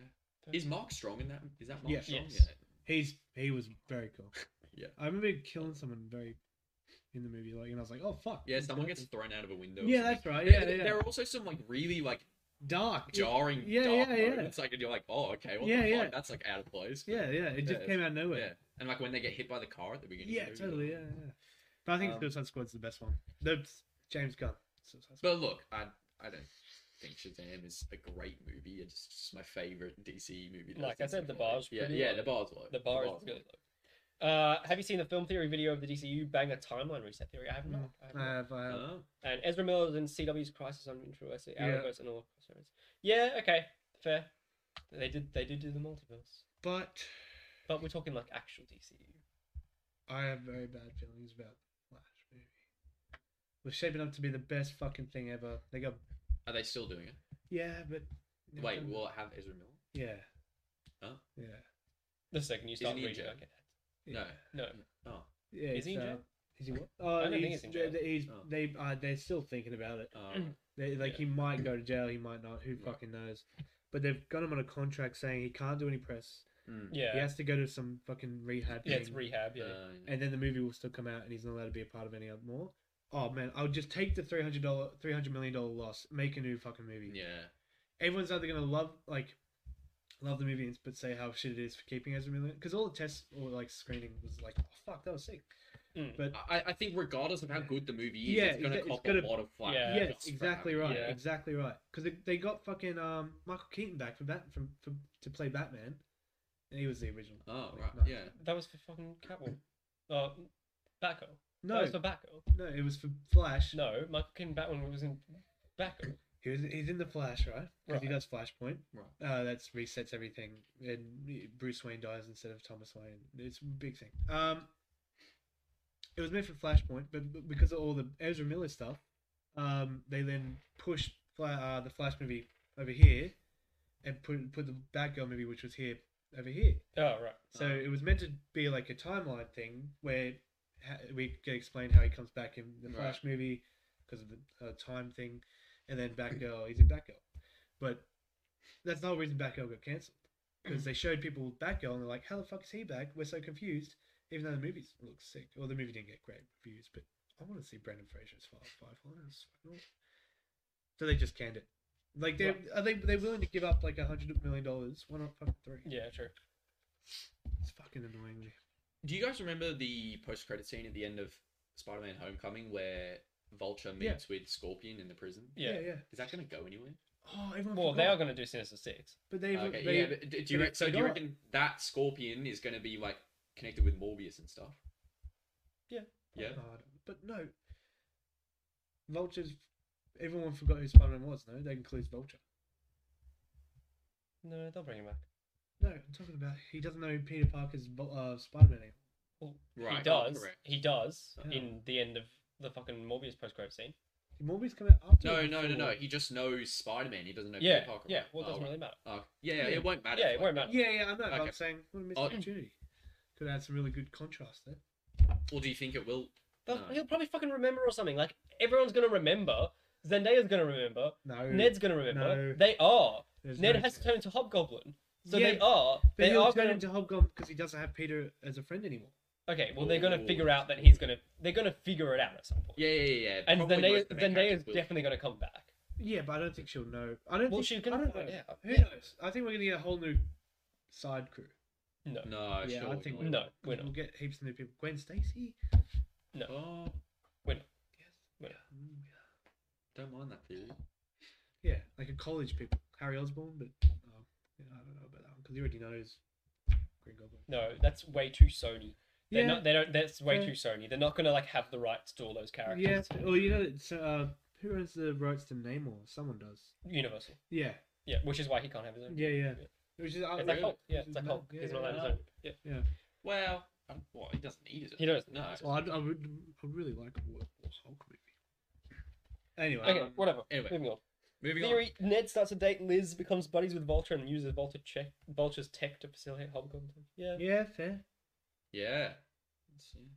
Speaker 2: is Mark strong in that? Is that Mark
Speaker 3: Yeah.
Speaker 2: strong?
Speaker 1: Yes.
Speaker 3: He's he was very cool.
Speaker 2: Yeah.
Speaker 3: I remember killing someone very in the movie, like, and I was like, oh fuck.
Speaker 2: Yeah, yeah.
Speaker 3: this
Speaker 2: Someone
Speaker 3: person-
Speaker 2: gets thrown out of a window. or
Speaker 3: Yeah,
Speaker 2: something.
Speaker 3: that's right.
Speaker 2: There-
Speaker 3: Yeah, yeah.
Speaker 2: There are also some like really like
Speaker 3: dark.
Speaker 2: jarring,
Speaker 3: yeah,
Speaker 2: dark
Speaker 3: yeah, yeah.
Speaker 2: moments. Like, and you're like, oh, okay, what the
Speaker 3: Yeah,
Speaker 2: fuck?
Speaker 3: yeah.
Speaker 2: That's like out of place. but-
Speaker 3: Yeah, yeah. It just
Speaker 2: Yeah.
Speaker 3: came out of nowhere.
Speaker 2: yeah. And like when they get hit by the car at the beginning.
Speaker 3: Yeah,
Speaker 2: of the movie,
Speaker 3: totally. Yeah,
Speaker 2: like-
Speaker 3: yeah. But I think
Speaker 2: Um,
Speaker 3: Suicide Squad's the best one. That's James Gunn. Suicide Squad.
Speaker 2: But look, I I don't think Shazam is a great movie. It's just my favorite DC movie. that I've
Speaker 1: Like I
Speaker 2: seen
Speaker 1: said,
Speaker 2: so
Speaker 1: the
Speaker 2: far.
Speaker 1: bar's
Speaker 2: yeah,
Speaker 1: pretty
Speaker 2: yeah,
Speaker 1: low.
Speaker 2: the bar's low.
Speaker 1: The bar is
Speaker 2: bar's
Speaker 1: really low. Uh, have you seen the film theory video of the E DCU banger timeline reset theory? I have not. I have
Speaker 3: I
Speaker 1: not.
Speaker 3: have, uh, I have.
Speaker 2: Oh.
Speaker 1: and Ezra Miller's in CW's Crisis on Infinite
Speaker 3: Yeah.
Speaker 1: Arrowverse, and all crossroads. Yeah, okay, fair. They did they did do the multiverse,
Speaker 3: But
Speaker 1: but we're talking like actual DCU.
Speaker 3: I have very bad feelings about Flash movie. Was shaping up to be the best fucking thing ever. They go,
Speaker 2: Are they still doing it?
Speaker 3: yeah, but they've
Speaker 2: Wait,
Speaker 3: done-
Speaker 2: will it have Ezra Miller?
Speaker 3: yeah,
Speaker 2: Huh?
Speaker 3: yeah,
Speaker 1: The second you start
Speaker 2: he in
Speaker 1: reading,
Speaker 2: jail?
Speaker 1: okay.
Speaker 3: yeah.
Speaker 2: No.
Speaker 1: No,
Speaker 2: Oh,
Speaker 3: Yeah,
Speaker 1: Is he in
Speaker 3: it's,
Speaker 1: jail?
Speaker 3: uh, Is he what? Oh,
Speaker 1: don't think
Speaker 3: he's,
Speaker 1: he's in jail.
Speaker 3: They, he's-
Speaker 2: Oh.
Speaker 3: they uh, they're still thinking about it.
Speaker 2: uh,
Speaker 3: They, like
Speaker 2: Yeah.
Speaker 3: he might go to jail, he might not. Who
Speaker 2: Right.
Speaker 3: fucking knows? But they've got him on a contract saying he can't do any press.
Speaker 2: mm,
Speaker 1: yeah,
Speaker 3: He has to go to some fucking rehab.
Speaker 1: yeah, it's
Speaker 3: thing,
Speaker 1: rehab. Yeah,
Speaker 2: uh,
Speaker 3: and then the movie will still come out, and he's not allowed to be a part of any other more. Oh man, I'll just take the three hundred dollar, three hundred million dollar loss, make a new fucking movie.
Speaker 2: yeah,
Speaker 3: Everyone's either gonna love like love the movie, but say how shit it is for keeping Ezra Miller because all the tests or like screening was like, oh, fuck, that was sick.
Speaker 1: Mm.
Speaker 3: But
Speaker 2: I, I think regardless of how good the movie is,
Speaker 3: Yeah,
Speaker 2: it's gonna
Speaker 3: it's- it's
Speaker 2: cop
Speaker 3: gonna-
Speaker 2: a lot of flack.
Speaker 1: Yeah.
Speaker 3: yes,
Speaker 2: just for
Speaker 3: exactly
Speaker 2: having-
Speaker 3: right,
Speaker 1: Yeah.
Speaker 3: exactly right. Because they, they got fucking um, Michael Keaton back for Bat from for, to play Batman, and he was the original.
Speaker 2: Oh
Speaker 3: Like,
Speaker 2: right,
Speaker 3: nice.
Speaker 2: yeah.
Speaker 1: that was for fucking Catwoman. Uh, Batgirl. that
Speaker 3: No,
Speaker 1: was for Batgirl.
Speaker 3: no, it was for Flash.
Speaker 1: No, Michael Keaton Batwoman was in Batgirl.
Speaker 3: He was, he's in the Flash, right? Because he
Speaker 1: Right.
Speaker 3: does Flashpoint.
Speaker 2: Right.
Speaker 3: Uh, that's resets everything, and Bruce Wayne dies instead of Thomas Wayne. It's a big thing. Um, it was meant for Flashpoint, but but because of all the Ezra Miller stuff, um, they then pushed Fla- uh, the Flash movie over here, and put put the Batgirl movie, which was here, over here.
Speaker 1: Oh right.
Speaker 3: So
Speaker 2: Oh.
Speaker 3: it was meant to be like a timeline thing where ha- we get explained how he comes back in the
Speaker 2: Right.
Speaker 3: Flash movie because of the uh, time thing, and then Batgirl, he's in Batgirl. But that's the whole reason Batgirl got cancelled because they showed people Batgirl and they're like, how the fuck is he back? We're so confused, even though the movie looks sick. Well, the movie didn't get great reviews, but I want to see Brendan Fraser as Firefly. It's fucking awesome. So they just canned it. Like they are they they willing to give up like a hundred million dollars? Why not fucking three?
Speaker 1: Yeah, true.
Speaker 3: It's fucking annoying.
Speaker 2: Do you guys remember the post-credit scene at the end of Spider-Man: Homecoming where Vulture
Speaker 3: Yeah.
Speaker 2: meets with Scorpion in the prison?
Speaker 1: Yeah.
Speaker 3: yeah.
Speaker 2: Is that gonna go anywhere? Ah,
Speaker 3: Oh, everyone.
Speaker 1: Well, they
Speaker 3: forgot.
Speaker 1: are going to do Sinister Six.
Speaker 3: But they,
Speaker 2: Uh, Okay,
Speaker 3: they
Speaker 2: yeah. But do, do you
Speaker 3: they
Speaker 2: re- so do you
Speaker 3: forgot.
Speaker 2: reckon that Scorpion is gonna be like connected with Morbius and stuff?
Speaker 1: Yeah.
Speaker 2: Yeah.
Speaker 3: Oh, God, but no. Vultures. Everyone forgot who Spider-Man was. No, that includes Vulture.
Speaker 1: No, they'll bring him back.
Speaker 3: No, I'm talking about he doesn't know Peter Parker's Vul- uh, Spider-Man. Anymore.
Speaker 1: Well,
Speaker 2: Right,
Speaker 1: he
Speaker 2: oh,
Speaker 1: does.
Speaker 2: correct. Oh.
Speaker 1: He does
Speaker 3: Yeah.
Speaker 1: in the end of the fucking Morbius post-credit scene.
Speaker 3: Did Morbius come out after?
Speaker 2: No,
Speaker 3: or
Speaker 2: no, no,
Speaker 3: before?
Speaker 2: no. He just knows Spider-Man. He doesn't know
Speaker 1: Yeah,
Speaker 2: Peter Parker.
Speaker 1: yeah.
Speaker 2: right?
Speaker 1: Well, it
Speaker 2: Oh,
Speaker 1: doesn't
Speaker 2: right.
Speaker 1: really matter.
Speaker 2: Oh, yeah, yeah,
Speaker 3: Yeah.
Speaker 2: it won't matter.
Speaker 1: Yeah,
Speaker 2: if,
Speaker 1: it
Speaker 2: like,
Speaker 1: won't matter.
Speaker 3: Yeah, yeah, I know. but I'm
Speaker 2: Okay.
Speaker 3: saying what a missed
Speaker 2: Oh.
Speaker 3: opportunity. Could add some really good contrast there.
Speaker 2: Or do you think it will?
Speaker 1: They'll-
Speaker 2: No.
Speaker 1: He'll probably fucking remember or something. Like everyone's going to remember. Zendaya's going to remember.
Speaker 3: No,
Speaker 1: Ned's going to remember.
Speaker 3: No.
Speaker 1: They are.
Speaker 3: there's
Speaker 1: Ned
Speaker 3: no
Speaker 1: has to
Speaker 3: chance.
Speaker 1: turn into Hobgoblin. So
Speaker 3: Yeah,
Speaker 1: they are.
Speaker 3: But
Speaker 1: They
Speaker 3: he'll
Speaker 1: are
Speaker 3: turn
Speaker 1: going to.
Speaker 3: into Hobgoblin because he doesn't have Peter as a friend anymore.
Speaker 1: Okay, well they're going
Speaker 2: Ooh.
Speaker 1: to figure out that he's going to. They're going to figure it out at some point.
Speaker 2: Yeah, yeah, yeah. yeah.
Speaker 1: And
Speaker 2: Probably
Speaker 1: Zendaya,
Speaker 2: most of the main
Speaker 1: Zendaya's
Speaker 2: characters will.
Speaker 1: definitely going to come back.
Speaker 3: Yeah, but I don't think she'll know. I don't
Speaker 1: Well,
Speaker 3: think
Speaker 1: she's
Speaker 3: I
Speaker 1: gonna
Speaker 3: don't
Speaker 1: find
Speaker 3: know.
Speaker 1: out.
Speaker 3: Who
Speaker 1: Yeah.
Speaker 3: knows? I think we're gonna get a whole new side crew.
Speaker 1: No,
Speaker 2: No,
Speaker 3: Yeah, I
Speaker 2: surely
Speaker 3: think
Speaker 2: not.
Speaker 1: no, we're
Speaker 3: We'll
Speaker 1: not.
Speaker 3: get heaps of new people. Gwen Stacy.
Speaker 2: Oh,
Speaker 3: Yes.
Speaker 1: Wait.
Speaker 3: Mm,
Speaker 2: don't mind that theory.
Speaker 3: Yeah, Yeah, like a college people. Harry Osborn, but um, yeah, I don't know about that one because he already knows Green Goblin.
Speaker 1: No, that's way too Sony. They're
Speaker 3: Yeah.
Speaker 1: not. They don't. That's way
Speaker 3: Yeah.
Speaker 1: too Sony. They're not going to like have the rights to all those characters.
Speaker 3: yeah. Well, you know, it's, uh, who owns the rights to Namor? Someone does.
Speaker 1: Universal.
Speaker 3: Yeah.
Speaker 1: Yeah, which is why he can't have his own.
Speaker 3: Yeah, yeah. Which is out
Speaker 1: It's
Speaker 3: of
Speaker 1: like
Speaker 2: really?
Speaker 1: Hulk. Yeah,
Speaker 3: Which
Speaker 1: it's
Speaker 3: is
Speaker 1: like
Speaker 3: mad.
Speaker 1: Hulk.
Speaker 3: Yeah,
Speaker 1: He's not
Speaker 3: yeah,
Speaker 1: allowed
Speaker 2: I
Speaker 1: his own. Yeah.
Speaker 2: Well, um, well, he doesn't need it.
Speaker 1: He knows.
Speaker 2: No.
Speaker 1: No.
Speaker 3: Well, I'd, I would, I would really like a War- War Hulk movie. Anyway,
Speaker 1: Okay,
Speaker 2: Um,
Speaker 1: whatever.
Speaker 2: Anyway,
Speaker 1: Moving on.
Speaker 2: moving on.
Speaker 1: Theory: Ned starts to date Liz, becomes buddies with Vulture, and uses Vulture check, Vulture's tech to facilitate Hobgoblin. Yeah.
Speaker 3: yeah, fair.
Speaker 2: Yeah. Let's see.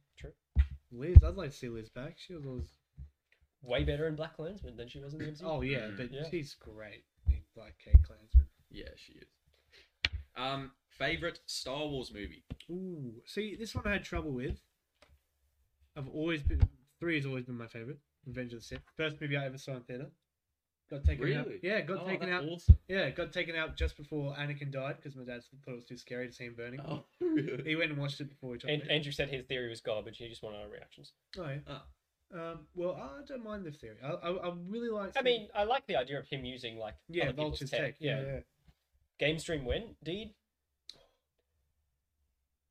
Speaker 3: Liz, I'd like to see Liz back. She was always.
Speaker 1: Way better in Black Klansman than she was in the MCU.
Speaker 3: Oh yeah,
Speaker 2: Mm.
Speaker 3: but
Speaker 1: Mm-hmm. Yeah.
Speaker 3: she's great. in Like Kate Clansman.
Speaker 2: Yeah, she is. Um, favorite Star Wars movie.
Speaker 3: Ooh, see, this one I had trouble with. I've always been three has always been my favorite. Revenge of the Sith, first movie I ever saw in theater. Got taken out.
Speaker 2: Really?
Speaker 3: Yeah, got
Speaker 2: Oh,
Speaker 3: taken
Speaker 2: that's
Speaker 3: out.
Speaker 2: Awesome.
Speaker 3: Yeah, got taken out just before Anakin died because my dad thought it was too scary to see him burning.
Speaker 2: Oh, really?
Speaker 3: He went and watched it before he talked
Speaker 1: And
Speaker 3: about it.
Speaker 1: Andrew said his theory was garbage. He just wanted our reactions.
Speaker 3: Oh, yeah.
Speaker 2: Ah.
Speaker 3: Um, well, I don't mind the theory. I, I, I really like.
Speaker 1: I
Speaker 3: seeing-
Speaker 1: mean, I like the idea of him using like
Speaker 3: yeah,
Speaker 1: other people's
Speaker 3: Vulture's tech. Yeah, yeah.
Speaker 1: Game stream when deed.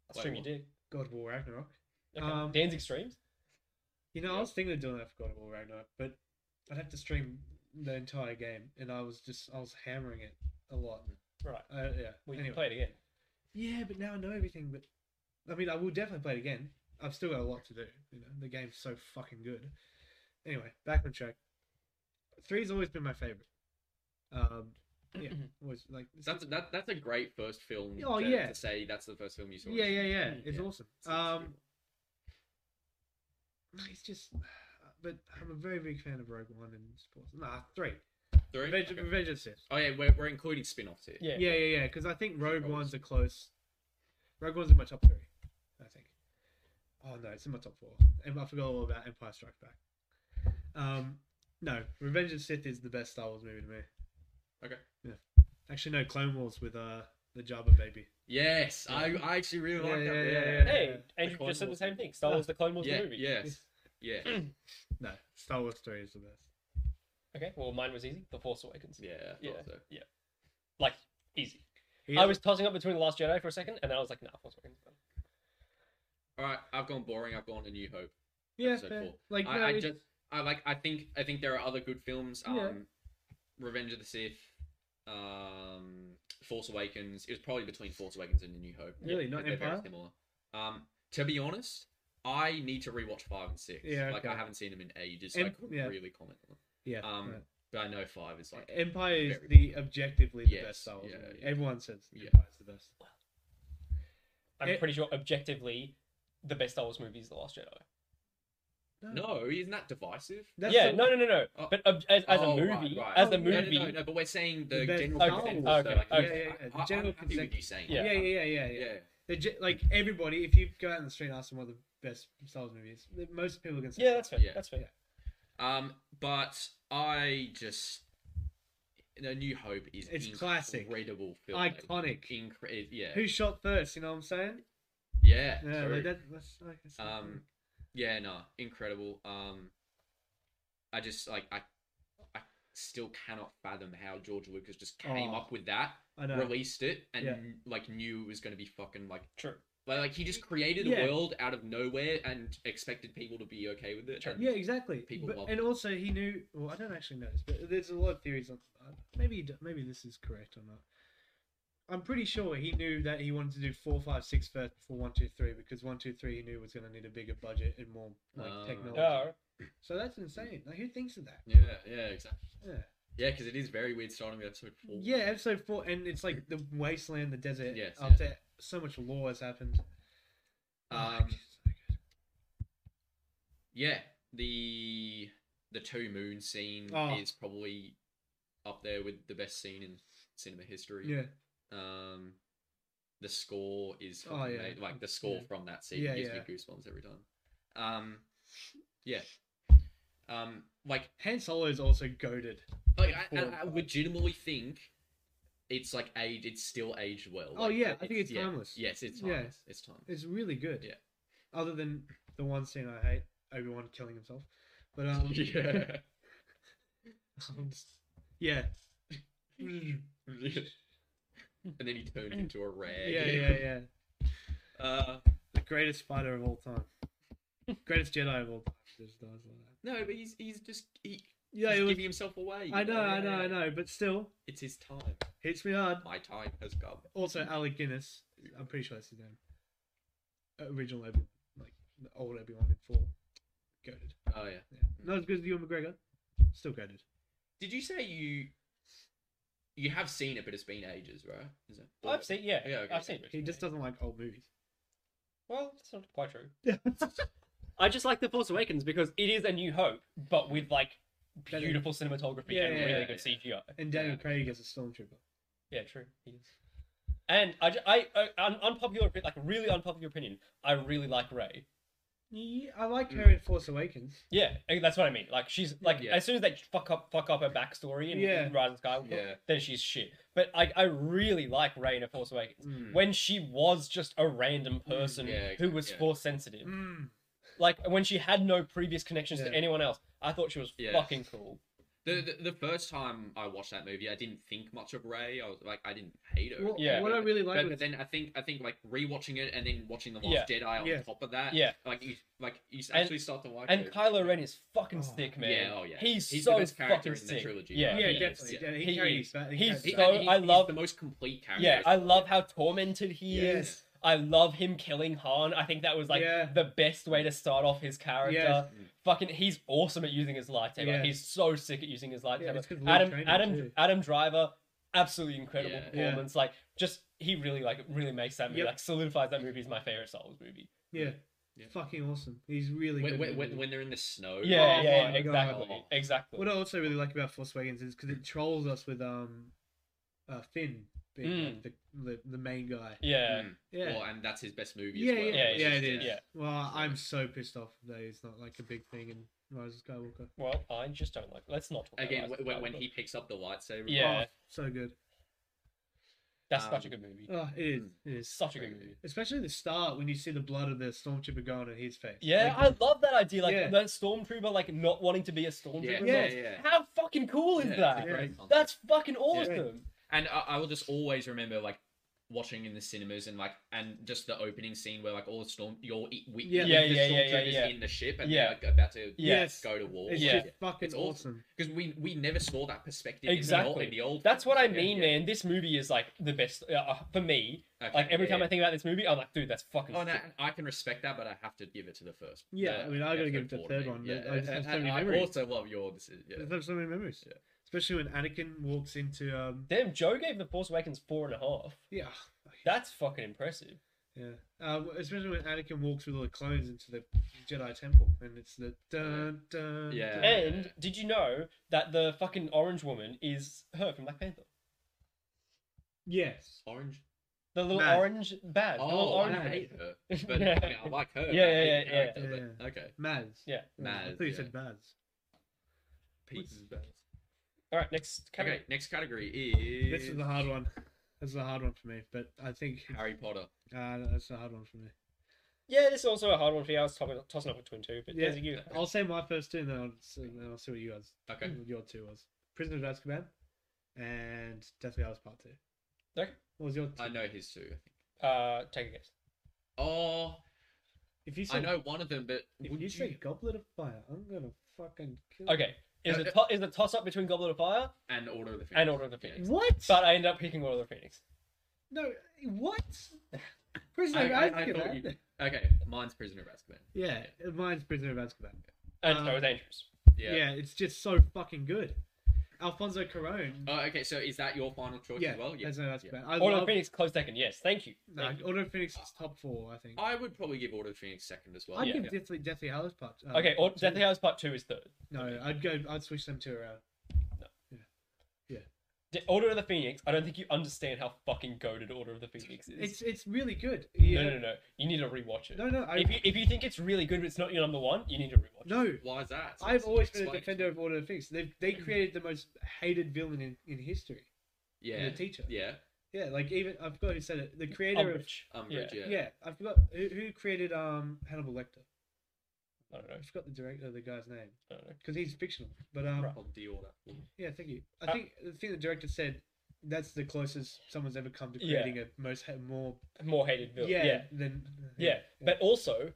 Speaker 1: I'll
Speaker 2: Wait,
Speaker 1: stream
Speaker 2: what?
Speaker 1: your dig.
Speaker 3: God of War Ragnarok.
Speaker 1: Okay.
Speaker 3: Um,
Speaker 1: Danzig streams.
Speaker 3: You know,
Speaker 2: Yeah.
Speaker 3: I was thinking of doing that for God of War Ragnarok, but I'd have to stream the entire game, and I was just I was hammering it a lot.
Speaker 1: Right.
Speaker 3: Uh, yeah.
Speaker 1: We
Speaker 3: anyway.
Speaker 1: can play it again.
Speaker 3: Yeah, but now I know everything. But I mean, I will definitely play it again. I've still got a lot to do. You know, the game's so fucking good. Anyway, back on track. Three's always been my favorite. Um, yeah, always like
Speaker 2: That's a, that, that's a great first film.
Speaker 3: Oh,
Speaker 2: to,
Speaker 3: yeah.
Speaker 2: To say that's the first film you saw.
Speaker 3: yeah, yeah, yeah.
Speaker 1: Mm,
Speaker 3: It's
Speaker 1: yeah.
Speaker 3: awesome.
Speaker 2: It's- it's
Speaker 3: Um,
Speaker 2: good.
Speaker 3: it's just, but I'm a very big fan of Rogue One and sports. Nah, three.
Speaker 2: Three?
Speaker 3: Revenge,
Speaker 2: Okay.
Speaker 3: Revenge of the Sith.
Speaker 2: Oh yeah, we're, we're including spin-offs here.
Speaker 1: Yeah.
Speaker 3: Yeah, yeah, yeah. Because I think Rogue
Speaker 2: Always.
Speaker 3: One's a close. Rogue One's in my top three, I think. Oh no, it's in my top four. And I forgot all about Empire Strikes Back. Um, no, Revenge of the Sith is the best Star Wars movie to me.
Speaker 2: Okay.
Speaker 3: Yeah. Actually, no, Clone Wars with uh the Jabba baby.
Speaker 2: Yes, I, I actually really
Speaker 3: Yeah,
Speaker 2: like that.
Speaker 3: yeah,
Speaker 2: bit.
Speaker 3: yeah, yeah.
Speaker 1: Hey,
Speaker 3: The
Speaker 1: Andrew
Speaker 2: Clone
Speaker 1: just said the
Speaker 2: Wars
Speaker 1: same thing. Star Wars: The Clone Wars the
Speaker 2: Yeah,
Speaker 1: movie.
Speaker 2: yes, yeah, yeah,
Speaker 3: No, Star Wars three is the best.
Speaker 1: Okay. Well, mine was easy. The Force Awakens.
Speaker 2: I thought
Speaker 1: Yeah.
Speaker 2: so.
Speaker 1: Like easy.
Speaker 3: He
Speaker 1: I
Speaker 3: is-
Speaker 1: was tossing up between the Last Jedi for a second, and I was like, Nah, Force Awakens. is better.
Speaker 2: All right, I've gone boring. I've gone A New Hope.
Speaker 3: yeah,
Speaker 2: episode
Speaker 3: fair.
Speaker 2: four.
Speaker 3: like no,
Speaker 2: I, I
Speaker 3: it-
Speaker 2: just I like I think I think there are other good films. Um,
Speaker 3: Yeah.
Speaker 2: Revenge of the Sith, um, Force Awakens. It was probably between Force Awakens and A New Hope.
Speaker 3: Really? Not
Speaker 2: they're very
Speaker 3: Empire?
Speaker 2: similar. Um, to be honest, I need to rewatch five and six.
Speaker 3: Yeah,
Speaker 2: like I
Speaker 3: okay.
Speaker 2: haven't seen them in ages, so I
Speaker 3: Em-
Speaker 2: couldn't
Speaker 3: yeah.
Speaker 2: really comment on them.
Speaker 3: yeah.
Speaker 2: Um,
Speaker 3: right.
Speaker 2: But I know five is like
Speaker 3: Empire is
Speaker 2: very
Speaker 3: the objectively the
Speaker 2: Yes,
Speaker 3: best Star Wars
Speaker 2: yeah,
Speaker 3: movie.
Speaker 2: yeah.
Speaker 3: Everyone says
Speaker 2: Yeah.
Speaker 3: Empire is the best.
Speaker 1: I'm
Speaker 3: It-
Speaker 1: pretty sure objectively, the best Star Wars movie is The Last Jedi.
Speaker 2: no. Isn't that divisive?
Speaker 3: That's
Speaker 1: yeah,
Speaker 3: the-
Speaker 1: no, no, no, no.
Speaker 2: Oh.
Speaker 1: But ob- as, as a
Speaker 2: Oh,
Speaker 1: movie,
Speaker 2: right, right.
Speaker 1: as
Speaker 3: Oh,
Speaker 1: a
Speaker 3: yeah,
Speaker 2: No,
Speaker 1: movie,
Speaker 2: no, no, no, But we're saying the,
Speaker 3: The best-
Speaker 2: general
Speaker 1: Okay,
Speaker 2: consensus.
Speaker 1: okay,
Speaker 2: though, like,
Speaker 1: okay.
Speaker 3: Yeah, yeah, yeah, the
Speaker 2: I,
Speaker 3: general
Speaker 2: am happy with you
Speaker 3: consensus.
Speaker 2: saying.
Speaker 1: Yeah.
Speaker 2: that.
Speaker 3: Yeah, yeah, yeah, yeah, yeah.
Speaker 2: yeah.
Speaker 3: The ge- like everybody, if you go out on the street and ask them what the best Star Wars movie is, the- most people are gonna say.
Speaker 1: yeah, that's fair.
Speaker 2: Yeah.
Speaker 1: That's fair.
Speaker 3: Yeah.
Speaker 2: Um, but I just A New Hope is
Speaker 3: It's classic.
Speaker 2: incredible film,
Speaker 3: iconic.
Speaker 2: Incre- yeah,
Speaker 3: Who shot first? You know what I'm saying?
Speaker 2: yeah,
Speaker 3: Yeah,
Speaker 2: true.
Speaker 3: like that, that's like. That's
Speaker 2: um, yeah, no, incredible. Um, I just like I, I still cannot fathom how George Lucas just came
Speaker 3: Oh,
Speaker 2: up with that,
Speaker 3: I know.
Speaker 2: released it, and
Speaker 3: Yeah.
Speaker 2: kn- like knew it was gonna be fucking like.
Speaker 1: True.
Speaker 2: Like, like, he just created a
Speaker 3: Yeah.
Speaker 2: world out of nowhere and expected people to be okay with it.
Speaker 1: Sure.
Speaker 2: and-
Speaker 3: Yeah, exactly.
Speaker 2: People
Speaker 3: But-
Speaker 2: love
Speaker 3: and also, he knew. Well, I don't actually know this, but there's a lot of theories on. uh, Maybe he d- maybe this is correct or not. I'm pretty sure he knew that he wanted to do four, five, six first before one, two, three, because one, two, three, he knew was going to need a bigger budget and more like
Speaker 2: Ah.
Speaker 3: technology.
Speaker 1: Yeah.
Speaker 3: So that's insane. Like, who thinks of that?
Speaker 2: yeah, yeah, exactly.
Speaker 3: Yeah.
Speaker 2: Yeah, because it is very weird starting with episode four.
Speaker 3: Yeah, episode four, and it's like the wasteland, the desert.
Speaker 2: Yes, yeah.
Speaker 3: after so much lore has happened.
Speaker 2: Um, yeah the the two moon scene
Speaker 3: Oh.
Speaker 2: is probably up there with the best scene in cinema history
Speaker 3: yeah,
Speaker 2: um the score is
Speaker 3: Oh,
Speaker 2: fucking
Speaker 3: yeah.
Speaker 2: ama- like the score
Speaker 3: Yeah.
Speaker 2: from that scene
Speaker 3: Yeah,
Speaker 2: gives
Speaker 3: yeah.
Speaker 2: me goosebumps every time um yeah um like
Speaker 3: Han Solo is also goaded.
Speaker 2: like
Speaker 3: Like
Speaker 2: I,
Speaker 3: four and
Speaker 2: I, I
Speaker 3: five.
Speaker 2: legitimately think it's like age it's still aged well
Speaker 3: Oh,
Speaker 2: Like,
Speaker 3: yeah, I think it's
Speaker 2: yeah,
Speaker 3: timeless.
Speaker 2: yes it's
Speaker 3: Yeah.
Speaker 2: timeless it's timeless
Speaker 3: It's really good.
Speaker 2: Yeah.
Speaker 3: Other than the one scene I hate, Obi Wan killing himself, but um,
Speaker 2: yeah
Speaker 3: um, yeah, yeah,
Speaker 2: and then he turned into a rag
Speaker 3: yeah, yeah.
Speaker 2: uh
Speaker 3: The greatest fighter of all time, greatest Jedi of all time. Just dies like that.
Speaker 2: No, but he's he's just he
Speaker 3: Yeah,
Speaker 2: He's
Speaker 3: it was,
Speaker 2: giving himself away.
Speaker 3: I know, I know, I
Speaker 2: Yeah.
Speaker 3: know, but still,
Speaker 2: It's his time.
Speaker 3: hits me hard.
Speaker 2: My time has come.
Speaker 3: Also, Alec Guinness. I'm pretty sure that's his name. Original Obi, like the old Obi Wan in four. Goaded.
Speaker 2: Oh yeah.
Speaker 3: Yeah. Not as good as Ewan McGregor. Still goaded.
Speaker 2: Did you say you you have seen it, but it's been ages, right? Is it?
Speaker 1: I've seen, yeah,
Speaker 2: Yeah, okay,
Speaker 1: I've
Speaker 2: okay.
Speaker 1: seen. it.
Speaker 3: He just doesn't like old movies.
Speaker 1: Well, that's not quite true.
Speaker 3: Yeah.
Speaker 1: I just like The Force Awakens because it is a New Hope, but with like
Speaker 3: Better-
Speaker 1: beautiful cinematography
Speaker 3: Yeah,
Speaker 1: and
Speaker 3: yeah,
Speaker 1: really
Speaker 2: yeah,
Speaker 1: good CGI.
Speaker 3: and Daniel
Speaker 2: Yeah.
Speaker 3: Craig as a stormtrooper.
Speaker 1: Yeah, true. He is. And I, ju- I, I un- unpopular, opi- like really unpopular opinion. I really like Ray.
Speaker 3: Yeah, I like her
Speaker 2: Mm.
Speaker 3: in Force Awakens.
Speaker 1: Yeah, and that's what I mean. Like she's like
Speaker 2: Yeah.
Speaker 1: as soon as they fuck up, fuck up her backstory in,
Speaker 3: Yeah.
Speaker 1: in Rise of Skywalker,
Speaker 2: Yeah.
Speaker 1: then she's shit. But I, I really like Ray in A Force Awakens.
Speaker 2: Mm.
Speaker 1: When she was just a random person
Speaker 2: Hmm. yeah,
Speaker 1: who was
Speaker 2: yeah.
Speaker 1: force sensitive,
Speaker 3: Mm.
Speaker 1: like when she had no previous connections
Speaker 3: Yeah.
Speaker 1: to anyone else, I thought she was
Speaker 2: Yeah.
Speaker 1: fucking cool.
Speaker 2: The, the the first time I watched that movie, I didn't think much of Ray. I was like, I didn't hate her.
Speaker 3: Well,
Speaker 1: Yeah.
Speaker 3: What I really like
Speaker 2: But,
Speaker 3: was
Speaker 2: but then I think I think like rewatching it and then watching the
Speaker 1: Yeah.
Speaker 2: Last Jedi on
Speaker 3: Yeah.
Speaker 2: top of that,
Speaker 1: Yeah.
Speaker 2: like you like you actually start to watch.
Speaker 1: And
Speaker 2: it.
Speaker 1: Kylo Ren is fucking
Speaker 3: Oh,
Speaker 1: sick, man.
Speaker 2: yeah, oh yeah,
Speaker 1: He's,
Speaker 2: He's the
Speaker 1: so
Speaker 2: best character
Speaker 1: fucking
Speaker 2: in the
Speaker 1: sick.
Speaker 2: trilogy.
Speaker 1: Yeah,
Speaker 3: yeah,
Speaker 2: Yeah,
Speaker 3: definitely.
Speaker 2: yeah.
Speaker 3: Yeah, he,
Speaker 1: He
Speaker 3: carries
Speaker 1: is-
Speaker 3: that. he
Speaker 1: he's
Speaker 3: carries
Speaker 1: so-
Speaker 3: that.
Speaker 2: he's-
Speaker 1: I
Speaker 2: he's
Speaker 1: love-
Speaker 2: the most complete character.
Speaker 1: Yeah, I love how tormented he
Speaker 2: Yeah.
Speaker 1: is. I love him killing Han. I think that was like
Speaker 3: Yeah.
Speaker 1: the best way to start off his character.
Speaker 3: Yes.
Speaker 2: Mm.
Speaker 1: Fucking, he's awesome at using his lightsaber.
Speaker 3: Yes.
Speaker 1: He's so sick at using his
Speaker 3: Yeah,
Speaker 1: lightsaber.
Speaker 3: it's 'cause Luke
Speaker 1: Adam,
Speaker 3: trained him
Speaker 1: Adam,
Speaker 3: too.
Speaker 1: Adam Driver, absolutely incredible
Speaker 2: Yeah.
Speaker 3: Yeah.
Speaker 1: performance. Like, just he really like really makes that movie
Speaker 3: Yep.
Speaker 1: like solidifies that movie as my favorite Star Wars movie.
Speaker 3: Yeah.
Speaker 2: Yeah.
Speaker 3: Fucking awesome. He's really
Speaker 2: when,
Speaker 3: good.
Speaker 2: when,
Speaker 3: in
Speaker 2: when,
Speaker 3: it.
Speaker 2: when they're in the snow. Mm.
Speaker 1: Yeah,
Speaker 3: Oh
Speaker 1: yeah,
Speaker 3: my
Speaker 1: exactly,
Speaker 2: God.
Speaker 1: exactly.
Speaker 3: What I also really like about Force Awakens is because it trolls us with um, uh, Finn being like, the, the the main guy.
Speaker 1: yeah,
Speaker 2: Mm.
Speaker 3: Yeah.
Speaker 2: Well, and that's his best movie.
Speaker 3: yeah,
Speaker 2: as well.
Speaker 3: yeah,
Speaker 1: Yeah,
Speaker 2: which
Speaker 3: yeah,
Speaker 2: is-
Speaker 3: it is.
Speaker 1: yeah.
Speaker 3: Well, I'm so pissed off that it's not like a big thing in Rise of Skywalker.
Speaker 1: Well, I just don't like. Let's not talk
Speaker 2: Again,
Speaker 1: about Rise of
Speaker 2: when, when
Speaker 1: Skywalker.
Speaker 2: he picks up the lightsaber.
Speaker 1: Yeah.
Speaker 3: Oh, so good.
Speaker 1: That's such a
Speaker 2: um,
Speaker 1: good movie.
Speaker 3: Oh, it is. It
Speaker 1: It's
Speaker 3: is.
Speaker 1: such a good
Speaker 2: Crazy.
Speaker 1: movie.
Speaker 3: Especially the start when you see the blood of the stormtrooper going on his face.
Speaker 1: Yeah,
Speaker 3: Like,
Speaker 1: I love that idea. Like
Speaker 3: Yeah.
Speaker 1: that stormtrooper, like not wanting to be a
Speaker 2: Yeah,
Speaker 1: stormtrooper.
Speaker 2: yeah,
Speaker 1: Yeah.
Speaker 2: yeah. yeah.
Speaker 1: How fucking cool is
Speaker 2: Yeah, it's a
Speaker 1: that?
Speaker 3: Yeah.
Speaker 2: great concept.
Speaker 1: That's fucking awesome.
Speaker 2: And I, I will just always remember like watching in the cinemas and like and just the opening scene where like all the storm you're e- we,
Speaker 3: Yeah.
Speaker 2: with
Speaker 1: Yeah,
Speaker 2: the
Speaker 1: yeah, yeah,
Speaker 2: stormtroopers
Speaker 1: yeah, yeah.
Speaker 2: in the ship and
Speaker 1: Yeah.
Speaker 2: they're like about to
Speaker 3: Yes.
Speaker 2: go to war.
Speaker 3: It's
Speaker 1: Yeah.
Speaker 3: just fucking
Speaker 2: It's awesome.
Speaker 3: awesome.
Speaker 2: Because we we never saw that perspective in the
Speaker 1: Exactly.
Speaker 2: old, in the old
Speaker 1: That's what I
Speaker 2: films. Yeah,
Speaker 1: mean,
Speaker 2: yeah.
Speaker 1: man. This movie is like the best uh, uh, for me.
Speaker 2: Okay,
Speaker 1: Like every
Speaker 2: yeah,
Speaker 1: time
Speaker 2: yeah.
Speaker 1: I think about this movie, I'm like, dude, that's fucking.
Speaker 2: Oh, no,
Speaker 1: sick.
Speaker 2: and I can respect that, but I have to give it to the first.
Speaker 3: Yeah, I mean, I
Speaker 2: that's
Speaker 3: gotta give it to the
Speaker 2: important,
Speaker 3: third
Speaker 2: man.
Speaker 3: one,
Speaker 2: Yeah,
Speaker 3: but I just have
Speaker 2: and-
Speaker 3: so many
Speaker 2: and I
Speaker 3: memories.
Speaker 2: also love your decision. Yeah.
Speaker 3: There's so many memories.
Speaker 2: Yeah.
Speaker 3: Especially when Anakin walks into um
Speaker 1: Damn, Joe gave The Force Awakens four and a half.
Speaker 3: yeah
Speaker 1: That's fucking impressive.
Speaker 3: yeah uh, especially when Anakin walks with all the clones into the Jedi Temple and it's the dun dun
Speaker 2: Yeah.
Speaker 3: dun.
Speaker 1: And did you know that the fucking orange woman is her from Black Panther?
Speaker 3: yes
Speaker 2: Orange.
Speaker 1: The little
Speaker 3: Mad.
Speaker 1: orange badge. the little
Speaker 2: Oh, I
Speaker 1: orange woman.
Speaker 2: hate her, but
Speaker 1: Yeah.
Speaker 2: I, mean, I like her. but I
Speaker 1: Yeah, yeah,
Speaker 2: hate
Speaker 1: yeah,
Speaker 2: the
Speaker 1: yeah.
Speaker 2: character, but- Okay.
Speaker 3: Maz
Speaker 1: Yeah.
Speaker 3: I
Speaker 2: Maz,
Speaker 3: thought you
Speaker 2: yeah.
Speaker 3: said Maz
Speaker 2: Peace is best.
Speaker 1: All right, next.
Speaker 2: Okay,
Speaker 1: category.
Speaker 2: next category is
Speaker 3: this is a hard one this is a hard one for me but I think
Speaker 2: Harry Potter.
Speaker 3: uh, that's a hard one for me
Speaker 1: Yeah, this is also a hard one for you. I was topping- tossing up with Twin Two, but
Speaker 3: Yeah.
Speaker 1: yeah. you.
Speaker 3: I'll say my first two and then I'll, s- and then I'll see what you guys
Speaker 2: Okay.
Speaker 3: what your two was Prisoner of Azkaban and Deathly Hallows Part Two
Speaker 1: Okay.
Speaker 3: what was your two?
Speaker 2: I know his two. I think.
Speaker 1: Uh, take a guess.
Speaker 2: Oh,
Speaker 3: if you said
Speaker 2: I know one of them, but
Speaker 3: If
Speaker 2: would
Speaker 3: you
Speaker 2: you?
Speaker 3: say Goblet of Fire, I'm gonna fucking kill
Speaker 1: Okay, is it
Speaker 3: Uh,
Speaker 1: to- is the toss up between Goblet of Fire
Speaker 2: And Order of the Phoenix.
Speaker 1: and Order of the
Speaker 3: you.
Speaker 1: Phoenix?
Speaker 3: What?
Speaker 1: But I ended up picking Order of the Phoenix.
Speaker 3: no, what? Prisoner
Speaker 2: I,
Speaker 3: of
Speaker 2: I, I
Speaker 3: Azkaban.
Speaker 2: thought you. Okay, mine's Prisoner of Azkaban.
Speaker 3: Yeah, mine's Prisoner of Azkaban.
Speaker 1: And
Speaker 3: Um,
Speaker 1: no, it was Andrews.
Speaker 3: Yeah.
Speaker 2: Yeah.
Speaker 3: it's just so fucking good. Alfonso Cuarón.
Speaker 2: Oh, okay. So is that your final choice
Speaker 3: yeah,
Speaker 2: as Oh, well? Yeah.
Speaker 3: Prisoner of Azkaban. I
Speaker 1: Order of
Speaker 3: love.
Speaker 1: the Phoenix, close second. Yes, thank you.
Speaker 3: Nah,
Speaker 1: Thank you.
Speaker 3: Order of Phoenix is top four, I think.
Speaker 2: I would probably give Order of the Phoenix second as well.
Speaker 3: I'd
Speaker 1: Oh, yeah.
Speaker 3: give Deathly, Deathly Hallows Part. uh,
Speaker 1: Okay, or
Speaker 3: Part
Speaker 1: Deathly
Speaker 3: two.
Speaker 1: Hallows Part Two is third.
Speaker 3: No, I'd go. I'd switch them uh, two around.
Speaker 1: De- Order of the Phoenix. I don't think you understand how fucking goaded Order of the Phoenix is.
Speaker 3: It's it's really good.
Speaker 1: No,
Speaker 3: Yeah.
Speaker 1: no, no. You need to rewatch it.
Speaker 3: No, no. I,
Speaker 1: If you if you think it's really good, but it's not your number one, you need to rewatch. it.
Speaker 3: no.
Speaker 2: Why is that?
Speaker 3: I've always been a
Speaker 2: Explain.
Speaker 3: defender of Order of Phoenix. They they
Speaker 1: Mm.
Speaker 3: created the most hated villain in, in history.
Speaker 2: Yeah.
Speaker 3: The teacher.
Speaker 2: Yeah. Um,
Speaker 3: Yeah, like even I forgot who said it. The creator of
Speaker 1: Umbridge.
Speaker 2: Umbridge.
Speaker 1: Oh,
Speaker 2: Yeah.
Speaker 1: Yeah.
Speaker 3: yeah. I forgot who, who created um Hannibal Lecter.
Speaker 1: I don't know.
Speaker 3: I forgot the director, the guy's name,
Speaker 1: I don't know.
Speaker 3: because he's fictional. But um,
Speaker 2: Of the Order.
Speaker 3: yeah, thank you. I
Speaker 1: Uh,
Speaker 3: think the thing the director said that's the closest someone's ever come to
Speaker 1: Yeah.
Speaker 3: creating a most ha- more
Speaker 1: More hated villain.
Speaker 3: yeah,
Speaker 1: yeah.
Speaker 3: than
Speaker 1: yeah. But also,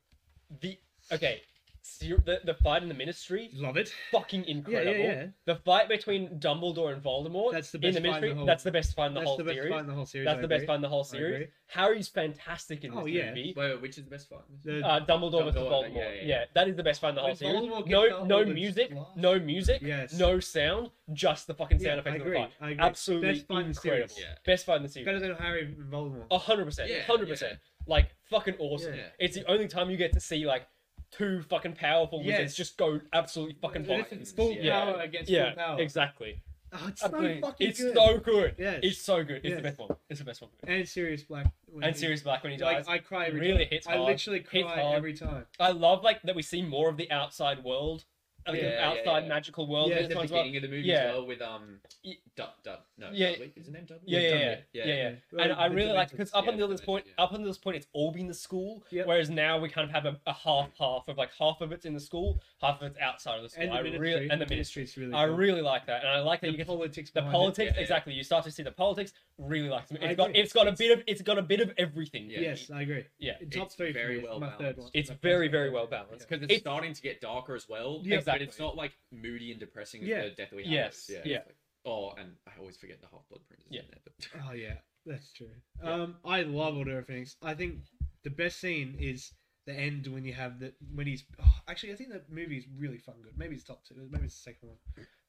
Speaker 1: the okay, ser- the, the fight in the Ministry,
Speaker 3: Love it.
Speaker 1: fucking incredible. The fight between Dumbledore and Voldemort
Speaker 3: That's the
Speaker 1: in
Speaker 3: best
Speaker 1: the
Speaker 3: fight in the
Speaker 1: Ministry,
Speaker 3: whole-
Speaker 1: that's the best fight in the
Speaker 3: That's
Speaker 1: whole
Speaker 3: the best
Speaker 1: series.
Speaker 3: fight in the whole series.
Speaker 1: that's
Speaker 3: I
Speaker 1: the best
Speaker 3: agree.
Speaker 1: fight in the whole
Speaker 3: I
Speaker 1: series.
Speaker 3: agree.
Speaker 1: Harry's fantastic in this
Speaker 3: Oh, yeah.
Speaker 1: movie.
Speaker 2: Wait, wait, which is the best fight?
Speaker 3: The-
Speaker 1: Uh, Dumbledore versus
Speaker 2: Dumbledore,
Speaker 1: Voldemort.
Speaker 2: yeah,
Speaker 1: Yeah,
Speaker 2: yeah,
Speaker 1: that is the best fight in the whole
Speaker 3: When
Speaker 1: series.
Speaker 3: Voldemort gets
Speaker 1: No,
Speaker 3: that
Speaker 1: no
Speaker 3: hold, it's
Speaker 1: music,
Speaker 3: glass.
Speaker 1: no music,
Speaker 3: Yes.
Speaker 1: no sound, just the fucking sound
Speaker 3: Yeah,
Speaker 1: effects
Speaker 3: I
Speaker 1: of the
Speaker 3: agree.
Speaker 1: fight.
Speaker 3: I agree.
Speaker 1: Absolutely
Speaker 3: Best fight in the
Speaker 1: incredible. Oh,
Speaker 3: series.
Speaker 2: Yeah.
Speaker 1: Best fight in the series.
Speaker 3: Better than Harry and Voldemort.
Speaker 1: A hundred percent,
Speaker 2: Yeah,
Speaker 1: hundred
Speaker 2: yeah.
Speaker 1: percent. Like fucking awesome.
Speaker 2: Yeah.
Speaker 1: It's the only time you get to see like two fucking powerful wizards
Speaker 3: Yes.
Speaker 1: just go absolutely fucking
Speaker 3: This
Speaker 1: bonkers.
Speaker 3: is full
Speaker 2: Yeah.
Speaker 3: power against
Speaker 1: Yeah,
Speaker 3: full power.
Speaker 1: exactly.
Speaker 3: Oh, it's
Speaker 1: Absolutely.
Speaker 3: so fucking
Speaker 1: it's
Speaker 3: good.
Speaker 1: so good.
Speaker 3: Yes.
Speaker 1: It's so good. It's
Speaker 3: Yes.
Speaker 1: the best one. It's the best one.
Speaker 3: and Sirius Black. when
Speaker 1: And
Speaker 3: he-
Speaker 1: Sirius Black when he dies.
Speaker 3: Like, I cry every
Speaker 1: really
Speaker 3: time.
Speaker 1: hits
Speaker 3: I
Speaker 1: hard,
Speaker 3: literally
Speaker 1: hits
Speaker 3: cry
Speaker 1: hard.
Speaker 3: every time.
Speaker 1: I love like that we see more of the outside world, like
Speaker 2: Yeah,
Speaker 1: the
Speaker 2: yeah,
Speaker 1: outside
Speaker 2: yeah.
Speaker 1: magical world.
Speaker 3: Yeah,
Speaker 1: in
Speaker 2: At Oh,
Speaker 1: this
Speaker 2: the
Speaker 1: one as well.
Speaker 2: beginning of the movie
Speaker 1: Yeah.
Speaker 2: as well with um,
Speaker 1: Y-
Speaker 2: Dud, Dud, no,
Speaker 1: Yeah.
Speaker 2: Dudley, is his name Dudley?
Speaker 1: Yeah, yeah, yeah,
Speaker 2: Dudley,
Speaker 1: yeah, yeah.
Speaker 3: Yeah.
Speaker 1: And
Speaker 3: Uh,
Speaker 1: I
Speaker 3: the
Speaker 1: really like
Speaker 3: Dementors.
Speaker 1: because up
Speaker 2: Yeah,
Speaker 1: until
Speaker 2: the
Speaker 1: this point,
Speaker 2: Dementors, yeah.
Speaker 1: up until this point, it's all been the school.
Speaker 3: Yep. Mm.
Speaker 1: Whereas now we kind of have a, a half half of like half of it's in the school, half of it's outside of the school.
Speaker 3: And
Speaker 1: I
Speaker 3: the ministry.
Speaker 1: really and the ministry.
Speaker 3: ministry's really.
Speaker 1: I
Speaker 3: cool.
Speaker 1: really like that, and I like that you
Speaker 3: the Oh,
Speaker 1: get to-
Speaker 3: politics.
Speaker 1: the
Speaker 3: behind it.
Speaker 1: politics
Speaker 2: Yeah, yeah.
Speaker 1: exactly. You start to see the politics. Really like it.
Speaker 3: I
Speaker 1: It's got
Speaker 3: agree.
Speaker 1: it's got a bit of it's got a bit of everything.
Speaker 2: Yeah.
Speaker 3: Yes, I agree.
Speaker 1: Yeah.
Speaker 3: top
Speaker 2: It's
Speaker 3: three for
Speaker 2: very
Speaker 3: me is
Speaker 2: well
Speaker 3: my third
Speaker 2: balanced.
Speaker 3: one.
Speaker 1: It's
Speaker 3: My
Speaker 1: very
Speaker 3: first
Speaker 1: very
Speaker 3: one.
Speaker 1: well balanced.
Speaker 2: because it's,
Speaker 1: It's-
Speaker 2: starting to get darker as well.
Speaker 3: Yeah.
Speaker 2: but it's
Speaker 1: Exactly.
Speaker 2: not like moody and depressing as
Speaker 3: Yeah.
Speaker 2: the Deathly Hallows.
Speaker 1: Yes,
Speaker 2: Yeah. it's
Speaker 1: yeah.
Speaker 2: like- oh, and I always forget the Half Blood Prince. is
Speaker 1: Yeah.
Speaker 2: in there, but-
Speaker 3: Oh yeah, that's true.
Speaker 2: Yeah.
Speaker 3: Um, I love Order of Phoenix. I think the best scene is the end when you have the when he's oh, actually I think that movie is really fun good. Maybe it's top two. Maybe it's the second one,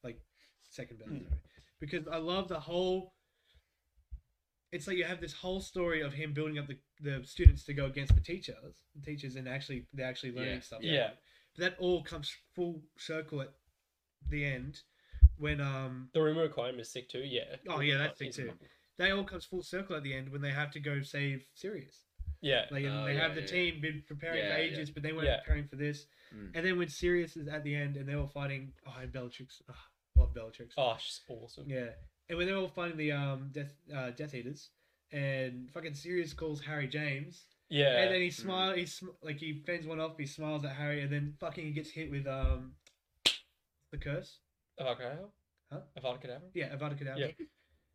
Speaker 3: like second
Speaker 2: Hmm.
Speaker 3: best.
Speaker 1: Mm.
Speaker 3: sorry. Because I love the whole. It's like you have this whole story of him building up the, the students to go against the teachers, teachers, and actually they're actually learning
Speaker 2: Yeah,
Speaker 3: stuff.
Speaker 1: yeah.
Speaker 3: from it. But that all comes full circle at the end when um
Speaker 1: The rumor requirement is sick too. Yeah.
Speaker 3: Oh, yeah, that's sick
Speaker 1: It's-
Speaker 3: too. they all comes full circle at the end when they have to go save Sirius.
Speaker 1: Yeah.
Speaker 3: Like and
Speaker 2: Oh,
Speaker 3: they
Speaker 2: yeah,
Speaker 3: have the
Speaker 2: yeah,
Speaker 3: team been preparing
Speaker 2: Yeah,
Speaker 3: for
Speaker 2: yeah.
Speaker 3: ages, but they weren't
Speaker 1: Yeah.
Speaker 3: preparing for this.
Speaker 2: Mm.
Speaker 3: And then when Sirius is at the end and they're all fighting, oh, and Bellatrix, oh, love Bellatrix.
Speaker 1: Oh, she's awesome.
Speaker 3: Yeah, and when they're all fighting the um Death uh, Death Eaters, and fucking Sirius calls Harry James,
Speaker 1: Yeah.
Speaker 3: and then he
Speaker 2: Mm.
Speaker 3: smiles, he sm- like he fends one off, he smiles at Harry, and then fucking he gets hit with um the curse.
Speaker 1: Avada
Speaker 3: Huh?
Speaker 1: Kedavra. Avada Kedavra.
Speaker 3: Yeah, Avada Kedavra.
Speaker 1: Yeah.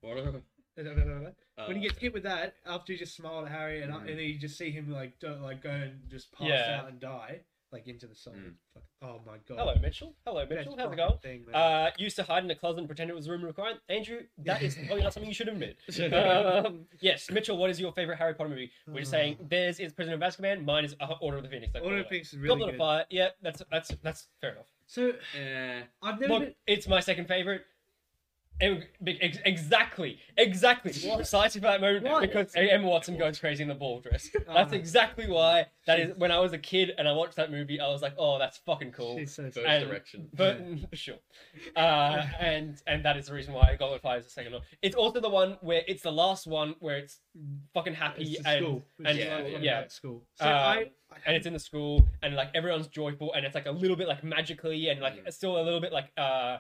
Speaker 2: What
Speaker 3: Yeah.
Speaker 2: a-
Speaker 3: when he
Speaker 2: uh,
Speaker 1: Oh,
Speaker 3: gets hit with that, after you just smile at Harry and,
Speaker 2: Mm.
Speaker 3: and then you just see him like don't like go and just pass
Speaker 1: Hmm. Yeah. Hmm.
Speaker 3: out and die like into the sun.
Speaker 2: Mm.
Speaker 3: Fuck. Oh my god!
Speaker 1: Hello, Mitchell. Hello,
Speaker 3: Best
Speaker 1: Mitchell. How's
Speaker 3: fucking
Speaker 1: it going?
Speaker 3: Thing, man.
Speaker 1: Uh, used to hide in a closet and pretend it was a room requirement. Andrew, that is probably not something you should admit. Um, yes, Mitchell, what is your favorite Harry Potter movie? We're just saying theirs is Prisoner of Azkaban, mine is uh, Order of the Phoenix. Like,
Speaker 3: Uh. Order of
Speaker 1: whatever.
Speaker 3: Phoenix is really
Speaker 1: Goblet
Speaker 3: good.
Speaker 1: of Fire. Yeah, that's that's that's fair enough.
Speaker 3: So
Speaker 2: Eh,
Speaker 3: I've never.
Speaker 1: Look,
Speaker 3: been...
Speaker 1: it's my second favorite. Em- be- ex- Exactly, exactly, precisely for that moment
Speaker 3: Why?
Speaker 1: because Emma Watson goes crazy in the ball dress. That's
Speaker 3: Ah.
Speaker 1: exactly why. That is when I was a kid and I watched that movie, I was like, "Oh, that's fucking cool."
Speaker 3: She's so
Speaker 2: first
Speaker 3: sweet.
Speaker 1: And-
Speaker 2: direction.
Speaker 1: But sure, uh, and and that is the reason why Goblet of Fire is the second one. It's also the one where it's the last one where it's fucking happy
Speaker 3: It's the
Speaker 1: and
Speaker 3: school. It's just
Speaker 1: and-
Speaker 2: yeah,
Speaker 3: like
Speaker 2: yeah.
Speaker 3: about school. So
Speaker 1: Uh,
Speaker 3: I, I
Speaker 1: and it's in the school and like everyone's joyful and it's like a little bit like magically and like
Speaker 2: Mm.
Speaker 1: still a little bit like uh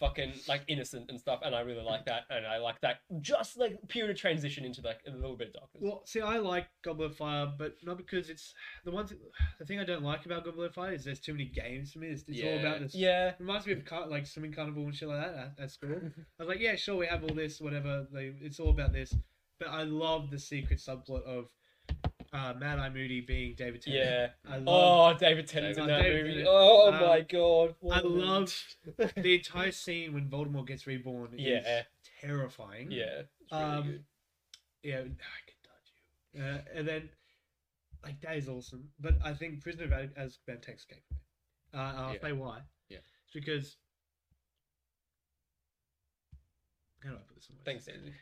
Speaker 1: fucking like innocent and stuff and I really like that and I like that just like period of transition into like a little bit of darkness.
Speaker 3: Well, see, I like Goblet of Fire, but not because it's the one. Th- the thing I don't like about Goblet of Fire is there's too many games for me. It's, it's all
Speaker 2: Yeah.
Speaker 3: about this.
Speaker 1: yeah,
Speaker 3: Reminds me of car- like swimming carnival and shit like that at, at school. I was like, yeah, sure, we have all this, whatever. They, it's all about this. But I love the secret subplot of uh, Mad Eye Moody being David Tennant.
Speaker 1: yeah.
Speaker 3: I love,
Speaker 1: Oh, David Tennant's in
Speaker 2: David-
Speaker 1: that
Speaker 3: David
Speaker 1: movie.
Speaker 3: Tennant.
Speaker 1: Oh
Speaker 3: Um,
Speaker 1: my god. what
Speaker 3: I
Speaker 1: a movie.
Speaker 3: love the entire scene when Voldemort gets reborn. Is
Speaker 1: Oh. Yeah.
Speaker 3: terrifying.
Speaker 1: Yeah.
Speaker 2: It's really
Speaker 3: um,
Speaker 2: good.
Speaker 3: yeah, I can touch you. Uh, and then, like, that is awesome. But I think Prisoner of Az- Azkaban takes cake. Uh, I'll
Speaker 2: Yeah.
Speaker 3: say why.
Speaker 2: Yeah.
Speaker 3: It's because. How do I put this in words?
Speaker 1: Thanks, Andy.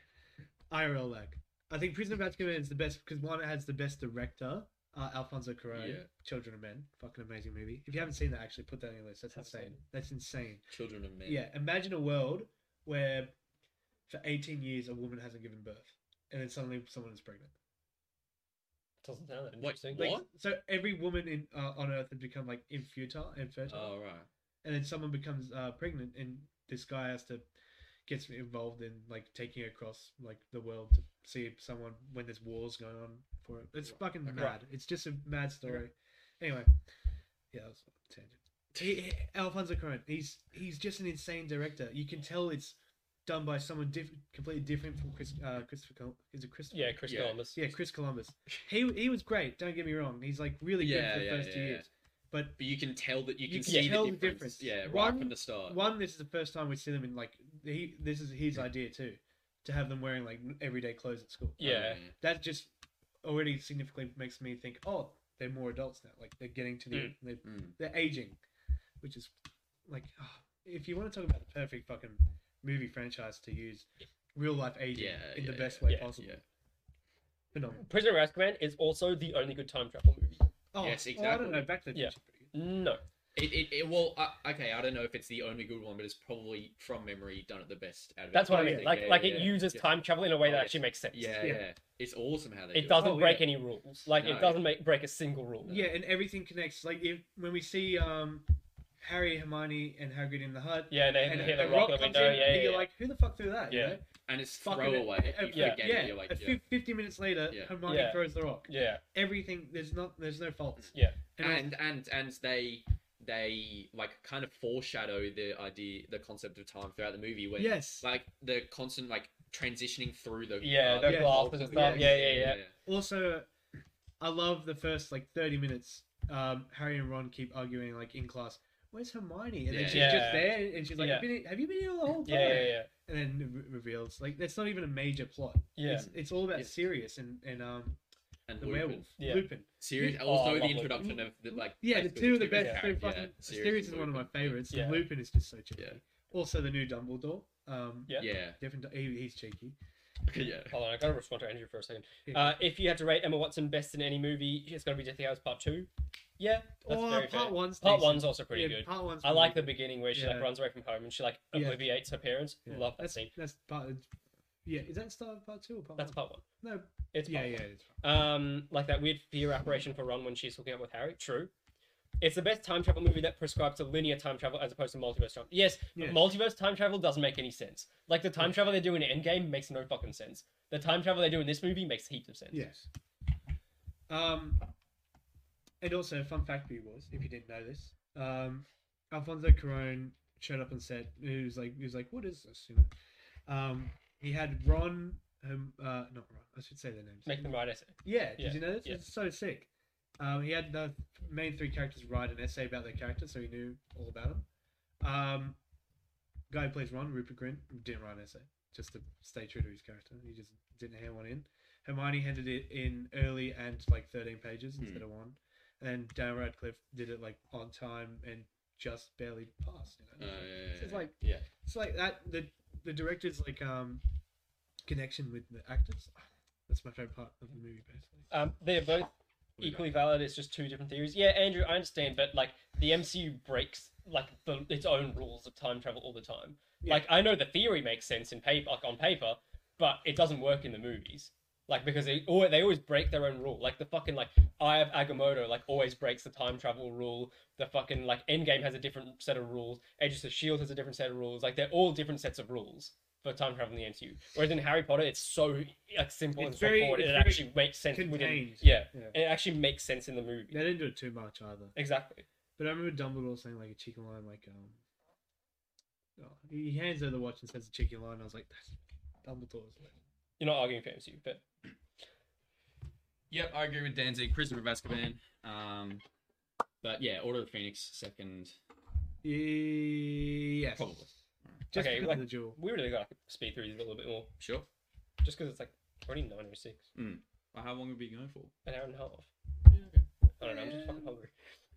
Speaker 3: IRL lag. I think Prisoner of Azkaban is the best because one it has the best director, uh, Alfonso Cuarón.
Speaker 2: Yeah.
Speaker 3: Children of Men, fucking amazing movie. If you haven't seen that, actually put that on your list. That's
Speaker 1: Haven't seen
Speaker 3: insane. That's insane.
Speaker 2: Children of Men.
Speaker 3: Yeah, imagine a world where for 18 years a woman hasn't given birth, and then suddenly someone is pregnant.
Speaker 1: Doesn't sound that
Speaker 2: What-
Speaker 1: interesting.
Speaker 3: Like,
Speaker 2: what?
Speaker 3: So every woman in uh, on Earth has become like infutile, infertile,
Speaker 2: Oh right.
Speaker 3: and then someone becomes uh, pregnant, and this guy has to gets involved in like taking across like the world to see if someone when there's wars going on for it. It's
Speaker 2: Right.
Speaker 3: fucking
Speaker 1: Okay.
Speaker 3: mad. It's just a mad story. Anyway, yeah, that was a tangent. He, he- Alfonso Cuarón, he's he's just an insane director. You can tell it's done by someone diff- completely different from Chris uh, Christopher. Col- is it Christopher?
Speaker 1: Yeah, Chris
Speaker 2: Yeah.
Speaker 1: Columbus.
Speaker 3: Yeah, Chris Columbus. He he was great. Don't get me wrong. He's like really good
Speaker 2: Yeah,
Speaker 3: for the
Speaker 2: yeah,
Speaker 3: first two
Speaker 2: yeah,
Speaker 3: years. But
Speaker 2: But you can tell that you
Speaker 3: You
Speaker 2: can,
Speaker 3: can
Speaker 2: see
Speaker 3: tell
Speaker 2: the
Speaker 3: the
Speaker 2: difference.
Speaker 3: difference.
Speaker 2: Yeah, right
Speaker 3: One-
Speaker 2: from the start.
Speaker 3: one, this is the first time we see them in like he. This is his idea too, to have them wearing like everyday clothes at school.
Speaker 1: Yeah.
Speaker 2: Um,
Speaker 3: that just already significantly makes me think, oh, they're more adults now. Like they're getting to the they're,
Speaker 2: Mm.
Speaker 3: they're aging, which is like ah, if you want to talk about the perfect fucking movie franchise to use real life aging
Speaker 2: Yeah,
Speaker 3: in the
Speaker 2: yeah,
Speaker 3: best
Speaker 2: yeah,
Speaker 3: way
Speaker 1: yeah,
Speaker 3: possible.
Speaker 2: yeah.
Speaker 3: Phenomenal.
Speaker 1: Prisoner of Azkaban is also the only good time travel movie.
Speaker 3: Oh,
Speaker 2: Yes,
Speaker 3: oh, I
Speaker 2: exactly.
Speaker 3: don't know. Back to the
Speaker 1: Yeah.
Speaker 3: future. pretty good.
Speaker 1: No.
Speaker 2: It, it, it well uh, okay I don't know if it's the only good one but it's probably from memory done it the best out of
Speaker 1: That's what
Speaker 3: Oh,
Speaker 1: I mean.
Speaker 3: yeah.
Speaker 1: Like,
Speaker 2: Yeah,
Speaker 1: like
Speaker 2: yeah,
Speaker 1: it
Speaker 2: yeah.
Speaker 1: uses
Speaker 2: Yeah.
Speaker 1: time travel in a way
Speaker 2: Oh,
Speaker 1: that
Speaker 2: yeah.
Speaker 1: actually makes sense.
Speaker 2: yeah,
Speaker 3: Yeah.
Speaker 2: yeah it's awesome how they do
Speaker 1: It doesn't
Speaker 3: Oh,
Speaker 1: break
Speaker 3: yeah.
Speaker 1: any rules. Like
Speaker 2: No,
Speaker 1: it doesn't make break a single rule.
Speaker 3: Yeah, and everything connects. Like if when we see um Harry, Hermione, and Hagrid in the hut.
Speaker 1: Yeah, they
Speaker 3: And
Speaker 1: hit
Speaker 3: a
Speaker 1: the rock in the
Speaker 3: comes
Speaker 1: window.
Speaker 3: in,
Speaker 1: yeah,
Speaker 3: and
Speaker 1: yeah,
Speaker 3: you're
Speaker 1: yeah.
Speaker 3: like, who the fuck threw that?
Speaker 1: Yeah.
Speaker 3: You know?
Speaker 2: and it's
Speaker 3: Fucking-
Speaker 2: throwaway
Speaker 3: uh,
Speaker 2: you
Speaker 3: yeah,
Speaker 2: forget
Speaker 3: yeah.
Speaker 2: you're like
Speaker 3: a
Speaker 2: yeah.
Speaker 3: fif- Fifty minutes later,
Speaker 2: Yeah.
Speaker 3: Hermione
Speaker 1: Yeah.
Speaker 3: throws the rock.
Speaker 1: yeah.
Speaker 3: Everything there's not there's no faults.
Speaker 1: Yeah.
Speaker 3: And,
Speaker 2: and and and they they like kind of foreshadow the idea the concept of time throughout the movie when
Speaker 3: yes.
Speaker 2: like the constant like transitioning through the uh,
Speaker 1: Yeah, the
Speaker 3: glasses
Speaker 2: bulbs
Speaker 3: and stuff.
Speaker 1: Yeah, yeah, yeah.
Speaker 3: also, I love the first like thirty minutes. Um, Harry and Ron keep arguing like in class. Where's Hermione? And
Speaker 2: Yeah.
Speaker 3: then she's
Speaker 1: Yeah.
Speaker 3: just there, and she's like,
Speaker 1: Yeah.
Speaker 3: "Have you been- "Have you been here the whole time?"
Speaker 1: Yeah, yeah, yeah.
Speaker 3: And then it re- reveals like that's not even a major plot.
Speaker 1: Yeah.
Speaker 3: It's, it's all about
Speaker 2: Yeah.
Speaker 3: Sirius and and um
Speaker 2: and
Speaker 3: the
Speaker 2: Lupin.
Speaker 3: werewolf
Speaker 1: Yeah.
Speaker 3: Lupin.
Speaker 2: Sirius
Speaker 1: Oh, I
Speaker 2: also
Speaker 1: love
Speaker 2: the
Speaker 1: Lupin.
Speaker 2: introduction of the like
Speaker 3: Yeah, the
Speaker 2: basically
Speaker 3: two of the
Speaker 2: best
Speaker 3: best. Two
Speaker 2: characters.
Speaker 3: fucking,
Speaker 2: Yeah,
Speaker 3: Sirius, is
Speaker 2: and
Speaker 3: one of my
Speaker 2: Lupin.
Speaker 3: favorites.
Speaker 1: Yeah.
Speaker 3: And Lupin is just so cheeky.
Speaker 2: Yeah.
Speaker 3: Also, the new Dumbledore. Um,
Speaker 1: Yeah.
Speaker 2: yeah Uh,
Speaker 3: different. He, he's cheeky.
Speaker 2: yeah yeah
Speaker 1: Hold on, I gotta respond to Andrew for a second.
Speaker 3: Yeah.
Speaker 1: Uh, if you had to rate Emma Watson best in any movie, it's gonna be Deathly Hours Part Two. Yeah, that's
Speaker 3: Oh,
Speaker 1: very
Speaker 3: part
Speaker 1: fair.
Speaker 3: one's
Speaker 1: Part
Speaker 3: decent.
Speaker 1: one's also pretty
Speaker 3: Yeah,
Speaker 1: good.
Speaker 3: Part one's
Speaker 1: I like the
Speaker 3: pretty good.
Speaker 1: beginning where she
Speaker 3: Yeah.
Speaker 1: like runs away from home and she like
Speaker 3: Yeah.
Speaker 1: obliviates her parents.
Speaker 3: Yeah.
Speaker 1: Love that
Speaker 3: that's,
Speaker 1: scene.
Speaker 3: That's part. Of, yeah, is that start of part two or part
Speaker 1: That's
Speaker 3: one?
Speaker 1: part one.
Speaker 3: No.
Speaker 1: It's
Speaker 3: yeah,
Speaker 1: part
Speaker 3: yeah,
Speaker 1: one.
Speaker 3: it's part.
Speaker 1: Um, like that weird fear apparition for Ron when she's hooking up with Harry. True. It's the best time travel movie that prescribes to linear time travel as opposed to multiverse travel. Yes, but
Speaker 3: Yes.
Speaker 1: multiverse time travel doesn't make any sense. Like the time travel they do in Endgame makes no fucking sense. The time travel they do in this movie makes heaps of sense.
Speaker 3: Yes. Um, and also, fun fact for you boys, if you didn't know this, um, Alfonso Cuarón showed up and said, "He was like, he was like, what is this?" You know, um, he had Ron, um, uh, not Ron. I should say their names.
Speaker 1: Make them write essay.
Speaker 3: Yeah,
Speaker 1: Yeah,
Speaker 3: did you know this?
Speaker 1: yeah.
Speaker 3: It's so sick. Um, he had the main three characters write an essay about their character, so he knew all about them. Um, guy who plays Ron, Rupert Grint, didn't write an essay just to stay true to his character. He just didn't hand one in. Hermione handed it in early and like 13 pages
Speaker 2: Hmm.
Speaker 3: instead of one. And Dan Radcliffe did it like on time and just barely passed. You
Speaker 2: Uh,
Speaker 3: know?
Speaker 2: yeah, yeah,
Speaker 3: It's
Speaker 2: yeah.
Speaker 3: like-
Speaker 2: yeah
Speaker 3: It's like that. The the director's like um connection with the actors. That's my favorite part of the movie, basically.
Speaker 1: Um, they're both
Speaker 2: We
Speaker 1: equally valid. It's just two different theories. Yeah, Andrew, I understand, but like the MCU breaks like the, its own rules of time travel all the time.
Speaker 3: Yeah.
Speaker 1: Like I know the theory makes sense in paper, like on paper, but it doesn't work in the movies. Like because they or they always break their own rule. Like the fucking like Eye of Agamotto like always breaks the time travel rule. The fucking like Endgame has a different set of rules. Agents of Shield E has a different set of rules. Like they're all different sets of rules for time travel in the MCU. Whereas in Harry Potter, it's so like simple
Speaker 3: It's
Speaker 1: and
Speaker 3: very-
Speaker 1: straightforward.
Speaker 3: it's
Speaker 1: and it
Speaker 3: very
Speaker 1: actually makes sense within
Speaker 3: Contained.
Speaker 1: yeah.
Speaker 3: Yeah.
Speaker 1: And it actually makes sense in the movie.
Speaker 3: They didn't do it too much either.
Speaker 1: Exactly.
Speaker 3: But I remember Dumbledore saying like a chicken line, like um, oh, he hands her the watch and says a chicken line. I was like, that's Dumbledore's. Like,
Speaker 1: You're not arguing for MCU, but
Speaker 2: Yep, I agree with Danzig. Prisoner of Azkaban. Um, but yeah, Order of the Phoenix second.
Speaker 3: yes,
Speaker 2: Probably.
Speaker 3: Just
Speaker 1: Okay,
Speaker 3: because
Speaker 1: like-
Speaker 3: of the jewel.
Speaker 1: we really got to speed through these a little bit more,
Speaker 2: Sure.
Speaker 1: just because it's like already nine or six,
Speaker 2: Well, how long have we been going for?
Speaker 1: an hour and a half.
Speaker 2: Yeah, okay.
Speaker 1: I don't know. I'm just fucking hungry.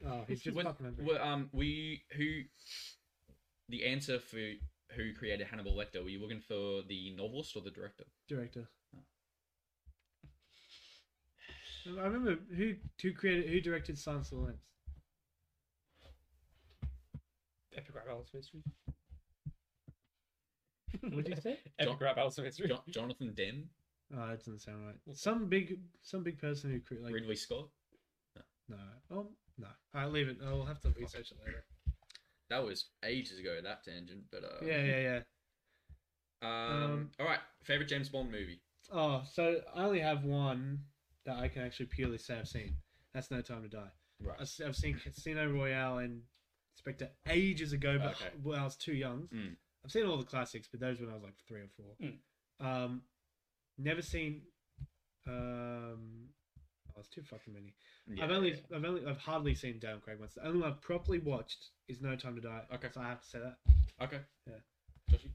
Speaker 3: Oh, he's just
Speaker 2: When-
Speaker 3: fucking hungry.
Speaker 2: well, um, we who the answer for who created Hannibal Lecter? Were you looking for the novelist or the director?
Speaker 3: Director. I remember who who created who directed Silence of the Lambs.
Speaker 1: Epigraph Alice of History.
Speaker 3: What'd you say?
Speaker 1: Epigraph Alice of History.
Speaker 2: Jo- Jonathan Demme,
Speaker 3: Oh, that doesn't sound right. Some big some big person who created like
Speaker 2: Ridley Scott.
Speaker 3: no oh no. I leave it. I'll have to research it later.
Speaker 2: That was ages ago. That tangent, but uh,
Speaker 3: Yeah yeah yeah.
Speaker 2: Um,
Speaker 3: Um,
Speaker 2: all right, favorite James Bond movie.
Speaker 3: Oh, so I only have one that I can actually purely say I've seen. That's No Time to Die.
Speaker 2: Right.
Speaker 3: I've s- I've seen Casino Royale and Spectre ages ago, but
Speaker 2: Okay.
Speaker 3: when I was too young.
Speaker 2: Mm.
Speaker 3: I've seen all the classics, but those when I was like three or four.
Speaker 1: Mm.
Speaker 3: Um, never seen. Um, Oh, it's too fucking many.
Speaker 2: Yeah,
Speaker 3: I've only,
Speaker 2: yeah.
Speaker 3: I've only, I've hardly seen Daniel Craig once. The only one I've properly watched is No Time to Die.
Speaker 2: Okay.
Speaker 3: So I have to say that.
Speaker 2: okay.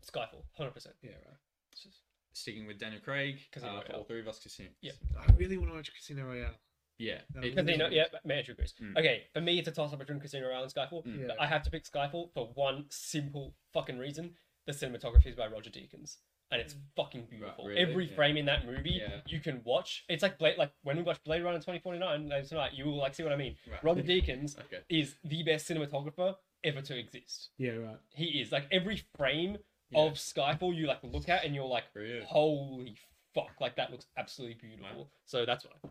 Speaker 1: Skyfall, hundred percent.
Speaker 3: Yeah, right.
Speaker 2: Sticking with Daniel Craig,
Speaker 1: Casino
Speaker 2: uh, for all
Speaker 1: Royale.
Speaker 2: three of us, Casino.
Speaker 1: Yeah.
Speaker 3: I really want to watch Casino Royale.
Speaker 2: yeah.
Speaker 3: No,
Speaker 2: it-
Speaker 1: Casino,
Speaker 3: Mm.
Speaker 1: yeah, Andrew agrees.
Speaker 2: Mm.
Speaker 1: Okay, for me, it's a toss up between Casino Royale and Skyfall.
Speaker 2: Mm.
Speaker 3: Yeah.
Speaker 1: But Hmm. I have to pick Skyfall for one simple fucking reason: the cinematography is by Roger Deakins, and it's fucking beautiful.
Speaker 2: Mm. really?
Speaker 1: Every
Speaker 2: Yeah.
Speaker 1: frame in that movie,
Speaker 2: Yeah.
Speaker 1: you can watch. It's like Blade, like when we watched Blade Runner twenty forty nine later tonight. You will like see what I mean.
Speaker 2: Right.
Speaker 1: Roger Deakins
Speaker 2: Okay.
Speaker 1: is the best cinematographer ever to exist.
Speaker 3: yeah, right.
Speaker 1: He is like every frame
Speaker 2: Yeah.
Speaker 1: of Skyfall you like look at and you're like,
Speaker 2: Really?
Speaker 3: Oh,
Speaker 1: holy fuck, like that looks absolutely beautiful. So that's why.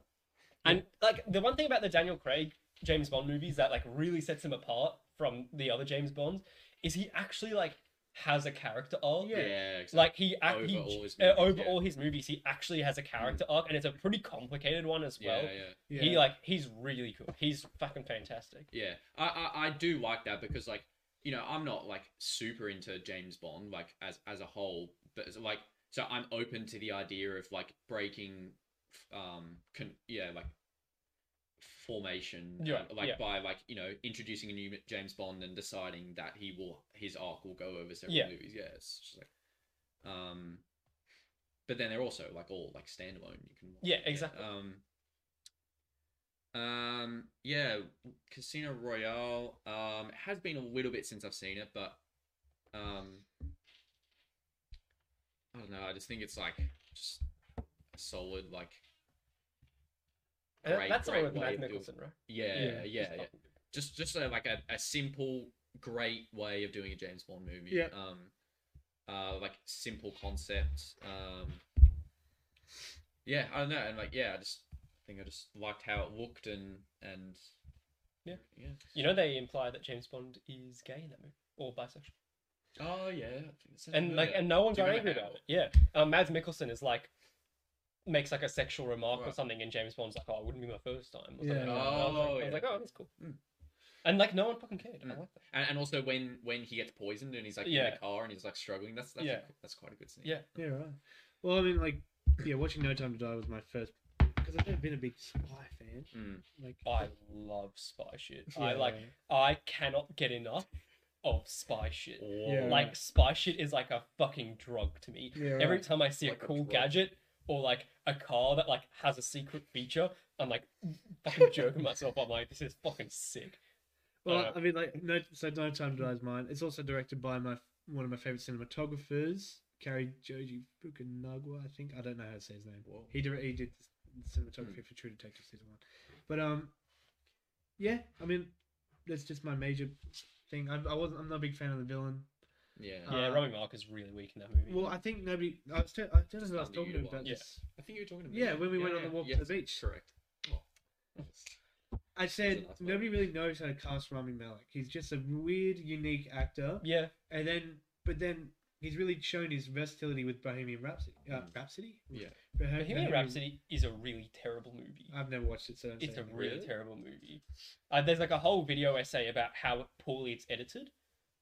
Speaker 1: And like the one thing about the Daniel Craig James Bond movies that like really sets him apart from the other James Bonds is he actually like has a character arc.
Speaker 2: Yeah. exactly.
Speaker 1: Like he act-
Speaker 2: Over
Speaker 1: he-
Speaker 2: all his
Speaker 1: uh,
Speaker 2: movies,
Speaker 1: over
Speaker 2: yeah. Mm.
Speaker 1: all his movies, he actually has a character arc, and it's a pretty complicated one as well.
Speaker 2: Yeah, yeah.
Speaker 3: Yeah.
Speaker 1: He like he's really cool. He's fucking fantastic.
Speaker 2: Yeah, I, I I do like that because like you know I'm not like super into James Bond like as as a whole, but it's like so I'm open to the idea of like breaking, um, con- yeah, like formation,
Speaker 1: Yeah,
Speaker 2: uh, like
Speaker 1: yeah.
Speaker 2: by like you know introducing a new James Bond and deciding that he will his arc will go over several
Speaker 1: Yeah.
Speaker 2: movies. Yeah, it's just like, um, but then they're also like all like standalone. You can
Speaker 1: Yeah, exactly.
Speaker 2: um. Um, yeah, Casino Royale. Um, it has been a little bit since I've seen it, but um, I don't know. I just think it's like just a solid, like
Speaker 1: And that-
Speaker 2: Great,
Speaker 1: that's the
Speaker 2: great
Speaker 1: one with
Speaker 2: way
Speaker 1: Matt
Speaker 2: of doing-
Speaker 1: Nicholson, right?
Speaker 2: yeah, yeah,
Speaker 3: Yeah,
Speaker 2: yeah. Just
Speaker 1: Just-
Speaker 2: just a, like a, a simple, great way of doing a James Bond movie.
Speaker 3: Yeah.
Speaker 2: Um, uh, like simple concept. Um, yeah, I don't know, and like yeah, I just think I just liked how it looked and and
Speaker 1: Yeah.
Speaker 2: yeah.
Speaker 1: You know they imply that James Bond is gay in that movie or bisexual.
Speaker 2: Oh yeah, I think it says
Speaker 1: and
Speaker 2: it
Speaker 1: like
Speaker 2: earlier.
Speaker 1: and no one
Speaker 2: Do you
Speaker 1: got
Speaker 2: remember
Speaker 1: angry
Speaker 2: how-
Speaker 1: about it. Yeah, um, Mads Mikkelsen is like makes like a sexual remark or
Speaker 2: Right.
Speaker 1: something, and James Bond's like, "Oh, it wouldn't be my first time." Or something.
Speaker 3: Yeah.
Speaker 1: like that. And I was like, I
Speaker 2: Oh,
Speaker 1: was
Speaker 2: yeah.
Speaker 1: like, "Oh, that's cool."
Speaker 2: Mm.
Speaker 1: And like, no one fucking cared. I
Speaker 2: Mm.
Speaker 1: like that.
Speaker 2: And, and also when when he gets poisoned and he's like in
Speaker 1: Yeah.
Speaker 2: the car and he's like struggling. That's that's
Speaker 1: Yeah.
Speaker 2: a, that's quite a good scene.
Speaker 1: Yeah.
Speaker 3: Yeah, right. Well, I mean, like, yeah, watching No Time to Die was my first because I've never been a big spy fan.
Speaker 2: Mm.
Speaker 3: Like,
Speaker 1: I love spy shit. I
Speaker 3: yeah,
Speaker 1: like. I cannot get enough of spy shit.
Speaker 3: Yeah.
Speaker 1: Like, spy shit is like a fucking drug to me.
Speaker 3: yeah,
Speaker 1: Every
Speaker 3: right.
Speaker 1: time I see
Speaker 2: Like
Speaker 1: a
Speaker 2: a
Speaker 1: cool
Speaker 2: drug.
Speaker 1: gadget or like a car that like has a secret feature, I'm like fucking joking myself. I'm like, this is fucking sick.
Speaker 3: Well,
Speaker 1: uh,
Speaker 3: I mean, like, no, so No Time to Die is mine. It's also directed by my one of my favorite cinematographers, Kari Joji Fukunaga. I think I don't know how to say his name.
Speaker 2: Whoa.
Speaker 3: He did he did the cinematography for True Detective season one, but um, yeah, I mean, that's just my major thing. I, I wasn't. I'm not a big fan of the villain.
Speaker 2: yeah.
Speaker 3: Uh,
Speaker 1: Yeah, Rami Mark is really weak in that movie.
Speaker 3: Well, I think nobody. I was. T- I don't know who I was talking to
Speaker 2: Underutilized.
Speaker 3: about
Speaker 1: Yeah.
Speaker 3: this.
Speaker 2: I think you were talking about
Speaker 3: Yeah, when we went on the walk to the beach.
Speaker 2: Correct. Oh.
Speaker 3: I said
Speaker 2: nice one.
Speaker 3: nobody really knows how to cast Rami Malek. He's just a weird, unique actor.
Speaker 1: yeah,
Speaker 3: and then but then he's really shown his versatility with Bohemian Rhapsody. Uh, Rhapsody,
Speaker 2: Yeah.
Speaker 3: Bohe-
Speaker 1: Bohemian Rhapsody is a really terrible movie.
Speaker 3: I've never watched it, so I don't
Speaker 1: It's
Speaker 3: say
Speaker 1: a
Speaker 3: anything.
Speaker 1: really,
Speaker 2: Really?
Speaker 1: terrible movie. Uh, there's like a whole video essay about how poorly it's edited,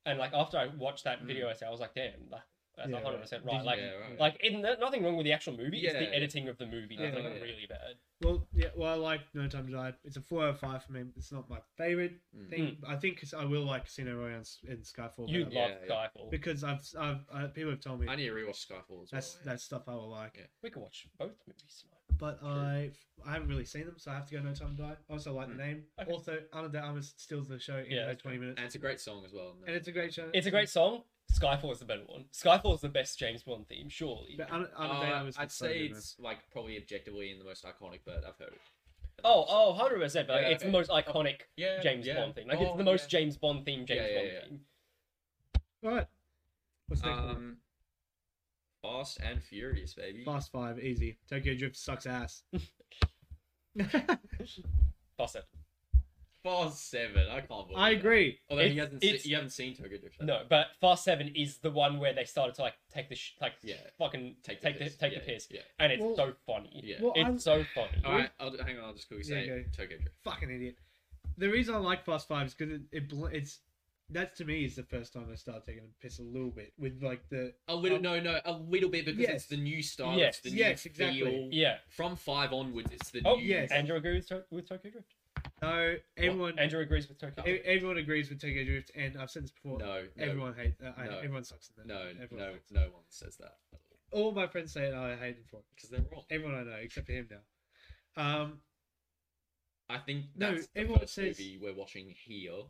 Speaker 1: and like after I watched that video essay, I was like, damn, that, that's
Speaker 3: Mm. Yeah,
Speaker 1: a
Speaker 3: right.
Speaker 1: 100 percent
Speaker 3: Did
Speaker 1: right.
Speaker 3: you-
Speaker 1: Like,
Speaker 2: yeah, right.
Speaker 1: like in the, nothing wrong with the actual movie. it's
Speaker 2: Yeah.
Speaker 1: the editing of the movie that's
Speaker 3: Yeah,
Speaker 1: like
Speaker 2: yeah.
Speaker 1: really bad.
Speaker 3: Well, yeah. Well, I like No Time to Die. It's a four out of five for me. It's not my favorite
Speaker 2: Mm.
Speaker 3: thing. I think 'cause I will like Casino Royale and S- and Skyfall
Speaker 1: Hmm. You
Speaker 3: better,
Speaker 2: Yeah,
Speaker 1: love
Speaker 2: yeah.
Speaker 1: Skyfall.
Speaker 3: because I've I've uh, people have told me
Speaker 2: I need to rewatch Skyfall as
Speaker 3: that's
Speaker 2: well.
Speaker 3: that's stuff I will like.
Speaker 2: Yeah.
Speaker 1: We could watch both movies tonight.
Speaker 3: But I I haven't really seen them, so I have to go No Time to Die. I also like
Speaker 2: Mm.
Speaker 3: the name.
Speaker 1: Okay.
Speaker 3: Also, Anna de Armas steals the show in
Speaker 1: Yeah,
Speaker 3: those
Speaker 1: that's
Speaker 3: twenty minutes,
Speaker 2: And it's a great song as well.
Speaker 3: and it's a great show.
Speaker 1: It's a great song. Skyfall is the better one. Skyfall is the best James Bond theme, surely.
Speaker 3: But um, Anna, Anna de
Speaker 2: Uh,
Speaker 3: Armas
Speaker 2: I'd
Speaker 3: is so
Speaker 2: say
Speaker 3: good, man.
Speaker 2: it's like probably objectively in the most iconic, but I've heard it.
Speaker 1: Oh, oh, 100 percent. But like,
Speaker 2: Yeah,
Speaker 1: it's the most
Speaker 3: oh,
Speaker 1: iconic
Speaker 2: yeah,
Speaker 1: James
Speaker 2: yeah.
Speaker 1: Bond theme. Like
Speaker 2: Oh,
Speaker 1: it's the most
Speaker 2: yeah.
Speaker 1: James Bond theme. James
Speaker 2: Yeah, yeah,
Speaker 1: Bond
Speaker 2: yeah.
Speaker 1: theme.
Speaker 3: All right. What's next? one?
Speaker 2: Um, Fast and Furious, baby.
Speaker 3: Fast Five, easy. Tokyo Drift sucks ass.
Speaker 1: Boss it.
Speaker 2: Fast Seven. I can't believe.
Speaker 3: I
Speaker 2: that.
Speaker 3: agree.
Speaker 2: Although you
Speaker 1: It's-
Speaker 2: hasn't, se-
Speaker 1: it's-
Speaker 2: you haven't seen Tokyo Drift. have you?
Speaker 1: No, but Fast Seven is the one where they started to like take the sh- like
Speaker 2: Yeah.
Speaker 1: fucking
Speaker 2: Take the
Speaker 1: take the
Speaker 2: piss.
Speaker 1: take the
Speaker 2: Yeah,
Speaker 1: piss,
Speaker 2: Yeah.
Speaker 1: and it's
Speaker 3: Well-
Speaker 1: so funny.
Speaker 2: Yeah.
Speaker 3: Well, I'm
Speaker 1: It's so funny.
Speaker 2: All right. I'll, hang on. I'll just quickly
Speaker 3: Yeah,
Speaker 2: say
Speaker 3: go.
Speaker 2: Tokyo Drift.
Speaker 3: fucking idiot. The reason I like Fast Five is because it, it bl- it's That to me is the first time I started taking a piss a little bit with like the
Speaker 2: A little,
Speaker 3: Oh.
Speaker 2: no, no, a little bit because
Speaker 3: Yes.
Speaker 2: it's the new style.
Speaker 1: Yes.
Speaker 2: it's the
Speaker 3: Yes,
Speaker 2: new
Speaker 3: exactly.
Speaker 2: feel.
Speaker 1: Yeah.
Speaker 2: From five onwards, it's the
Speaker 1: Oh,
Speaker 2: new.
Speaker 3: yes.
Speaker 1: Andrew agrees with, with Tokyo Drift.
Speaker 3: no everyone
Speaker 1: Andrew agrees with Tokyo.
Speaker 3: e- everyone agrees with Tokyo Drift and I've said this
Speaker 2: No,
Speaker 3: before.
Speaker 2: no,
Speaker 3: everyone hates. Uh, I,
Speaker 2: No.
Speaker 3: Everyone sucks. At that.
Speaker 2: no,
Speaker 3: everyone
Speaker 2: no,
Speaker 3: sucks.
Speaker 2: no one says that
Speaker 3: All my friends say it. and I hate them for it.
Speaker 2: because they're wrong.
Speaker 3: Everyone I know except for him now. Um,
Speaker 2: I think
Speaker 3: No,
Speaker 2: that's the
Speaker 3: everyone
Speaker 2: first
Speaker 3: says-
Speaker 2: movie we're watching here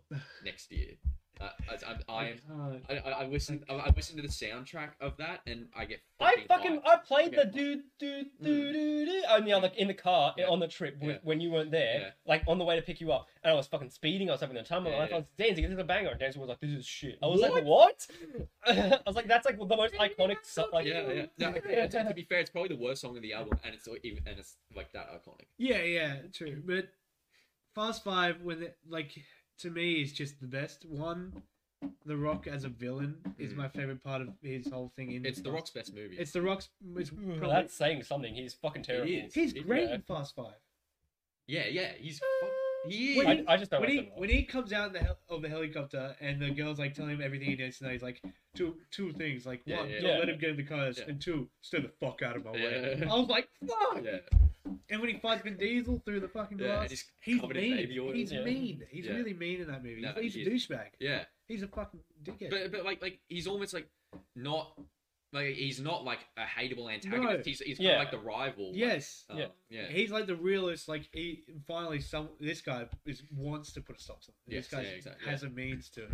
Speaker 2: next year. Uh, I, I, I am.
Speaker 3: can't.
Speaker 2: I, I, I listened. I, I listened to the soundtrack of that, and I get.
Speaker 1: I fucking
Speaker 2: hyped.
Speaker 1: I played
Speaker 2: Yeah. Mm.
Speaker 1: the do do do do do on the other in the car
Speaker 2: Yeah.
Speaker 1: on the trip with,
Speaker 2: Yeah.
Speaker 1: when you weren't there,
Speaker 2: Yeah.
Speaker 1: like on the way to pick you up, and I was fucking speeding. I was having the time of my
Speaker 2: Yeah,
Speaker 1: life. I
Speaker 2: yeah.
Speaker 1: was dancing. This is a banger. And Dancer was like, "This is shit." I was like, "What?" I was like, "That's like the most iconic." Su- like,
Speaker 2: Yeah, yeah. No, okay, to, to be fair, it's probably the worst song in the album, and it's even and it's like that iconic.
Speaker 3: Yeah, yeah, true. But Fast Five, when it, like to me, is just the best one. The Rock as a villain is
Speaker 2: Mm.
Speaker 3: my favorite part of his whole thing. In
Speaker 2: It's The
Speaker 3: Fast-
Speaker 2: Rock's best movie.
Speaker 3: Mm-hmm. It's The Rock's. It's
Speaker 1: Well,
Speaker 3: probably,
Speaker 1: that's saying something. He's fucking terrible.
Speaker 2: is.
Speaker 3: he's
Speaker 2: it-
Speaker 3: great
Speaker 1: yeah.
Speaker 3: in Fast Five.
Speaker 2: yeah, yeah. He's
Speaker 3: Uh,
Speaker 2: fuck, he is.
Speaker 3: When
Speaker 1: I,
Speaker 3: he-
Speaker 1: I just don't
Speaker 3: When
Speaker 1: like
Speaker 3: he
Speaker 1: them.
Speaker 3: when he comes out in the hel- of the helicopter and the girls like telling him everything he needs to know, he's like two two things. Like
Speaker 2: Yeah,
Speaker 3: one,
Speaker 2: yeah,
Speaker 3: don't
Speaker 1: yeah.
Speaker 3: let him get in the cars,
Speaker 2: Yeah.
Speaker 3: and two, stay the fuck out of my way.
Speaker 2: Yeah.
Speaker 3: I was like, fuck.
Speaker 2: yeah.
Speaker 3: And when he fights Vin Diesel through the fucking
Speaker 2: Yeah, and
Speaker 3: glass,
Speaker 2: he's
Speaker 3: he's
Speaker 2: covered in
Speaker 3: mean.
Speaker 2: baby oil.
Speaker 3: He's
Speaker 1: Yeah.
Speaker 3: mean. He's
Speaker 2: Yeah.
Speaker 3: really mean in that movie.
Speaker 2: No,
Speaker 3: he's
Speaker 2: he
Speaker 3: a douchebag.
Speaker 2: yeah.
Speaker 3: He's a fucking dickhead.
Speaker 2: But but like like he's almost like not like he's not like a hateable antagonist. He's he's kind
Speaker 1: Yeah.
Speaker 2: of like the rival. like,
Speaker 3: yes,
Speaker 2: um,
Speaker 1: Yeah.
Speaker 2: yeah.
Speaker 3: he's like the realist. Like he finally, some this guy is wants to put a stop to it.
Speaker 2: Yes,
Speaker 3: this guy
Speaker 2: yeah, exactly,
Speaker 3: has a means to it.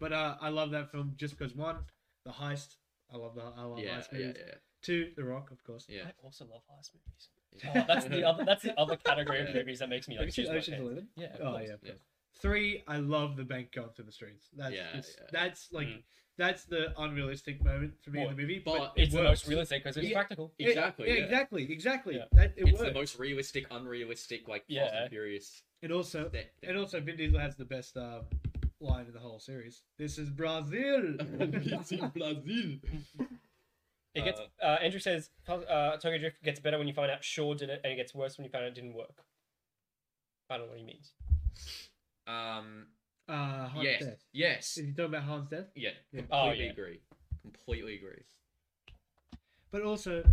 Speaker 3: But uh, I love that film just because one, the heist. I love the I love
Speaker 2: Yeah,
Speaker 3: heist
Speaker 2: yeah,
Speaker 3: movies.
Speaker 2: yeah,
Speaker 3: Two, The Rock, of course.
Speaker 2: yeah.
Speaker 1: I also love heist movies.
Speaker 2: yeah.
Speaker 1: Oh, that's the other. That's the other category of
Speaker 2: Yeah.
Speaker 1: movies that makes me like choose
Speaker 3: Ocean,
Speaker 1: my
Speaker 3: Ocean's
Speaker 1: favorite.
Speaker 3: Eleven.
Speaker 1: Yeah. of
Speaker 3: Oh
Speaker 1: course.
Speaker 3: yeah, of
Speaker 2: yeah.
Speaker 3: course. Three, I love the bank going through the streets. That's
Speaker 2: Yeah,
Speaker 3: just,
Speaker 2: yeah.
Speaker 3: that's like
Speaker 1: Mm.
Speaker 3: that's the unrealistic moment for me in
Speaker 1: Well,
Speaker 3: the movie.
Speaker 2: but
Speaker 3: it
Speaker 1: It's the most
Speaker 3: works.
Speaker 1: realistic because it's
Speaker 3: Yeah.
Speaker 1: practical.
Speaker 3: Yeah,
Speaker 2: Exactly.
Speaker 3: Yeah,
Speaker 2: yeah.
Speaker 3: exactly. Exactly.
Speaker 1: Yeah.
Speaker 3: That it
Speaker 2: It's
Speaker 3: works.
Speaker 2: the most realistic, unrealistic, like Fast
Speaker 1: Yeah.
Speaker 2: and Furious.
Speaker 3: and also,
Speaker 2: thing- thing.
Speaker 3: and also, Vin Diesel has the best um, line in the whole series. This is Brazil.
Speaker 2: It's in Brazil.
Speaker 1: It gets. Uh, Andrew says uh, Tokyo Drift gets better when you find out Shaw did it, and it gets worse when you find out it didn't work. I don't know what he means.
Speaker 2: Um.
Speaker 3: uh, Hans
Speaker 2: yes.
Speaker 3: death.
Speaker 2: Yes.
Speaker 3: Is he talking about Hans death?
Speaker 2: Yeah.
Speaker 3: Yeah.
Speaker 2: Completely
Speaker 1: Oh, yeah.
Speaker 2: agree. Completely agree.
Speaker 3: But also,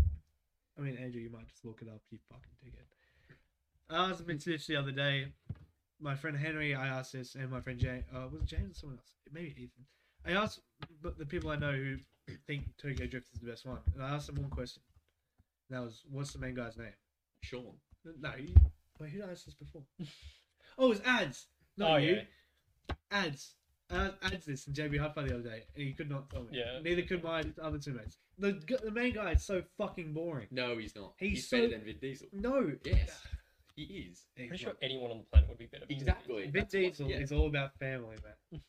Speaker 3: I mean, Andrew, you might just look it up. You fucking dickhead. I was been this the other day. My friend Henry, I asked this, and my friend James, uh, was it James or someone else? Maybe Ethan. I asked but the people I know who think Tokyo Drift is the best one, and I asked them one question. And that was, what's the main guy's name?
Speaker 2: Sean.
Speaker 3: No, you, wait, who did I ask this before? oh, it was ads. Not
Speaker 1: oh
Speaker 3: you.
Speaker 1: yeah.
Speaker 3: Ads. Uh, ads this and JB Hi-Fi the other day, and he could not tell me.
Speaker 1: Yeah.
Speaker 3: Neither could my other two mates. The, g- the main guy is so fucking boring.
Speaker 2: No, he's not.
Speaker 3: He's
Speaker 2: He's,
Speaker 3: so-
Speaker 2: better than Vin Diesel.
Speaker 3: No.
Speaker 2: Yes, he is.
Speaker 3: Hey,
Speaker 1: Pretty sure
Speaker 3: look,
Speaker 1: anyone on the planet would be better. than
Speaker 2: Exactly.
Speaker 3: Vin
Speaker 2: That's why-
Speaker 3: Diesel
Speaker 2: yeah.
Speaker 3: is all about family, man.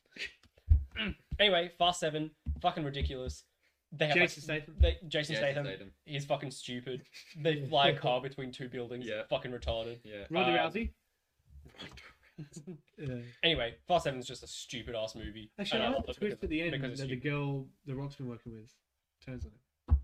Speaker 1: him. Anyway, Fast Seven, fucking ridiculous. They have
Speaker 3: Jason
Speaker 1: like,
Speaker 3: Statham.
Speaker 1: They, Jason
Speaker 2: Yeah,
Speaker 1: Statham.
Speaker 2: Statham.
Speaker 1: He's fucking stupid. They fly a car between two buildings.
Speaker 2: Yeah.
Speaker 1: Fucking retarded.
Speaker 2: Yeah.
Speaker 3: Ronda
Speaker 1: Um,
Speaker 3: Rousey. Uh,
Speaker 1: Anyway, Fast Seven is just a stupid ass movie.
Speaker 3: actually,
Speaker 1: and
Speaker 3: I
Speaker 1: I
Speaker 3: like
Speaker 1: love
Speaker 3: the
Speaker 1: it because,
Speaker 3: twist at the end
Speaker 1: because it's
Speaker 3: that the
Speaker 1: stupid.
Speaker 3: girl The Rock's been working with turns on him.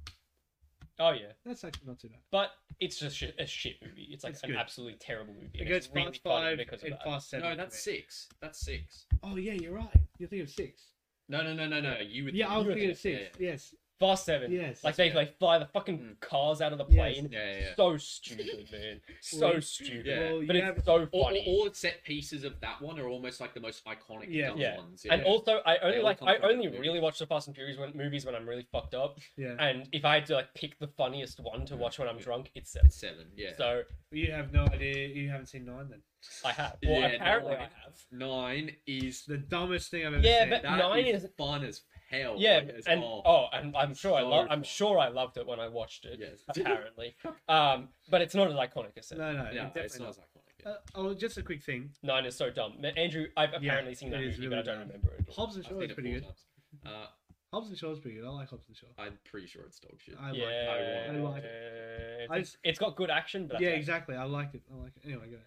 Speaker 1: Oh yeah,
Speaker 3: That's actually not too bad.
Speaker 1: but it's just shit, a shit movie. It's like
Speaker 3: It's
Speaker 1: an
Speaker 3: good.
Speaker 1: absolutely terrible movie.
Speaker 3: It
Speaker 1: and
Speaker 3: goes
Speaker 1: it's really
Speaker 3: Fast
Speaker 1: funny
Speaker 3: Five
Speaker 1: because of
Speaker 3: and
Speaker 1: that.
Speaker 3: Fast Seven.
Speaker 2: No,
Speaker 3: for
Speaker 2: that's
Speaker 3: me.
Speaker 2: six. That's six.
Speaker 3: Oh yeah, you're right. You're thinking of six.
Speaker 2: No, no, no, no, no. You would.
Speaker 3: Yeah, I was
Speaker 1: You were
Speaker 3: thinking of
Speaker 2: thinking-
Speaker 3: six. Yes,
Speaker 1: Fast Seven.
Speaker 3: yes.
Speaker 1: Like they,
Speaker 2: Yeah.
Speaker 1: they fly the fucking
Speaker 2: Mm.
Speaker 1: cars out of the
Speaker 3: Yes.
Speaker 1: plane.
Speaker 2: Yeah, yeah. yeah.
Speaker 1: So stupid, man. So
Speaker 3: Well,
Speaker 1: stupid.
Speaker 2: yeah.
Speaker 3: Well,
Speaker 1: But
Speaker 3: you
Speaker 1: it's
Speaker 3: have-
Speaker 1: so funny.
Speaker 2: all, all, all the set pieces of that one are almost like the most iconic
Speaker 3: Yeah.
Speaker 2: dumb
Speaker 1: Yeah.
Speaker 2: ones.
Speaker 1: And also, I only
Speaker 2: all
Speaker 1: like
Speaker 2: come
Speaker 1: I
Speaker 2: from that
Speaker 1: only
Speaker 2: movie.
Speaker 1: really watch the Fast and Furious when, movies when I'm really fucked up.
Speaker 3: yeah.
Speaker 1: And if I had to like pick the funniest one to
Speaker 2: Yeah.
Speaker 1: watch when I'm
Speaker 2: Yeah.
Speaker 1: drunk, it's Seven.
Speaker 2: It's seven. Yeah.
Speaker 1: So
Speaker 3: You have no idea. You haven't seen nine then.
Speaker 1: I have. Well,
Speaker 2: Yeah,
Speaker 1: apparently
Speaker 2: no,
Speaker 1: I
Speaker 2: I-
Speaker 1: have.
Speaker 2: Nine is
Speaker 3: The dumbest thing I've ever
Speaker 1: Yeah,
Speaker 3: seen.
Speaker 1: but-
Speaker 2: that
Speaker 1: Nine
Speaker 2: is
Speaker 1: is-
Speaker 2: fun as hell.
Speaker 1: Yeah,
Speaker 2: like, as-
Speaker 1: and
Speaker 2: oh,
Speaker 1: oh, and I'm sure I
Speaker 2: so
Speaker 1: love. I'm
Speaker 2: fun.
Speaker 1: sure I loved it when I watched it.
Speaker 2: Yes.
Speaker 1: Apparently, um, but it's not as iconic as Seven.
Speaker 3: no, no,
Speaker 2: yeah,
Speaker 3: definitely
Speaker 2: it's not as iconic. yeah.
Speaker 3: not. Uh, oh, just a quick thing.
Speaker 1: Nine is so dumb. Ma- Andrew, I've apparently seen
Speaker 3: it
Speaker 1: that
Speaker 3: is
Speaker 1: movie, but I
Speaker 3: really
Speaker 1: don't
Speaker 3: dumb.
Speaker 1: remember it. at all.
Speaker 3: Hobbs and
Speaker 2: I've
Speaker 3: Shaw
Speaker 2: seen
Speaker 3: is
Speaker 2: it
Speaker 3: pretty
Speaker 2: four
Speaker 3: good.
Speaker 2: times. Uh,
Speaker 3: Hobbs and Shaw is pretty good. I like Hobbs and Shaw.
Speaker 2: I'm pretty sure it's dog shit.
Speaker 3: I
Speaker 1: yeah,
Speaker 3: like it. I like
Speaker 1: it's,
Speaker 3: I just-
Speaker 1: it's got good action, but that's
Speaker 3: yeah,
Speaker 1: it.
Speaker 3: exactly. I like it. I like it. Anyway, go ahead.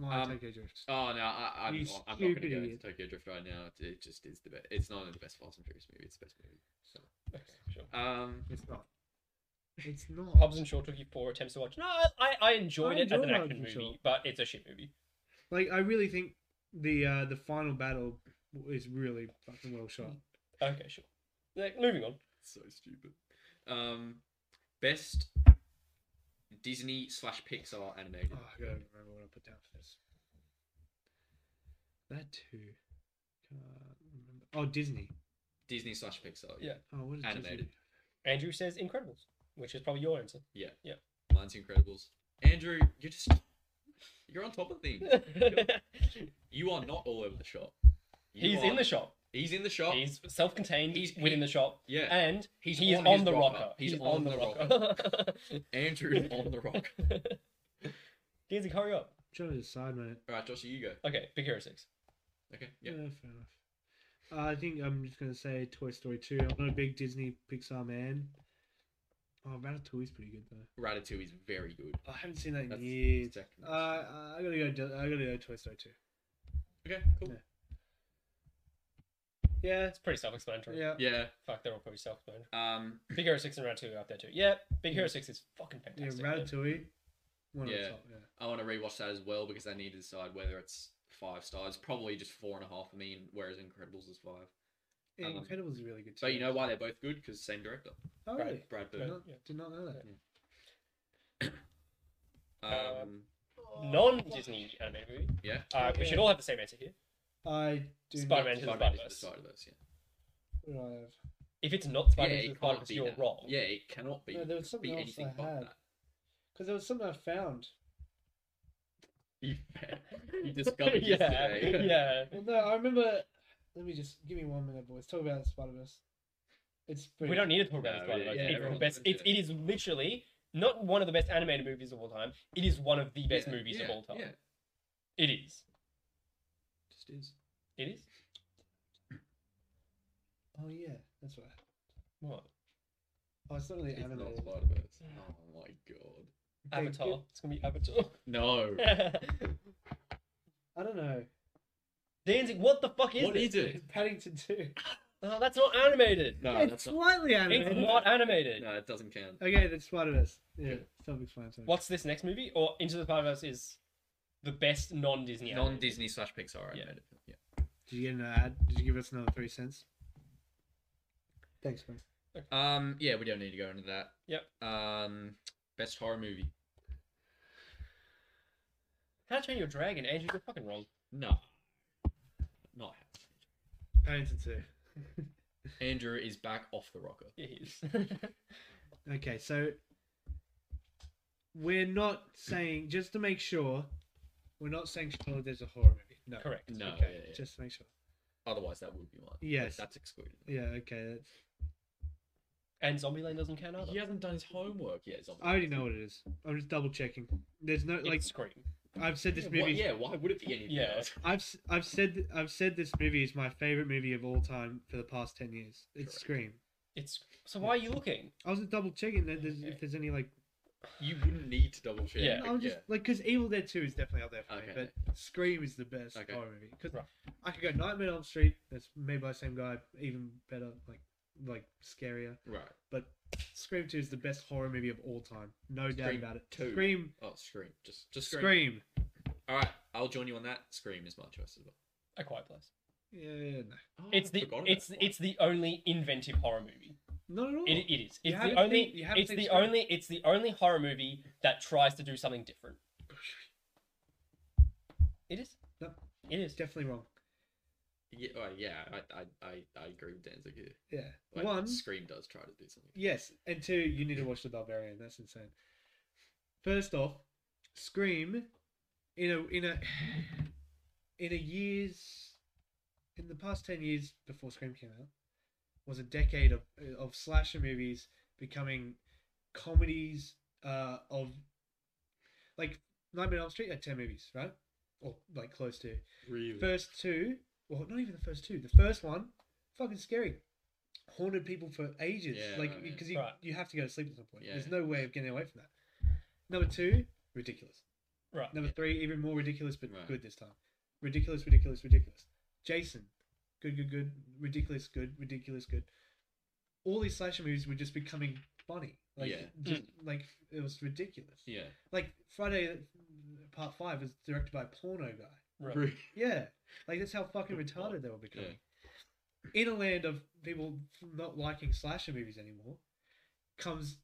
Speaker 3: My
Speaker 2: Um,
Speaker 3: Tokyo Drift.
Speaker 2: Oh no, I, I'm,
Speaker 3: You
Speaker 2: I'm not going to
Speaker 3: stupid
Speaker 2: go into
Speaker 3: idiot.
Speaker 2: Tokyo Drift right now. It, it just is the best. It's not only the best Fast and Furious movie. It's the best movie.
Speaker 1: Okay, sure.
Speaker 2: Um,
Speaker 3: It's not. It's not.
Speaker 1: Hobbs and Shaw took you four attempts to watch. No, I, I enjoyed
Speaker 3: I
Speaker 1: it as
Speaker 3: enjoy
Speaker 1: an
Speaker 3: Hobbs
Speaker 1: action
Speaker 3: and
Speaker 1: movie,
Speaker 3: Shaw.
Speaker 1: but it's a shit movie.
Speaker 3: Like I really think the uh, the final battle is really fucking well shot.
Speaker 2: Mm.
Speaker 1: Okay, sure. Like, moving on.
Speaker 2: So stupid. Um, best Disney slash Pixar animated.
Speaker 3: Oh, I gotta remember what I put down for this. That too. Can't remember. Oh, Disney.
Speaker 2: Disney slash Pixar.
Speaker 1: Yeah.
Speaker 3: Oh, what is
Speaker 2: Animated.
Speaker 1: Andrew says Incredibles, which is probably your answer.
Speaker 2: Mine's Incredibles. Andrew, you're just you're on top of things. You are not all over the shop. You
Speaker 1: he's
Speaker 2: are-
Speaker 1: in the shop.
Speaker 2: He's in the shop.
Speaker 1: He's self-contained.
Speaker 2: He's-
Speaker 1: He's within
Speaker 2: he-
Speaker 1: the shop,
Speaker 2: yeah.
Speaker 1: and
Speaker 2: He's
Speaker 1: he is
Speaker 2: on
Speaker 1: on,
Speaker 2: his
Speaker 1: the
Speaker 2: rocker.
Speaker 1: rocker.
Speaker 2: He's on the
Speaker 1: rocker.
Speaker 2: Andrew is on the rock.
Speaker 1: Geezy, hurry up.
Speaker 3: Trying to decide, mate.
Speaker 2: All right, Josh, you go.
Speaker 1: Okay, Big Hero Six.
Speaker 2: Okay.
Speaker 3: Yeah,
Speaker 2: Yeah.
Speaker 3: fair enough. Uh, I think I'm just gonna say Toy Story 2. I'm not a big Disney Pixar man. Oh, Ratatouille's pretty good though.
Speaker 2: Ratatouille is very good.
Speaker 3: I haven't seen that in
Speaker 2: That's
Speaker 3: years.
Speaker 2: second.
Speaker 3: Uh, I gotta go. Di- I gotta go Toy Story 2.
Speaker 2: okay. Cool.
Speaker 3: Yeah,
Speaker 1: It's pretty self-explanatory.
Speaker 3: yeah.
Speaker 2: Yeah.
Speaker 1: Fuck, they're all pretty self-explanatory.
Speaker 2: Um.
Speaker 1: Big Hero Six and Ratatouille are up there too. Yeah, Big Hero Six is fucking
Speaker 3: Mm. Yeah,
Speaker 1: fantastic. man.
Speaker 3: Ratatouille. One of
Speaker 2: Yeah.
Speaker 3: the top. Yeah.
Speaker 2: I want to rewatch that as well because I need to decide whether it's five stars. Probably just four and a half for me, and whereas Incredibles is five.
Speaker 3: Yeah,
Speaker 2: Um,
Speaker 3: Incredibles is really good too.
Speaker 2: So you know why they're both good because same director,
Speaker 3: Oh,
Speaker 1: Brad-
Speaker 3: really?
Speaker 2: Brad
Speaker 3: Did
Speaker 2: Bird.
Speaker 3: not, did not know that.
Speaker 1: Uh,
Speaker 2: Um,
Speaker 1: Non-Disney animated movie.
Speaker 2: yeah.
Speaker 1: Uh, We
Speaker 3: Yeah.
Speaker 1: should all have the same answer here.
Speaker 3: I do. not-
Speaker 1: Spider-Man. Into the
Speaker 2: Spider-Man
Speaker 1: Spider-Verse.
Speaker 2: Into the Spider-Verse, yeah.
Speaker 3: what do I have?
Speaker 1: If it's not
Speaker 2: Yeah, it
Speaker 1: Spider-Man, it's
Speaker 2: can't
Speaker 1: Spider-Man,
Speaker 2: be.
Speaker 1: you're
Speaker 2: that.
Speaker 1: wrong.
Speaker 2: Yeah, it cannot be.
Speaker 3: No, there was
Speaker 2: be
Speaker 3: something else
Speaker 2: anything
Speaker 3: I
Speaker 2: but
Speaker 3: had.
Speaker 2: that.
Speaker 3: Because there was something I found.
Speaker 2: You, you discovered
Speaker 1: yeah,
Speaker 2: yesterday.
Speaker 1: yeah.
Speaker 3: Well, no, I remember. Let me just give me one minute, boys. Talk about Spider Verse. It's pretty.
Speaker 1: We don't need to talk
Speaker 2: No,
Speaker 1: about this
Speaker 2: we-
Speaker 1: one.
Speaker 3: yeah,
Speaker 1: it's the
Speaker 2: everyone's
Speaker 1: best. It's,
Speaker 2: mentioned
Speaker 1: it is literally not one of the best animated movies of all time. It is one of the best
Speaker 2: Yeah,
Speaker 1: movies of
Speaker 2: yeah,
Speaker 1: all time.
Speaker 2: Yeah,
Speaker 1: It is.
Speaker 2: just is.
Speaker 1: It is.
Speaker 3: Oh yeah, that's right.
Speaker 1: What?
Speaker 3: Oh, it's not really
Speaker 2: It's not
Speaker 3: animated.
Speaker 2: Spider-Verse.
Speaker 3: Mm.
Speaker 2: Oh my god.
Speaker 3: They-
Speaker 1: Avatar. It's gonna be Avatar.
Speaker 2: No.
Speaker 3: I don't know.
Speaker 1: Danzig, what the fuck is
Speaker 2: what is it?
Speaker 3: Paddington Two.
Speaker 1: Oh, that's not animated.
Speaker 2: No,
Speaker 3: it's
Speaker 2: that's not.
Speaker 3: slightly animated.
Speaker 1: Oh, It's not animated.
Speaker 2: No, it doesn't count.
Speaker 3: Okay, that's Spider Verse. Yeah, self-explanatory.
Speaker 1: What's this next movie? Or Into the Spider Verse is the best non-Disney. animated.
Speaker 2: Non-Disney slash Pixar
Speaker 1: Yeah.
Speaker 2: animated. Yeah.
Speaker 3: Did you get an ad? Did you give us another three cents? Thanks, mate.
Speaker 2: Um. Yeah, we don't need to go into that.
Speaker 1: Yep.
Speaker 2: Um. Best horror movie.
Speaker 1: How to Train Your Dragon, Andrew? You're fucking wrong.
Speaker 2: No. Not
Speaker 3: Paddington Two.
Speaker 2: Andrew is back off the rocker.
Speaker 1: Yeah, he is.
Speaker 3: Okay, so we're not saying just to make sure we're not saying Charlotte there's a horror movie. No.
Speaker 1: Correct.
Speaker 2: No.
Speaker 3: Okay,
Speaker 2: Oh, yeah, yeah.
Speaker 3: just to make sure.
Speaker 2: Otherwise, that would be mine. But
Speaker 3: Yes.
Speaker 2: That's excluded.
Speaker 3: Yeah, okay. That's,
Speaker 1: And Zombieland doesn't count either.
Speaker 2: He hasn't done his homework yet. Zombie.
Speaker 3: I already know what it is. I'm just double checking. There's no
Speaker 1: like
Speaker 3: like
Speaker 1: Scream.
Speaker 3: I've said this
Speaker 2: Yeah,
Speaker 3: movie.
Speaker 2: why- yeah. Why would it be anything
Speaker 1: Yeah.
Speaker 2: else?
Speaker 3: I've s- I've said I've said this movie is my favorite movie of all time for the past ten years. It's
Speaker 2: Correct.
Speaker 3: Scream.
Speaker 1: It's so. Why are you looking?
Speaker 3: I was just double checking that there's, if
Speaker 2: Okay.
Speaker 3: therell any like
Speaker 2: You wouldn't need to double check.
Speaker 1: Yeah.
Speaker 3: I was just like because Evil Dead Two is definitely up there for me,
Speaker 2: Okay.
Speaker 3: but Scream is the best
Speaker 2: Okay.
Speaker 3: horror movie because
Speaker 1: Right.
Speaker 3: I could go Nightmare on Elm Street that's made by the same guy, even better, like like scarier.
Speaker 2: Right.
Speaker 3: Scream Two is the best horror movie of all time, no doubt
Speaker 2: Scream
Speaker 3: about it.
Speaker 2: 2.
Speaker 3: Scream,
Speaker 2: Oh, Scream. Just, just Scream.
Speaker 3: Scream,
Speaker 2: All right, I'll join you on that. Scream is my choice as well.
Speaker 1: A Quiet Place.
Speaker 3: yeah,
Speaker 2: Oh,
Speaker 1: It's
Speaker 2: I
Speaker 1: the
Speaker 2: forgot about
Speaker 1: it's
Speaker 2: that.
Speaker 1: it's the only inventive horror movie.
Speaker 3: no, not at all.
Speaker 1: It, it is.
Speaker 3: You
Speaker 1: It's
Speaker 3: haven't
Speaker 1: the only.
Speaker 3: seen- you haven't
Speaker 1: it's
Speaker 3: seen
Speaker 1: the
Speaker 3: Scream.
Speaker 1: only. It's the only horror movie that tries to do something different. It is.
Speaker 3: No.
Speaker 1: It
Speaker 3: It's
Speaker 1: is.
Speaker 3: definitely wrong.
Speaker 2: Yeah, well, yeah I, I, I, I agree with Danzig here.
Speaker 3: Yeah,
Speaker 2: Like,
Speaker 3: one,
Speaker 2: Scream does try to do something.
Speaker 3: yes, and two, you need to watch The Barbarian. That's insane. First off, Scream, in a in a in a years in the past ten years before Scream came out, was a decade of of slasher movies becoming comedies uh, of like Nightmare on Elm Street had ten movies, right? Or like close to
Speaker 2: Really?
Speaker 3: first two, well, not even the first two. The first one, fucking scary. Haunted people for ages,
Speaker 2: Yeah,
Speaker 3: like
Speaker 2: right, yeah.
Speaker 3: because you
Speaker 1: Right.
Speaker 3: you have to go to sleep at some point.
Speaker 2: Yeah.
Speaker 3: There's no way of getting away from that. Number two, ridiculous.
Speaker 1: Right.
Speaker 3: Number
Speaker 2: Yeah.
Speaker 3: three, even more ridiculous, but
Speaker 2: Right.
Speaker 3: good this time. Ridiculous, ridiculous, ridiculous. Jason, good, good, good. Ridiculous, good. Ridiculous, good. All these slasher movies were just becoming funny. Like,
Speaker 2: Yeah.
Speaker 3: just, like it was ridiculous.
Speaker 2: Yeah.
Speaker 3: Like Friday, uh, Part Five was directed by a porno guy.
Speaker 1: Right.
Speaker 3: Yeah, like that's how fucking retarded they were becoming. In a land of people not liking slasher movies anymore, comes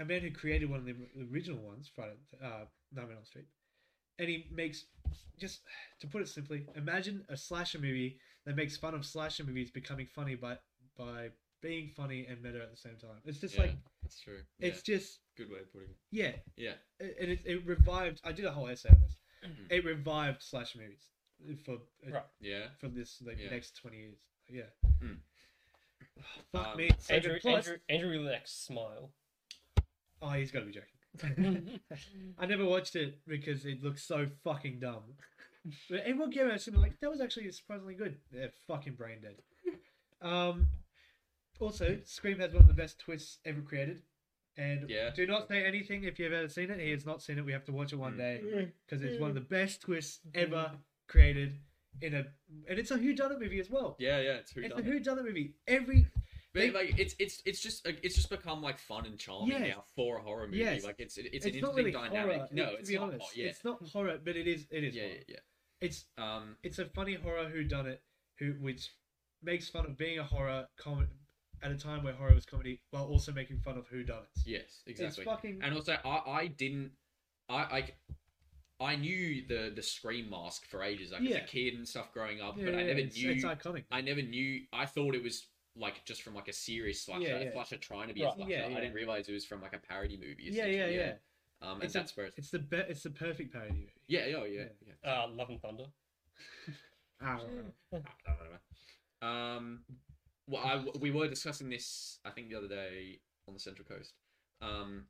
Speaker 3: a man who created one of the original ones, Friday, uh, Nightmare on Elm Street, and he makes just to put it simply, imagine a slasher movie that makes fun of slasher movies becoming funny by by being funny and meta at the same time. It's just
Speaker 2: Yeah,
Speaker 3: like
Speaker 2: that's true.
Speaker 3: it's just
Speaker 2: yeah, good way of putting it.
Speaker 3: yeah,
Speaker 2: Yeah.
Speaker 3: a- and it, it revived. I did a whole essay on this.
Speaker 2: Mhm.
Speaker 3: It revived slasher movies for
Speaker 1: Right.
Speaker 2: Yeah.
Speaker 3: for this like
Speaker 2: Yeah.
Speaker 3: next twenty years. Yeah.
Speaker 2: Mm.
Speaker 3: Fuck
Speaker 2: Um,
Speaker 3: me. Save
Speaker 1: Andrew,
Speaker 3: it. Plus,
Speaker 1: Andrew, Andrew really likes smile.
Speaker 3: oh, he's got to be joking. I never watched it because it looked so fucking dumb. But everyone came out and was like, "That was actually surprisingly good." They're fucking brain dead. Um. Also, Scream has one of the best twists ever created. And
Speaker 2: Yeah.
Speaker 3: do not say anything if you've ever seen it. He has not seen it. We have to watch it one
Speaker 2: Mm.
Speaker 3: day because it's one of the best twists ever
Speaker 1: Mm-hmm.
Speaker 3: created in a, and it's a Who Done It movie as well.
Speaker 2: Yeah, yeah, it's who
Speaker 3: It's
Speaker 2: done
Speaker 3: a Who Done It movie. Every
Speaker 2: But
Speaker 3: They-
Speaker 2: like it's it's it's just like, it's just become like fun and charming
Speaker 3: Yes.
Speaker 2: now for a horror movie.
Speaker 3: Yes.
Speaker 2: Like it's it, it's,
Speaker 3: it's,
Speaker 2: an
Speaker 3: not
Speaker 2: interesting
Speaker 3: really
Speaker 2: dynamic.
Speaker 3: horror.
Speaker 2: no,
Speaker 3: to
Speaker 2: it's
Speaker 3: be
Speaker 2: not.
Speaker 3: honest,
Speaker 2: hor- yeah.
Speaker 3: it's not horror, but it is. It is.
Speaker 2: yeah,
Speaker 3: horror.
Speaker 2: yeah,
Speaker 3: It's
Speaker 2: yeah. Um,
Speaker 3: it's a funny horror Who Done It who which makes fun of being a horror com- at a time where horror was comedy while also making fun of Who Done It.
Speaker 2: yes, exactly.
Speaker 3: It's fucking
Speaker 2: And also, I I didn't I I, I knew the the scream mask for ages. Like as
Speaker 3: Yeah.
Speaker 2: a kid and stuff growing up,
Speaker 3: yeah,
Speaker 2: but I never
Speaker 3: it's,
Speaker 2: knew
Speaker 3: it's iconic.
Speaker 2: I never knew. I thought it was like just from like a serious slasher,
Speaker 3: Yeah,
Speaker 2: a
Speaker 3: yeah.
Speaker 2: slasher trying to be a
Speaker 1: Right.
Speaker 2: slasher.
Speaker 3: Yeah, yeah.
Speaker 2: I didn't realize it was from like a parody movie.
Speaker 3: Yeah, yeah,
Speaker 2: essentially,
Speaker 3: yeah.
Speaker 2: Um, and
Speaker 3: It's a-
Speaker 2: that's where. It's,
Speaker 3: It's the be- it's the perfect parody movie.
Speaker 2: yeah, yeah, yeah,
Speaker 3: Yeah.
Speaker 2: yeah.
Speaker 1: Uh, Love and Thunder.
Speaker 2: I
Speaker 3: Ah,
Speaker 2: don't know. Um, well, I, we were discussing this, I think, the other day on the Central Coast. Um,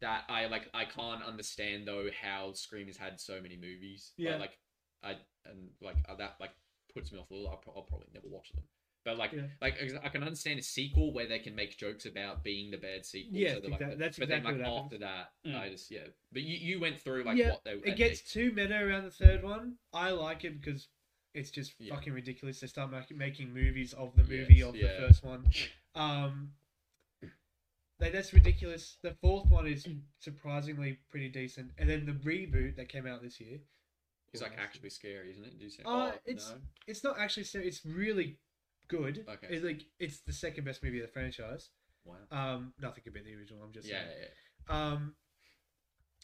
Speaker 2: that I like, I can't understand though how Scream has had so many movies. But,
Speaker 3: Yeah.
Speaker 2: Like, I and like uh, that like puts me off a little. I'll, pro- I'll probably never watch them. But like,
Speaker 3: Yeah.
Speaker 2: like ex- I can understand a sequel where they can make jokes about being the bad sequel.
Speaker 3: Yes,
Speaker 2: they're, like,
Speaker 3: exact-
Speaker 2: the-
Speaker 3: that's
Speaker 2: but
Speaker 3: exactly
Speaker 2: then, like,
Speaker 3: what happens.
Speaker 2: after that,
Speaker 1: Mm.
Speaker 2: I just yeah. But you, you went through like
Speaker 3: Yeah,
Speaker 2: what they they
Speaker 3: it gets too meta around the third one. I like it because it's just
Speaker 2: Yeah.
Speaker 3: fucking ridiculous. They start mak- making movies of the movie
Speaker 2: Yes,
Speaker 3: of
Speaker 2: yeah.
Speaker 3: the first one. Um, like, that's ridiculous. The fourth one is surprisingly pretty decent, and then the reboot that came out this year.
Speaker 2: It's like
Speaker 3: Well,
Speaker 2: actually scary, isn't it? Do you say?
Speaker 3: Oh, Uh,
Speaker 2: oh,
Speaker 3: it's-
Speaker 2: no.
Speaker 3: It's not actually. ser- It's really good.
Speaker 2: Okay.
Speaker 3: It's like it's the second best movie of the franchise.
Speaker 2: wow.
Speaker 3: Um, nothing could be the original. I'm just
Speaker 2: Yeah,
Speaker 3: saying.
Speaker 2: yeah, yeah.
Speaker 3: Um,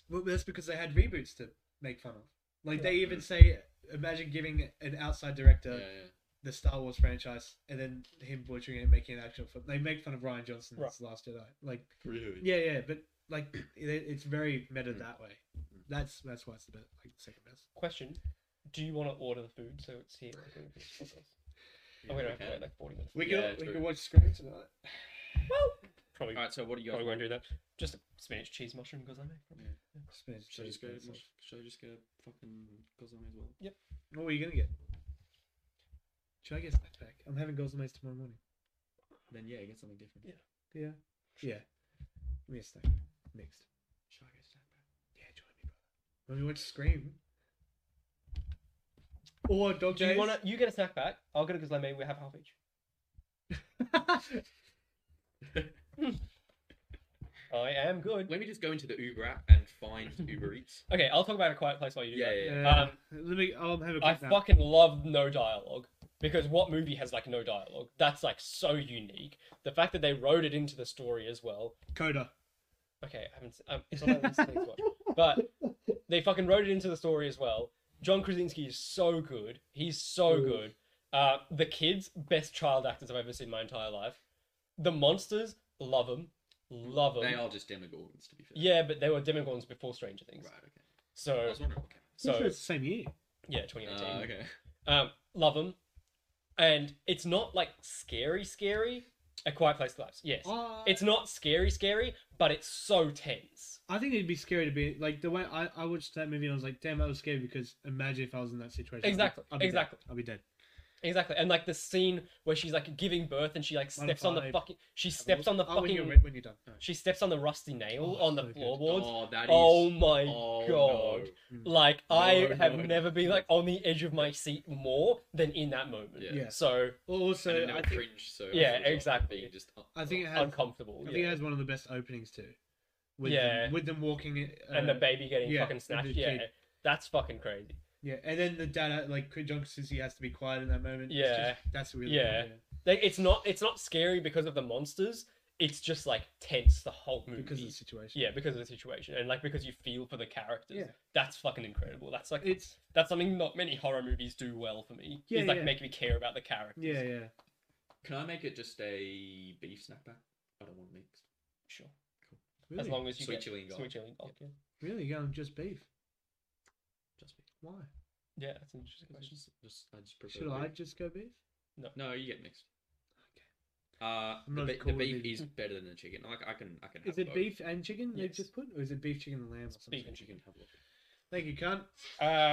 Speaker 3: well, that's because they had reboots to make fun of. Like they
Speaker 1: Yeah.
Speaker 3: even say, imagine giving an outside director
Speaker 2: yeah, yeah.
Speaker 3: the Star Wars franchise and then him butchering it and making an actual. Film. They make fun of Ryan Johnson's
Speaker 1: Right.
Speaker 3: Last Jedi. Like,
Speaker 2: Really?
Speaker 3: yeah, yeah, but like it, it's very meta
Speaker 2: Mm.
Speaker 3: that way. That's that's why it's the best, like the second best.
Speaker 1: Question: Do you want to order the food so it's here? like, when it's processed?
Speaker 2: Yeah,
Speaker 1: I'm gonna
Speaker 2: we
Speaker 1: have to
Speaker 2: can.
Speaker 1: Oh, wait like 40 minutes.
Speaker 3: We
Speaker 2: Yeah,
Speaker 3: could we
Speaker 2: true.
Speaker 3: could watch Scream tonight.
Speaker 1: Well, probably,
Speaker 2: All right. So what do Uh, you guys?
Speaker 1: probably won't do that. Just a spinach cheese mushroom because I make. Probably.
Speaker 3: Spinach
Speaker 2: Should I just go?
Speaker 3: cheese, that's
Speaker 2: Should I just go fucking Gozame as well?
Speaker 3: all. What were you gonna get? Should I get snack pack? I'm having Gosmates tomorrow morning.
Speaker 2: Then yeah, get something different.
Speaker 1: Yeah.
Speaker 3: Yeah. Yeah. Give me a snack. Mixed.
Speaker 2: Should I go snack
Speaker 3: Yeah, join me, brother. When we watch Scream. Or dog
Speaker 1: Do you
Speaker 3: days.
Speaker 1: want to? You get a snack pack. I'll get a because maybe we have half each. I am good.
Speaker 2: Let me just go into the Uber app and find Uber Eats.
Speaker 1: Okay, I'll talk about a quiet place while you do
Speaker 2: Yeah,
Speaker 1: that.
Speaker 2: yeah.
Speaker 3: Yeah, let me. I'll have a
Speaker 1: Um, I
Speaker 3: quick nap.
Speaker 1: fucking love no dialogue because what movie has like no dialogue? That's like so unique. The fact that they wrote it into the story as well.
Speaker 3: Coda.
Speaker 1: Okay, I haven't. se- Um, it's not that I've seen this one. but they fucking wrote it into the story as well. John Krasinski is so good. He's so
Speaker 3: Ooh.
Speaker 1: good. Uh, the kids, best child actors I've ever seen in my entire life. The monsters, love them, love them.
Speaker 2: They are just demogorgons, to be fair.
Speaker 1: Yeah, but they were Demogorgons before Stranger Things.
Speaker 2: Right. Okay. I
Speaker 1: So,
Speaker 2: was wondering. Okay.
Speaker 3: Pretty sure
Speaker 1: so
Speaker 3: it's the same year.
Speaker 1: yeah, 2018.
Speaker 2: Uh, okay.
Speaker 1: Um, love them, and it's not like scary, scary. A Quiet Place Collapse. Yes,
Speaker 2: Oh.
Speaker 3: Oh,
Speaker 1: it's not scary, scary, but it's so tense.
Speaker 3: I think it'd be scary to be like the way I, I watched that movie and I was like, damn, that was scary because imagine if I was in that situation. I'd be-
Speaker 1: Exactly,
Speaker 3: I'd be dead.
Speaker 1: exactly.
Speaker 3: I'd be dead.
Speaker 1: Exactly, and like the scene where she's like giving birth and she like
Speaker 3: One
Speaker 1: steps on the
Speaker 3: five.
Speaker 1: fucking, she steps on the
Speaker 3: Oh, when you're,
Speaker 1: fucking,
Speaker 3: re- when you're done.
Speaker 1: she steps on the rusty nail
Speaker 3: Oh,
Speaker 1: on the
Speaker 3: so good.
Speaker 1: floorboards.
Speaker 2: Oh, that is.
Speaker 1: Oh my
Speaker 2: oh,
Speaker 1: god!
Speaker 2: no.
Speaker 1: Like I
Speaker 2: No,
Speaker 1: have
Speaker 2: no.
Speaker 1: never been like on the edge of my seat more than in that moment.
Speaker 2: Yeah.
Speaker 3: Yeah.
Speaker 1: So
Speaker 3: Also,
Speaker 2: and it
Speaker 3: I
Speaker 2: never
Speaker 3: think,
Speaker 2: cringe. So as
Speaker 1: Yeah,
Speaker 2: a result,
Speaker 1: exactly.
Speaker 2: being Just, uh, oh.
Speaker 3: I think it has.
Speaker 1: uncomfortable.
Speaker 3: I
Speaker 1: yeah.
Speaker 3: think it has one of the best openings too. With
Speaker 1: Yeah.
Speaker 3: Them, with them walking. Uh,
Speaker 1: and the baby getting
Speaker 3: yeah,
Speaker 1: fucking
Speaker 3: and the
Speaker 1: snatched. Yeah,
Speaker 3: kid.
Speaker 1: that's fucking crazy.
Speaker 3: Yeah, and then the dad uh, like Junk says he has to be quiet in that moment. It's just-
Speaker 1: Yeah.
Speaker 3: that's really
Speaker 1: Yeah. Like it's not it's not scary because of the monsters. It's just like tense the whole movie.
Speaker 3: because of the situation.
Speaker 1: yeah, because of the situation and like because you feel for the characters.
Speaker 3: Yeah.
Speaker 1: That's fucking incredible. That's like
Speaker 3: it's
Speaker 1: that's something not many horror movies do well for me.
Speaker 3: Yeah,
Speaker 1: is like
Speaker 3: yeah.
Speaker 1: make me care about the characters.
Speaker 3: yeah, yeah.
Speaker 2: Can I make it just a beef snapback? I don't want meat.
Speaker 1: Sure.
Speaker 3: Really,
Speaker 1: As long as you
Speaker 2: Sweet
Speaker 1: get
Speaker 2: chili and
Speaker 1: sweet
Speaker 2: garlic.
Speaker 1: chili and garlic. Yeah.
Speaker 3: really you're going just beef.
Speaker 2: Just beef.
Speaker 3: Why
Speaker 1: yeah, that's an interesting
Speaker 2: It's
Speaker 1: question.
Speaker 2: Just, just, I just prefer
Speaker 3: should I
Speaker 2: beef.
Speaker 3: just go beef?
Speaker 2: No, you get mixed. Uh, the,
Speaker 3: I'm not
Speaker 2: be-
Speaker 3: cool
Speaker 2: the
Speaker 3: with
Speaker 2: beef
Speaker 3: these.
Speaker 2: is better than the chicken. Like I can, I can.
Speaker 3: Is
Speaker 2: have
Speaker 3: it
Speaker 2: both.
Speaker 3: beef and chicken they've
Speaker 1: Yes.
Speaker 3: just put, or is it beef, chicken, and lamb? Or something?
Speaker 1: beef and
Speaker 2: You can have both.
Speaker 3: Thank you, cunt.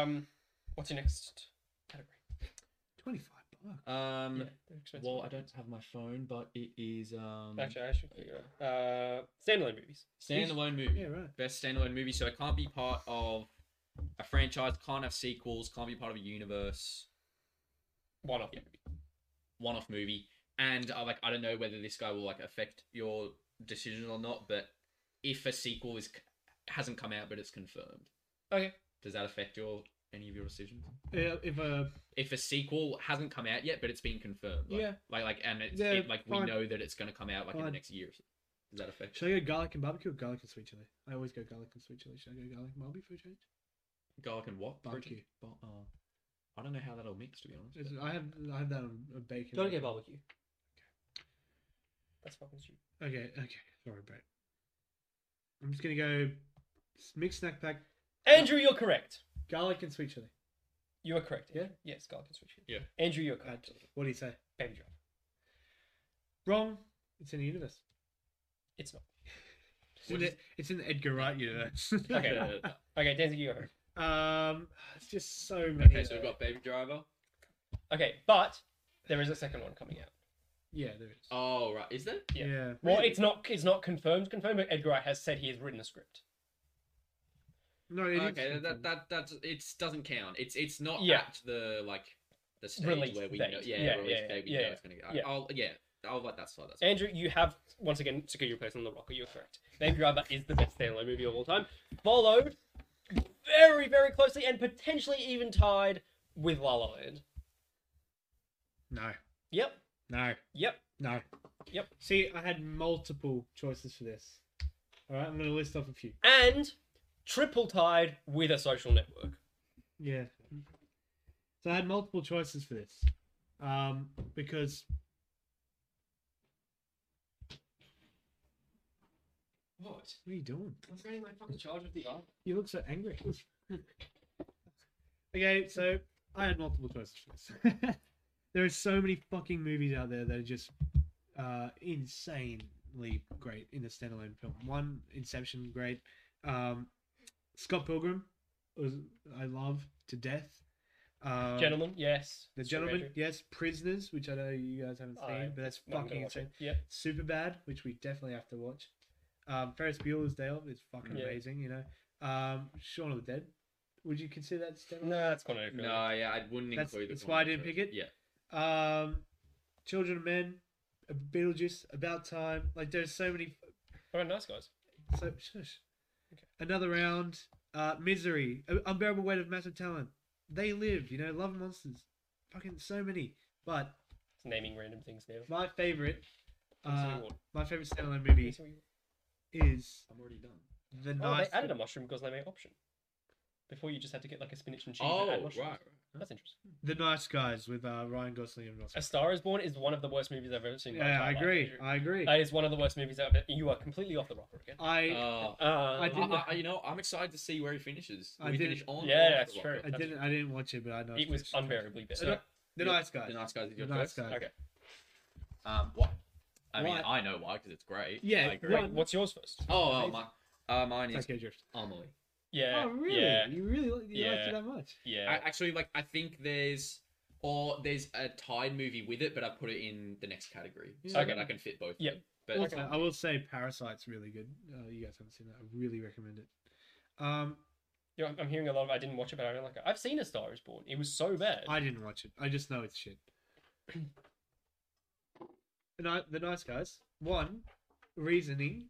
Speaker 1: Um, what's your next category?
Speaker 3: Twenty five bucks.
Speaker 2: Um,
Speaker 1: Yeah, they're expensive
Speaker 4: Well, I
Speaker 1: categories.
Speaker 4: don't have my phone, but it is um
Speaker 1: Actually, I should figure it out. Uh, standalone movies.
Speaker 4: standalone movie.
Speaker 3: Yeah, right.
Speaker 2: best standalone movie, so it can't be part of a franchise. Can't have sequels. Can't be part of a universe.
Speaker 1: One off.
Speaker 2: Yeah. One-off movie. And I like, I don't know whether this guy will like affect your decision or not, but if a sequel is c- hasn't come out but it's confirmed,
Speaker 1: Okay.
Speaker 2: does that affect your any of your decisions?
Speaker 3: Yeah, if uh,
Speaker 2: if a sequel hasn't come out yet, but it's been confirmed. Like,
Speaker 3: Yeah.
Speaker 2: Like like and it's
Speaker 3: Yeah,
Speaker 2: it, like
Speaker 3: fine.
Speaker 2: we know that it's gonna come out like in the
Speaker 3: Fine.
Speaker 2: next year. or so. Does that affect?
Speaker 3: should I go garlic and barbecue or garlic and sweet chili? I always go garlic and sweet chili. Should I go garlic and barbecue for a change?
Speaker 2: Garlic and what?
Speaker 3: Barbecue.
Speaker 2: But, uh, I don't know how that'll mix to be honest.
Speaker 3: Is-
Speaker 2: but-
Speaker 3: I have I have that on a bacon.
Speaker 1: Gotta get barbecue. That's fucking stupid.
Speaker 3: Okay, okay. Sorry, Brett. I'm just gonna go s- mixed snack pack,
Speaker 1: Andrew, you're correct.
Speaker 3: garlic and sweet chili.
Speaker 1: You are correct.
Speaker 3: Yeah?
Speaker 1: Andrew. Yes, garlic and switch.
Speaker 2: Yeah.
Speaker 1: Andrew, you're
Speaker 3: Uh,
Speaker 1: correct.
Speaker 3: what do you say?
Speaker 1: Baby driver.
Speaker 3: Wrong. It's in the universe.
Speaker 1: It's not.
Speaker 3: It's in
Speaker 2: What
Speaker 3: the, it's in the Edgar Wright universe.
Speaker 1: Okay. Okay, Danzig, you're correct.
Speaker 3: um, it's just so many. uh,
Speaker 2: okay, so we've got Baby Driver.
Speaker 1: Okay, but there is a second one coming out.
Speaker 3: yeah, there is.
Speaker 2: Oh right, is there?
Speaker 1: yeah.
Speaker 3: yeah.
Speaker 1: Well,
Speaker 2: Really?
Speaker 1: it's not. It's not confirmed. Confirmed, but Edgar Wright has said he has written a script.
Speaker 3: No, it is
Speaker 2: Okay, that
Speaker 3: confirmed.
Speaker 2: that that's it doesn't count. It's it's not
Speaker 1: Yeah.
Speaker 2: at the like the stage
Speaker 1: Release
Speaker 2: where we
Speaker 1: date.
Speaker 2: know yeah,
Speaker 1: Yeah,
Speaker 2: release
Speaker 1: yeah,
Speaker 2: date we
Speaker 1: yeah,
Speaker 2: know it's gonna go.
Speaker 1: yeah.
Speaker 2: I'll yeah, I'll let that slide. That's
Speaker 3: Eh,
Speaker 2: fine.
Speaker 1: Andrew, you have once again secured your place on the rocker. You're correct. Baby Driver is the best standalone movie of all time, followed very, very closely and potentially even tied with La La Land.
Speaker 3: no,
Speaker 1: Yep.
Speaker 3: no,
Speaker 1: Yep.
Speaker 3: no.
Speaker 1: Yep.
Speaker 3: See, I had multiple choices for this. All right, I'm gonna list off a few.
Speaker 1: And triple tied with a social network.
Speaker 3: Yeah. So I had multiple choices for this. Um, because
Speaker 2: What?
Speaker 3: what are you doing?
Speaker 2: I'm reading my fucking charge of the art.
Speaker 3: You look so angry. okay, so I had multiple choices for this. there are so many fucking movies out there that are just uh, insanely great in a standalone film. One, Inception, great. Um, Scott Pilgrim, was, I love to death. Um,
Speaker 1: Gentlemen, yes.
Speaker 3: The
Speaker 1: Sir
Speaker 3: Gentleman,
Speaker 1: Andrew.
Speaker 3: yes. Prisoners, which I know you guys haven't seen,
Speaker 1: I-
Speaker 3: but that's
Speaker 1: No, I'm
Speaker 3: fucking
Speaker 1: gonna watch
Speaker 3: insane.
Speaker 1: it. Yep.
Speaker 3: Superbad, which we definitely have to watch. Um, Ferris Bueller's Day Off is fucking
Speaker 1: Yeah.
Speaker 3: amazing, you know. Um, Shaun of the Dead, would you consider that
Speaker 1: No,
Speaker 3: standalone?
Speaker 1: that's kind of
Speaker 2: No, yeah, I wouldn't
Speaker 3: That's-
Speaker 2: include. the
Speaker 3: that's why I
Speaker 2: Conjuring
Speaker 3: didn't
Speaker 2: first.
Speaker 3: pick
Speaker 2: Yeah.
Speaker 3: Um, Children of Men, Beetlejuice, About Time. Like there's so many.
Speaker 1: All right, nice guys.
Speaker 3: So shush.
Speaker 1: Okay.
Speaker 3: Another round. Uh, Misery, Uh, Unbearable Weight of Massive Talent. They live, you know. Love and Monsters. Fucking so many. But
Speaker 1: It's naming random things now.
Speaker 3: my favorite, uh,
Speaker 1: Award.
Speaker 3: my favorite standalone movie is
Speaker 2: I'm already done.
Speaker 3: The
Speaker 1: Oh,
Speaker 3: Night.
Speaker 1: they added a mushroom because they made option. Before you just had to get like a spinach and cheese. and add
Speaker 2: Oh
Speaker 1: mushrooms.
Speaker 2: right.
Speaker 1: That's interesting.
Speaker 3: The Nice Guys with uh, Ryan Gosling and Ross.
Speaker 1: A Star Is Born is one of the worst movies I've ever seen. in my
Speaker 3: Yeah,
Speaker 1: entire
Speaker 3: I
Speaker 1: life,
Speaker 3: agree.
Speaker 1: Andrew.
Speaker 3: I agree.
Speaker 1: That is one of the worst movies I've ever. You are completely off the rocker again.
Speaker 3: I
Speaker 2: Uh,
Speaker 1: Uh,
Speaker 3: Oh, I
Speaker 2: I,
Speaker 3: didn't-
Speaker 2: I, I- you know, I'm excited to see where he finishes. Will
Speaker 3: I
Speaker 2: he
Speaker 3: didn't-
Speaker 2: finish on?
Speaker 1: Yeah,
Speaker 2: or off
Speaker 1: that's
Speaker 2: the
Speaker 1: true.
Speaker 2: rocket?
Speaker 3: I didn't I didn't watch it, but I know
Speaker 1: it was
Speaker 3: it's-
Speaker 1: unbearably bad.
Speaker 3: So, The Nice Guys.
Speaker 2: The nice guys is
Speaker 3: The
Speaker 2: your
Speaker 3: Nice
Speaker 2: first.
Speaker 3: Guys.
Speaker 1: okay.
Speaker 2: Um, what? I mean,
Speaker 3: Why?
Speaker 2: I know why because it's great.
Speaker 3: Yeah,
Speaker 2: I agree.
Speaker 1: Wait,
Speaker 3: one-
Speaker 1: what's yours first?
Speaker 2: Oh, oh, my, uh, mine is
Speaker 3: Tokyo Drift.
Speaker 2: Amelie.
Speaker 1: Yeah.
Speaker 3: oh really?
Speaker 1: Yeah.
Speaker 3: You really li- you liked
Speaker 1: Yeah.
Speaker 3: it that much?
Speaker 1: Yeah.
Speaker 2: I, actually, like, I think there's or there's a tied movie with it, but I put it in the next category so
Speaker 1: Okay.
Speaker 2: that I can fit both. of
Speaker 1: Yep.
Speaker 2: them. But
Speaker 3: Also, I will say Parasite's really good. Uh, you guys haven't seen that. I really recommend it. Um,
Speaker 1: You know, I'm hearing a lot of I didn't watch it, but I don't like it. I've seen A Star Is Born. It was so bad.
Speaker 3: I didn't watch it. I just know it's shit. the, Ni- the Nice Guys. One reasoning.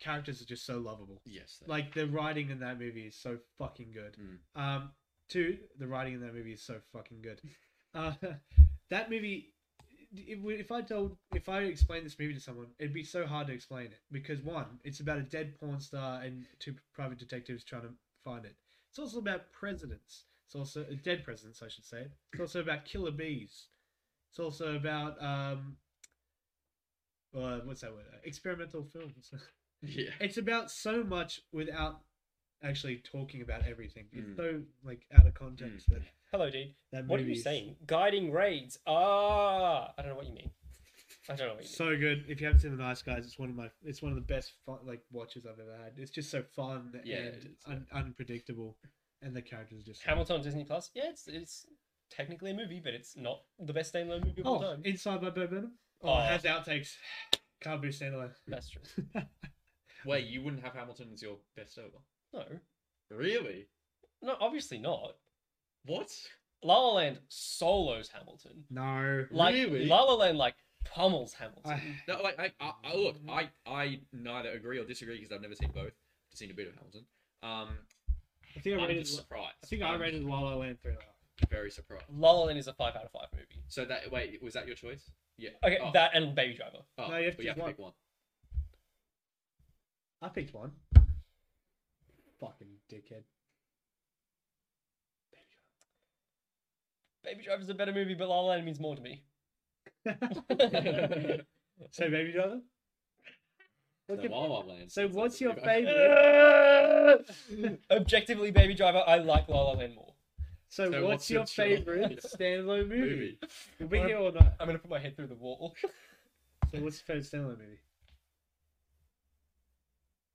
Speaker 3: Characters are just so lovable.
Speaker 2: yes, that-
Speaker 3: Like the writing in that movie is so fucking good.
Speaker 2: Mm.
Speaker 3: Um, Two, the writing in that movie is so fucking good. Uh, that movie, if, we- if I told, if I explained this movie to someone, it'd be so hard to explain it because one, it's about a dead porn star and two private detectives trying to find it. It's also about presidents. It's also uh, dead presidents, I should say. It's also about killer bees. It's also about um, uh, what's that word? Uh, Experimental films.
Speaker 2: Yeah.
Speaker 3: it's about so much without actually talking about everything. It's
Speaker 2: Mm.
Speaker 3: so like out of context that
Speaker 1: Hello, dude.
Speaker 3: that
Speaker 1: What are you
Speaker 3: movie's
Speaker 1: saying? Guiding raids. Ah, I don't know what you mean. I don't know what you mean.
Speaker 3: So good. If you haven't seen The Nice Guys, it's one of my it's one of the best fun, like watches I've ever had. It's just so fun
Speaker 2: Yeah, it
Speaker 3: and
Speaker 2: is,
Speaker 3: un- unpredictable, and the characters are just
Speaker 1: Hamilton on Disney Plus. Yeah, it's it's technically a movie, but it's not the best standalone movie of all
Speaker 3: Oh,
Speaker 1: time.
Speaker 3: Inside by Bo Burnham. Oh,
Speaker 1: Oh.
Speaker 3: it has outtakes. Can't be a standalone.
Speaker 1: That's true.
Speaker 2: Wait, you wouldn't have Hamilton as your best over?
Speaker 1: No,
Speaker 2: Really?
Speaker 1: no, obviously not.
Speaker 2: What?
Speaker 1: La La Land solos Hamilton.
Speaker 3: No.
Speaker 1: Like
Speaker 2: Really?
Speaker 1: La La Land like pummels Hamilton.
Speaker 3: I-
Speaker 2: No, like I, I, I look, I, I neither agree or disagree because I've never seen both. I've seen a bit of Hamilton. Um,
Speaker 3: I think I
Speaker 2: I'm
Speaker 3: rated.
Speaker 2: just surprised.
Speaker 3: I think I
Speaker 2: I'm
Speaker 3: rated La La Land three and a half.
Speaker 2: Very surprised.
Speaker 1: La La Land is a five out of five movie.
Speaker 2: So that wait, was that your choice? Yeah.
Speaker 1: Okay,
Speaker 2: Oh,
Speaker 1: that and Baby Driver.
Speaker 2: oh,
Speaker 3: No, you have
Speaker 2: but
Speaker 3: to choose
Speaker 2: pick one.
Speaker 3: I picked one. Fucking dickhead.
Speaker 1: Baby Driver's a better movie, but La La Land means more to me.
Speaker 3: So Baby Driver.
Speaker 2: No,
Speaker 3: Look at-
Speaker 2: La La Land.
Speaker 3: so
Speaker 2: That's
Speaker 3: what's
Speaker 2: the
Speaker 3: your
Speaker 2: big-
Speaker 3: favorite?
Speaker 1: Objectively, Baby Driver, I like La La Land more.
Speaker 3: So,
Speaker 2: So
Speaker 3: what's
Speaker 2: what's
Speaker 3: your
Speaker 2: your choice?
Speaker 3: favorite standalone movie?
Speaker 2: movie?
Speaker 3: We'll be
Speaker 1: Um,
Speaker 3: here all night.
Speaker 1: I'm gonna put my head through the wall.
Speaker 3: So what's your favorite standalone movie?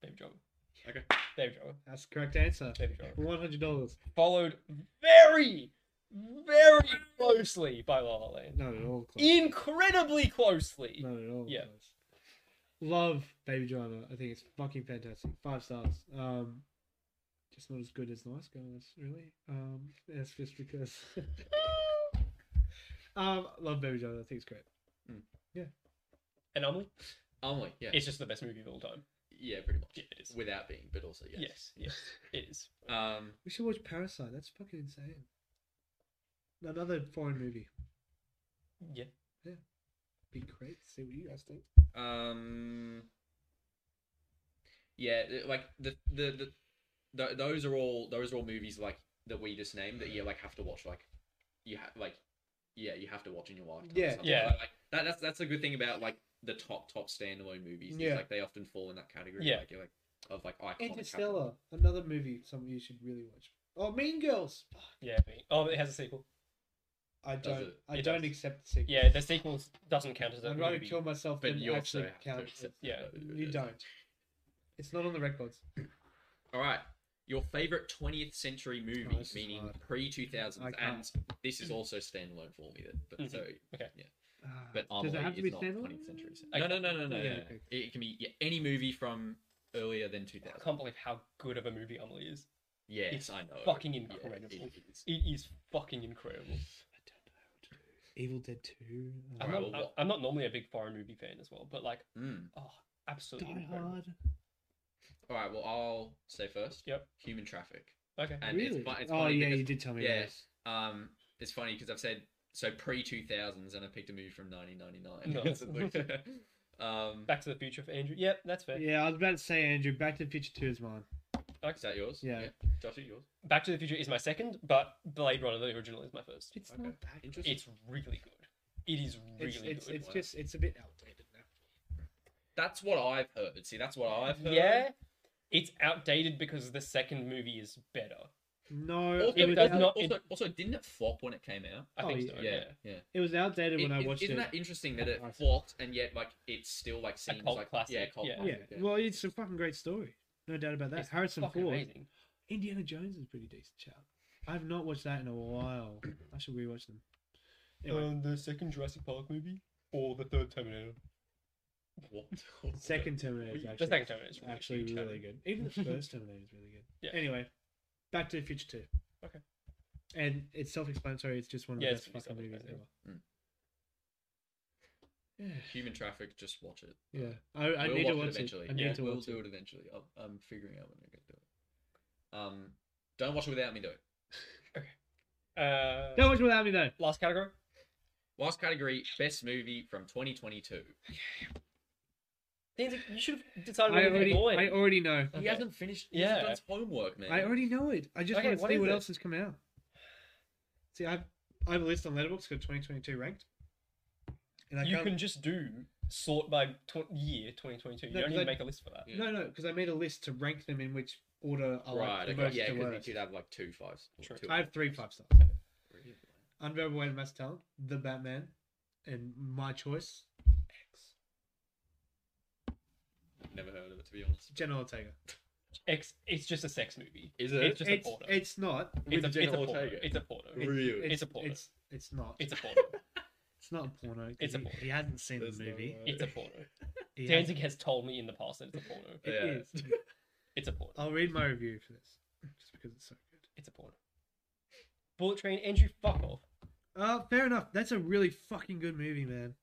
Speaker 1: Baby Driver.
Speaker 2: Okay.
Speaker 1: Baby Driver.
Speaker 3: That's the correct answer.
Speaker 1: Baby Driver.
Speaker 3: For one hundred dollars.
Speaker 1: Followed very, very closely by La La Land.
Speaker 3: Not at all. Close.
Speaker 1: Incredibly closely.
Speaker 3: Not at all.
Speaker 1: Yeah.
Speaker 3: close. Love Baby Driver. I think it's fucking fantastic. Five stars. Um, just not as good as Nice Guys, really. Um, that's just because. um, love Baby Driver. I think it's great.
Speaker 1: Anomaly.
Speaker 2: Only, yeah,
Speaker 1: It's just the best movie of all time.
Speaker 2: yeah, pretty much.
Speaker 1: Yeah, it is.
Speaker 2: Without being, but also yes.
Speaker 1: Yes, yes, it is.
Speaker 2: Um,
Speaker 3: We should watch Parasite. That's fucking insane. Another foreign movie.
Speaker 1: Yeah.
Speaker 3: Be great. to See what you guys think.
Speaker 2: um, yeah, th- like the the the. th- Those are all. Those are all movies like that we just named that you like have to watch. Like, you have like, yeah, you have to watch in your lifetime. or
Speaker 3: Yeah.
Speaker 2: something.
Speaker 1: Yeah.
Speaker 2: Like, like, that, that's that's a good thing about like the top top standalone movies. is,
Speaker 3: Yeah.
Speaker 2: like they often fall in that category.
Speaker 1: Yeah.
Speaker 2: like, you're, like of like iconic.
Speaker 3: Interstellar. Another movie. Some you should really watch. Oh, Mean Girls. Fuck.
Speaker 1: Yeah. me- Oh, it has a sequel.
Speaker 3: I
Speaker 2: Does
Speaker 3: don't.
Speaker 2: it?
Speaker 3: I
Speaker 1: It
Speaker 3: don't
Speaker 1: does.
Speaker 3: accept the sequel.
Speaker 1: Yeah, the sequel doesn't count as a
Speaker 3: I'd rather
Speaker 1: movie.
Speaker 3: kill myself
Speaker 2: But
Speaker 3: than
Speaker 2: you also
Speaker 3: actually
Speaker 2: have to
Speaker 3: count.
Speaker 2: accept.
Speaker 1: it. Yeah.
Speaker 2: that.
Speaker 3: You don't. It's not on the records.
Speaker 2: All right. Your favorite 20th century movie,
Speaker 3: Oh, this is
Speaker 2: meaning
Speaker 3: hard.
Speaker 2: pre 2000s,
Speaker 3: I
Speaker 2: and
Speaker 3: can't.
Speaker 2: this is also standalone for me. Then, but
Speaker 1: Mhm.
Speaker 2: so,
Speaker 3: Ah,
Speaker 2: but
Speaker 3: does
Speaker 2: Amelie
Speaker 3: it have to
Speaker 2: is
Speaker 3: be
Speaker 2: not
Speaker 3: standalone?
Speaker 2: 20th century. so-
Speaker 1: I
Speaker 2: No, no, no, no, no.
Speaker 3: Okay,
Speaker 2: no, no.
Speaker 3: okay.
Speaker 2: It can be yeah, any movie from earlier than
Speaker 1: I
Speaker 2: 2000.
Speaker 1: can't believe how good of a movie Amelie is.
Speaker 2: Yes,
Speaker 1: It's
Speaker 2: I know.
Speaker 1: fucking
Speaker 2: Yeah, it
Speaker 1: incredible.
Speaker 2: is.
Speaker 1: It is fucking incredible.
Speaker 3: Evil Dead Two.
Speaker 2: All right,
Speaker 1: I'm not,
Speaker 2: well,
Speaker 1: I'm-
Speaker 2: what-
Speaker 1: I'm not normally a big foreign movie fan as well, but like,
Speaker 2: Mm.
Speaker 1: oh, absolutely.
Speaker 3: Die
Speaker 1: incredible.
Speaker 3: Hard.
Speaker 2: All right. Well, I'll say first.
Speaker 1: Yep.
Speaker 2: Human traffic.
Speaker 1: Okay.
Speaker 2: And
Speaker 3: really?
Speaker 2: it's, fu- it's
Speaker 3: oh
Speaker 2: funny
Speaker 3: yeah,
Speaker 2: because
Speaker 3: you did tell me.
Speaker 2: yeah.
Speaker 3: that.
Speaker 2: Um, it's funny because I've said so pre two thousands, and I picked a movie from nineteen ninety
Speaker 1: Nice.
Speaker 2: nine. Um,
Speaker 1: Back to the Future for Andrew. Yep, that's fair.
Speaker 3: Yeah, I was about to say Andrew. Back to the Future Two is mine.
Speaker 2: is that yours?
Speaker 3: Yeah.
Speaker 2: Josh, is yours.
Speaker 1: Back to the Future is my second, but Blade Runner the original is my first.
Speaker 3: It's
Speaker 2: Okay.
Speaker 3: not bad.
Speaker 2: Interesting.
Speaker 1: It's really good. It is really
Speaker 3: It's it's,
Speaker 1: good.
Speaker 3: it's
Speaker 2: one.
Speaker 3: just it's a bit outdated now.
Speaker 2: That's what I've heard. See, that's what I've heard.
Speaker 1: yeah, it's outdated because the second movie is better.
Speaker 3: No,
Speaker 2: Also,
Speaker 1: It
Speaker 3: was
Speaker 1: does
Speaker 3: out-
Speaker 1: not-
Speaker 2: also, also, didn't it flop when it came out?
Speaker 1: I
Speaker 3: Oh,
Speaker 1: think so.
Speaker 3: yeah.
Speaker 1: Yeah.
Speaker 2: yeah.
Speaker 3: It was outdated when
Speaker 2: It-
Speaker 3: I
Speaker 2: it-
Speaker 3: watched
Speaker 2: isn't
Speaker 3: it.
Speaker 2: that interesting that it
Speaker 3: I see.
Speaker 2: flopped and yet like it still like seems
Speaker 1: cult
Speaker 2: like
Speaker 1: classic,
Speaker 2: yeah, cult
Speaker 1: yeah.
Speaker 3: yeah.
Speaker 2: classic, yeah.
Speaker 3: well, it's a fucking great story, no doubt about that.
Speaker 1: It's
Speaker 3: Harrison
Speaker 1: Fucking
Speaker 3: Ford,
Speaker 1: amazing.
Speaker 3: Indiana Jones is a pretty decent shout. I've not watched that in a while. I should rewatch them. Anyway,
Speaker 1: Um, the second Jurassic Park movie or the third Terminator.
Speaker 2: What?
Speaker 3: second Terminator is
Speaker 1: The
Speaker 3: actually
Speaker 1: second Terminator is really
Speaker 3: actually
Speaker 1: good.
Speaker 3: really good. Even the first Terminator is really good.
Speaker 1: Yeah.
Speaker 3: Anyway, Back to the Future Two.
Speaker 1: Okay.
Speaker 3: And it's self-explanatory. It's just one of
Speaker 1: Yeah,
Speaker 3: the
Speaker 1: it's
Speaker 3: best
Speaker 1: pretty
Speaker 3: fucking movies ever.
Speaker 2: self-explanatory.
Speaker 1: Mm.
Speaker 3: Yeah.
Speaker 2: human traffic. Just watch it.
Speaker 3: Yeah, I, I
Speaker 2: we'll
Speaker 3: need to
Speaker 2: watch
Speaker 3: watch
Speaker 2: it eventually.
Speaker 3: I need
Speaker 1: Yeah,
Speaker 3: to
Speaker 2: we'll
Speaker 3: watch
Speaker 2: do it eventually. I'll, I'm figuring out when I'm gonna do it. Um, don't watch it without me. Do it.
Speaker 1: Okay. Uh,
Speaker 3: Don't watch without me though.
Speaker 1: Last category.
Speaker 2: Last category: best movie from 2022.
Speaker 1: Danzig, you should have decided
Speaker 3: I
Speaker 1: what
Speaker 3: already,
Speaker 1: you're going.
Speaker 3: I already know.
Speaker 2: He
Speaker 1: Okay.
Speaker 2: hasn't finished. He hasn't done his homework, man.
Speaker 3: I already know it. I just
Speaker 1: Okay,
Speaker 3: want to
Speaker 1: what
Speaker 3: see
Speaker 1: is
Speaker 3: what
Speaker 1: it?
Speaker 3: else has come out. See, I've I have a list on Letterboxd for 2022 ranked, and I
Speaker 1: You
Speaker 3: can't.
Speaker 1: can just do sort by tw- year 2022. You
Speaker 3: No,
Speaker 1: don't
Speaker 3: 'cause
Speaker 1: need to
Speaker 3: I-
Speaker 1: make a list for that.
Speaker 2: Yeah.
Speaker 3: No, no, because I made a list to rank them in which order I
Speaker 2: right.
Speaker 3: like the
Speaker 2: okay.
Speaker 3: most
Speaker 2: yeah,
Speaker 3: to
Speaker 2: because he
Speaker 3: worst.
Speaker 2: could have like two fives. or
Speaker 1: True.
Speaker 2: two
Speaker 3: I have
Speaker 2: ones.
Speaker 3: three five stars: Unbearable Mass Talent, The Batman, and my choice,
Speaker 2: Never heard of it to be honest.
Speaker 3: Jenna Ortega.
Speaker 1: X, it's just a sex movie.
Speaker 2: Is
Speaker 1: It's
Speaker 2: it?
Speaker 1: just
Speaker 3: it's,
Speaker 1: a porno.
Speaker 3: it's not.
Speaker 2: with
Speaker 1: It's a,
Speaker 2: Jenna
Speaker 1: it's a porno.
Speaker 2: Ortega?
Speaker 1: It's a porno.
Speaker 2: It's- Really?
Speaker 1: It's a porno.
Speaker 3: It's it's not.
Speaker 1: It's a porno.
Speaker 3: It's not a porno. 'cause
Speaker 1: It's a
Speaker 3: he-
Speaker 1: porno.
Speaker 3: He hasn't seen
Speaker 2: There's
Speaker 3: the
Speaker 2: no
Speaker 3: movie.
Speaker 2: way.
Speaker 1: It's a porno.
Speaker 3: He has-
Speaker 1: Danzig has told me in the past that it's a porno.
Speaker 3: it
Speaker 2: Yeah.
Speaker 3: is.
Speaker 1: It's a porno.
Speaker 3: I'll read my review for this, just because it's so good.
Speaker 1: It's a porno. Bullet Train, Andrew, fuck off.
Speaker 3: Uh, fair enough. That's a really fucking good movie, man.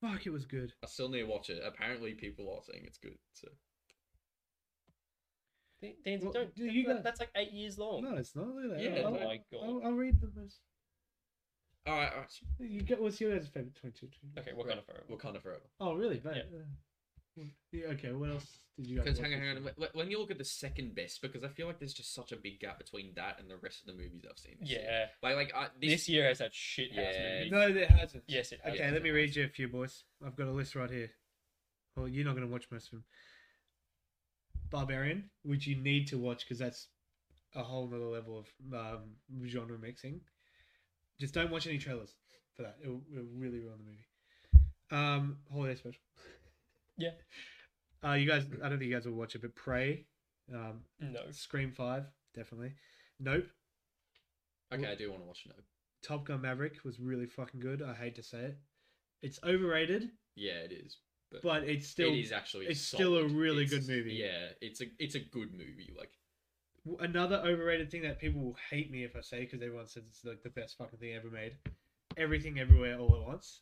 Speaker 3: Fuck, it was good.
Speaker 2: I still need to watch it. Apparently, people are saying it's good. So
Speaker 1: Dan- Danzig,
Speaker 3: Well,
Speaker 1: don't.
Speaker 3: do
Speaker 1: that's
Speaker 3: you
Speaker 1: not-
Speaker 3: guys-
Speaker 1: that's like eight years long.
Speaker 3: No, it's not. Look at that.
Speaker 2: Yeah,
Speaker 3: I'll,
Speaker 1: oh my
Speaker 3: I'll-
Speaker 1: God.
Speaker 3: I'll, I'll read the most.
Speaker 2: all right, all right.
Speaker 3: You get what's your guys' favorite twenty-two?
Speaker 1: Okay, we're
Speaker 2: Right.
Speaker 1: kind of forever.
Speaker 2: Wakanda Forever.
Speaker 3: Oh, really? Bad. Yeah. yeah. Okay. What else did you guys?
Speaker 2: Because
Speaker 3: watch
Speaker 2: hang on,
Speaker 3: this
Speaker 2: hang on.
Speaker 3: year?
Speaker 2: Wh- wh- When you look at the second best, because I feel like there's just such a big gap between that and the rest of the movies I've seen. this year.
Speaker 1: Yeah.
Speaker 2: Like, like I,
Speaker 1: This,
Speaker 2: this,
Speaker 1: year has had shit ass
Speaker 2: Yeah.
Speaker 1: movies.
Speaker 3: No, there hasn't.
Speaker 1: Yes, it has.
Speaker 3: Okay,
Speaker 2: Yeah.
Speaker 3: let me read you a few, boys. I've got a list right here. Well, you're not going to watch most of them. Barbarian, which you need to watch because that's a whole nother level of um, genre mixing. Just don't watch any trailers for that. It'll, it'll really ruin the movie. Um, holiday special.
Speaker 1: Yeah.
Speaker 3: Uh, you guys, I don't think you guys will watch it, but Prey, um,
Speaker 1: No.
Speaker 3: Scream Five, definitely. Nope.
Speaker 2: okay, I do want to watch it. now.
Speaker 3: Top Gun Maverick was really fucking good. I hate to say it. It's overrated,
Speaker 2: Yeah, it is.
Speaker 3: but it's still
Speaker 2: it is actually.
Speaker 3: it's still a
Speaker 2: solid.
Speaker 3: really
Speaker 2: It's-
Speaker 3: good movie.
Speaker 2: Yeah, it's a it's a good movie. Like
Speaker 3: w- another overrated thing that people will hate me if I say because everyone says it's like the best fucking thing ever made. Everything Everywhere All at Once.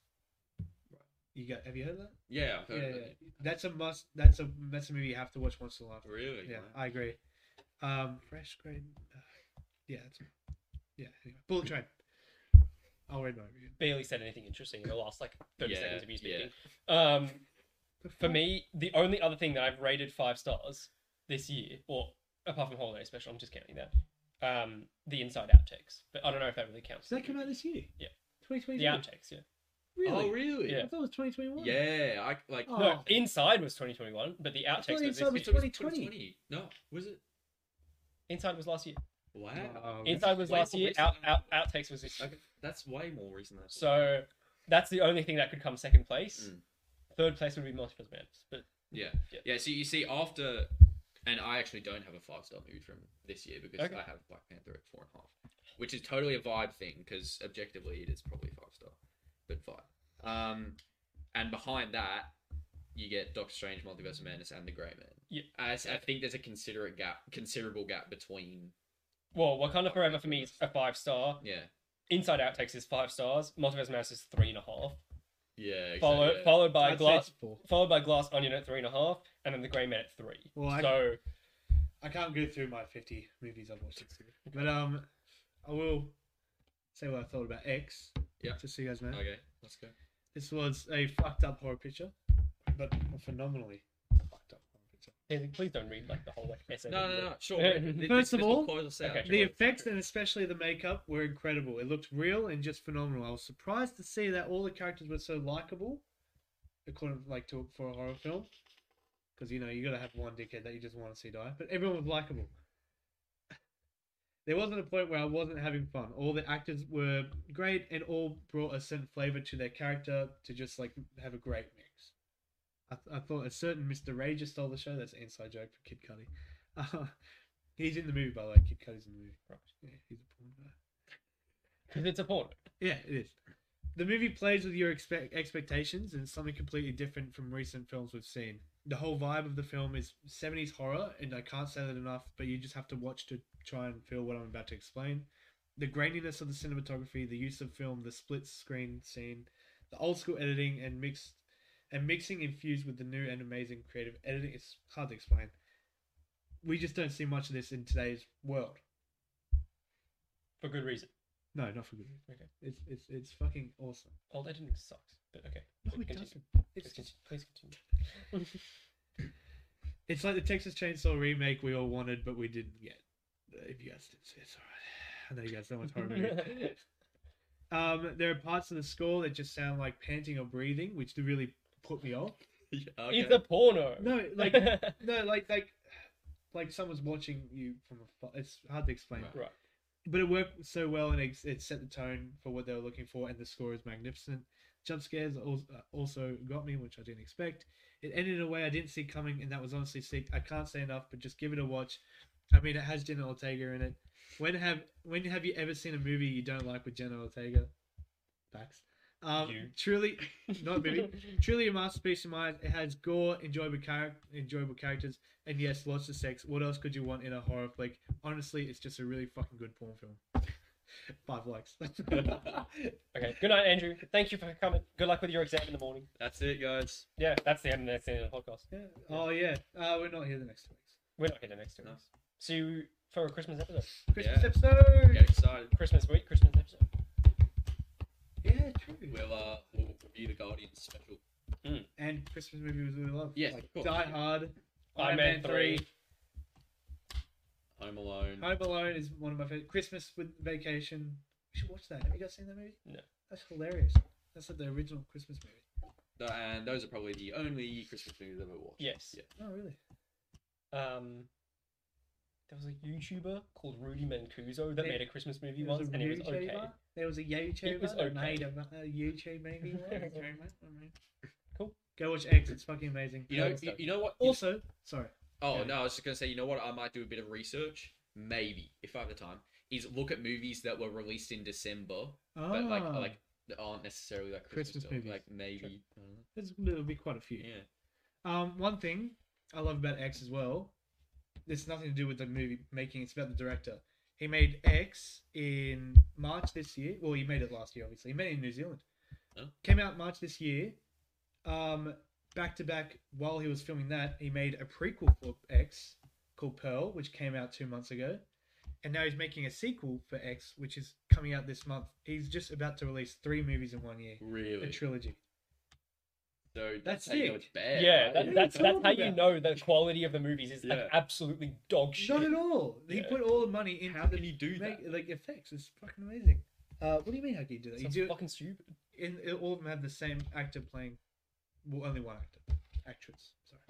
Speaker 3: You got? Have you heard that?
Speaker 2: yeah, I've heard
Speaker 3: Yeah,
Speaker 2: of
Speaker 3: yeah.
Speaker 2: it.
Speaker 3: That's a must. That's a that's a movie you have to watch once in a lifetime.
Speaker 2: really.
Speaker 3: Yeah, Oh,
Speaker 2: Wow.
Speaker 3: I agree. Um, fresh green. Uh, yeah, that's, yeah. Anyway. Bullet Train. I'll read my review.
Speaker 1: Barely said anything interesting in the last like 30
Speaker 2: Yeah,
Speaker 1: seconds of you
Speaker 2: yeah.
Speaker 1: speaking. Um,
Speaker 3: The
Speaker 1: for
Speaker 3: fuck?
Speaker 1: me, the only other thing that I've rated five stars this year, or apart from Holiday Special, I'm just counting that, um, the Inside Outtakes. But I don't know if that really counts.
Speaker 3: Does that come out this year?
Speaker 1: Yeah.
Speaker 3: Twenty
Speaker 1: The
Speaker 3: twenty two.
Speaker 1: Outtakes, yeah.
Speaker 3: Really?
Speaker 2: Oh, really?
Speaker 3: I
Speaker 1: Yeah.
Speaker 3: thought it was twenty twenty one.
Speaker 2: Yeah, I like.
Speaker 3: Oh,
Speaker 1: No, Inside was 2021, but the
Speaker 3: thought
Speaker 1: Outtakes was
Speaker 3: Inside was
Speaker 1: this year.
Speaker 2: It was
Speaker 3: 2020.
Speaker 2: 2020. No, was it?
Speaker 1: Inside was last year.
Speaker 3: Oh,
Speaker 2: Wow.
Speaker 3: Wow. Okay.
Speaker 1: Inside was
Speaker 2: Way
Speaker 1: last
Speaker 2: more
Speaker 1: year.
Speaker 2: recent
Speaker 1: Out,
Speaker 2: than I
Speaker 1: out,
Speaker 2: thought.
Speaker 1: outtakes was this. year.
Speaker 2: Okay, that's way more recent. Than I thought.
Speaker 1: So that's the only thing that could come second place.
Speaker 2: Mm.
Speaker 1: Third place would be Multiple Madness, but
Speaker 2: Yeah.
Speaker 1: Yeah.
Speaker 2: Yeah. So you see, after, and I actually don't have a five star movie from this year because
Speaker 1: Okay.
Speaker 2: I have Black Panther at four and a half, which is totally a vibe thing because objectively it is probably five star, but vibe. Um, and behind that, you get Doctor Strange, Multiverse of Madness, and The Gray Man.
Speaker 1: Yeah.
Speaker 2: I, s- I think there's a considerate gap, considerable gap between.
Speaker 1: well, Wakanda Forever for me is a five star.
Speaker 2: Yeah.
Speaker 1: Inside Outtakes is five stars. Multiverse Madness is three and a half.
Speaker 2: Yeah. exactly,
Speaker 1: Followed
Speaker 2: yeah.
Speaker 1: followed by
Speaker 3: I'd say
Speaker 1: Glass,
Speaker 3: it's four.
Speaker 1: followed by Glass Onion at three and a half, and then The Grey Man at three.
Speaker 3: Well, I-
Speaker 1: so
Speaker 3: I can't go through my 50 movies I've watched this year. But um, I will say what I thought about X.
Speaker 2: Yeah.
Speaker 3: Just so you guys know.
Speaker 2: Okay. Let's go.
Speaker 3: This was a fucked up horror picture, but a phenomenally fucked up horror picture.
Speaker 1: Danzig, please don't read like the whole like essay.
Speaker 2: No,
Speaker 1: that you
Speaker 2: no,
Speaker 1: wrote.
Speaker 2: no. Sure.
Speaker 1: First
Speaker 2: Th- this-
Speaker 3: of
Speaker 2: this will
Speaker 3: all-
Speaker 2: close us out.
Speaker 1: Okay.
Speaker 3: The effects and especially the makeup were incredible. It looked real and just phenomenal. I was surprised to see that all the characters were so likable, according like to for a horror film, because you know you gotta have one dickhead that you just want to see die. But everyone was likable. There wasn't a point where I wasn't having fun. All the actors were great and all brought a certain flavor to their character to just like have a great mix. I, th- I thought a certain Mr. Ray just stole the show. That's an inside joke for Kid Cudi. Uh, he's in the movie, by the way. Kid Cudi's in the movie.
Speaker 1: Right.
Speaker 3: Yeah, he's a porn guy.
Speaker 1: 'Cause it's a porno.
Speaker 3: Yeah, it is. The movie plays with your expect- expectations and it's something completely different from recent films we've seen. The whole vibe of the film is 70s horror, and I can't say that enough, but you just have to watch to try and feel what I'm about to explain. The graininess of the cinematography, the use of film, the split screen scene, the old school editing and mixed and mixing infused with the new and amazing creative editing. It's hard to explain. We just don't see much of this in today's world.
Speaker 1: for good reason.
Speaker 3: No, not for good reason.
Speaker 1: Okay.
Speaker 3: It's it's it's fucking awesome.
Speaker 1: Old editing sucks, but okay.
Speaker 3: No,
Speaker 1: Please
Speaker 3: it
Speaker 1: continue.
Speaker 3: doesn't.
Speaker 1: Please
Speaker 3: It's
Speaker 1: continue. Please continue.
Speaker 3: It's like the Texas Chainsaw remake we all wanted but we didn't get. Uh, If you guys didn't see, it, it's alright. I know you guys know it's horror movie. Um, there are parts of the score that just sound like panting or breathing, which do really put me off.
Speaker 2: Yeah, okay.
Speaker 1: It's a porno.
Speaker 3: No, like no, like like like someone's watching you from afar. It's hard to explain,
Speaker 2: Right.
Speaker 1: Right.
Speaker 3: but it worked so well and it, it set the tone for what they were looking for, and the score is magnificent. Jump scares al- uh, also got me, which I didn't expect. It ended in a way I didn't see coming, and that was honestly sick. I can't say enough, but just give it a watch. I mean, it has Jenna Ortega in it. When have when have you ever seen a movie you don't like with Jenna Ortega? Facts. Um,
Speaker 1: You.
Speaker 3: truly, not movie truly a masterpiece in my eyes. It has gore, enjoyable char- enjoyable characters, and yes, lots of sex. What else could you want in a horror flick? Honestly, it's just a really fucking good porn film. Five likes.
Speaker 1: Okay. Good night, Andrew. Thank you for coming. Good luck with your exam in the morning.
Speaker 2: That's it, guys.
Speaker 1: Yeah, that's the end. That's the end of the podcast.
Speaker 3: yeah. Oh yeah. Uh, we're not here the next two weeks.
Speaker 1: We're not here the next two.
Speaker 2: Nice.
Speaker 1: See you for a Christmas episode.
Speaker 3: Christmas
Speaker 2: Yeah.
Speaker 3: episode.
Speaker 2: Get excited.
Speaker 1: Christmas week. Christmas episode.
Speaker 3: Yeah, true.
Speaker 2: We'll uh, we'll review the Guardian special.
Speaker 3: And Christmas movies we love.
Speaker 2: Yes,
Speaker 3: Like
Speaker 2: of course.
Speaker 3: Die Hard.
Speaker 1: Iron Man 3.
Speaker 2: Home Alone.
Speaker 3: Home Alone is one of my favorite. Christmas with Vacation. We should watch that. Have you guys seen that movie?
Speaker 1: No.
Speaker 3: That's hilarious. That's like the original Christmas movie.
Speaker 2: Th- And those are probably the only Christmas movies I've ever watched.
Speaker 1: Yes.
Speaker 2: Yeah.
Speaker 3: Oh really?
Speaker 1: Um. There was a YouTuber called Rudy Mancuso that
Speaker 3: Yeah.
Speaker 1: made a Christmas movie
Speaker 3: There was
Speaker 1: once,
Speaker 3: a
Speaker 1: and it was okay.
Speaker 3: YouTuber- There was a YouTuber
Speaker 1: was
Speaker 3: that
Speaker 1: okay.
Speaker 3: made a, a YouTube maybe.
Speaker 1: Cool.
Speaker 3: Go watch X. It's fucking amazing.
Speaker 2: You know,
Speaker 1: Nice
Speaker 2: you,
Speaker 1: stuff.
Speaker 2: you know what? you-
Speaker 3: Also, sorry.
Speaker 2: Oh
Speaker 3: Yeah.
Speaker 2: no, I was just gonna say, you know what? I might do a bit of research, maybe if I have the time. Is look at movies that were released in December,
Speaker 3: Oh,
Speaker 2: but like like that aren't necessarily like Christmas,
Speaker 3: Christmas
Speaker 2: films,
Speaker 3: movies.
Speaker 2: Like maybe, uh,
Speaker 3: there's, there'll be quite a few.
Speaker 2: yeah.
Speaker 3: Um, one thing I love about X as well. It's nothing to do with the movie making. It's about the director. He made X in March this year. Well, he made it last year, obviously. He made it in New Zealand.
Speaker 2: Oh.
Speaker 3: Came out March this year. Um, back to back, while he was filming that, he made a prequel for X called Pearl, which came out two months ago. And now he's making a sequel for X, which is coming out this month. He's just about to release three movies in one year, a
Speaker 2: Really?
Speaker 3: trilogy.
Speaker 2: so
Speaker 3: That's
Speaker 2: that's how you know
Speaker 3: sick.
Speaker 2: it's bad.
Speaker 1: yeah,
Speaker 2: right?
Speaker 1: that,
Speaker 3: Yeah,
Speaker 1: that's
Speaker 3: what are you
Speaker 1: that's how
Speaker 3: talking
Speaker 1: you know the quality of the movies is like
Speaker 2: Yeah.
Speaker 1: absolutely dog shit.
Speaker 3: Not at all. He
Speaker 1: Yeah.
Speaker 3: put all the money into
Speaker 2: How
Speaker 3: the
Speaker 2: can you do
Speaker 3: make,
Speaker 2: that?
Speaker 3: like effects. It's fucking amazing. Uh, what do you mean? How can you do that? You
Speaker 1: Sounds
Speaker 3: do
Speaker 1: fucking stupid.
Speaker 3: in in- all of them have the same actor playing, well, only one actor, actress. Sorry,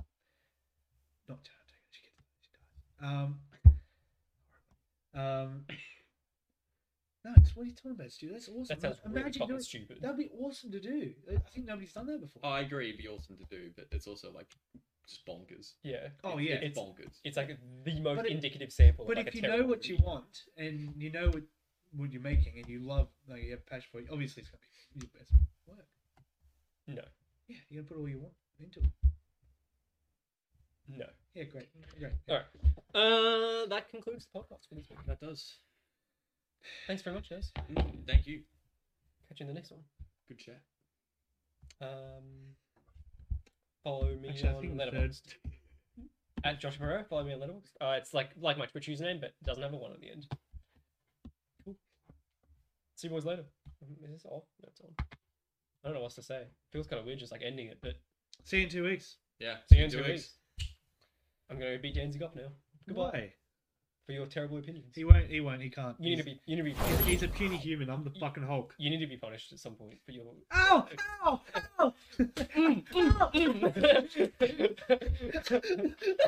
Speaker 3: not Janet. Taylor, She gets she dies. Um, um, no, it's- what are you talking about, Stu? That's awesome.
Speaker 1: That sounds really
Speaker 3: Imagine
Speaker 1: fucking
Speaker 3: doing.
Speaker 1: stupid.
Speaker 3: That'd be awesome to do. I I think nobody's done that before.
Speaker 2: Oh, I agree, it'd be awesome to do, but it's also like just bonkers.
Speaker 1: yeah,
Speaker 3: oh
Speaker 2: It's-
Speaker 3: yeah,
Speaker 2: it's
Speaker 1: It's-
Speaker 2: bonkers.
Speaker 1: it's like the most
Speaker 3: But it-
Speaker 1: indicative sample. of,
Speaker 3: But
Speaker 1: like,
Speaker 3: if
Speaker 1: a
Speaker 3: you know
Speaker 1: terrible
Speaker 3: what
Speaker 1: movie.
Speaker 3: you want and you know what, what you're making and you love, like you have passion for it, obviously it's gonna be your best work.
Speaker 1: no,
Speaker 3: Yeah, you're gonna put all you want into it.
Speaker 1: no.
Speaker 3: Yeah, great, great.
Speaker 1: All right. Uh, that concludes the podcast for this week.
Speaker 2: That does.
Speaker 1: Thanks very much, guys.
Speaker 2: Mm, Thank you.
Speaker 1: Catch you in the next one.
Speaker 2: Good chat.
Speaker 1: Um, follow me uh,
Speaker 3: Actually, I
Speaker 1: on
Speaker 3: think the third.
Speaker 1: Letterboxd at Josh Moreau. Follow me on Letterboxd. Uh, it's like like my Twitch username, but doesn't have a one at the end. Cool. See you boys later. Mm, Is this off? No, it's on. I don't know what else to say. Feels kind of weird just like ending it, but
Speaker 3: See you in two weeks.
Speaker 2: Yeah.
Speaker 1: see you in two weeks. I'm gonna beat Danzig up now. Goodbye
Speaker 3: Why?
Speaker 1: for your terrible opinions.
Speaker 3: He won't. He won't. He can't.
Speaker 1: You need to
Speaker 3: he's,
Speaker 1: be you need to be
Speaker 3: he's-
Speaker 1: punished.
Speaker 3: he's a puny human. I'm the fucking Hulk.
Speaker 1: you need to be punished at some point for your
Speaker 3: Ow! Ow! Ow!
Speaker 1: Mm,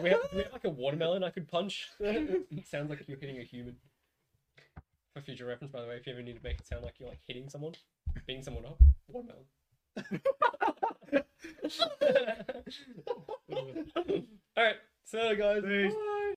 Speaker 1: we have, we have like a watermelon I could punch. It sounds like you're hitting a human. For future reference, by the way, if you ever need to make it sound like you're like hitting someone, beating someone up, watermelon. All right, so guys.
Speaker 3: Peace.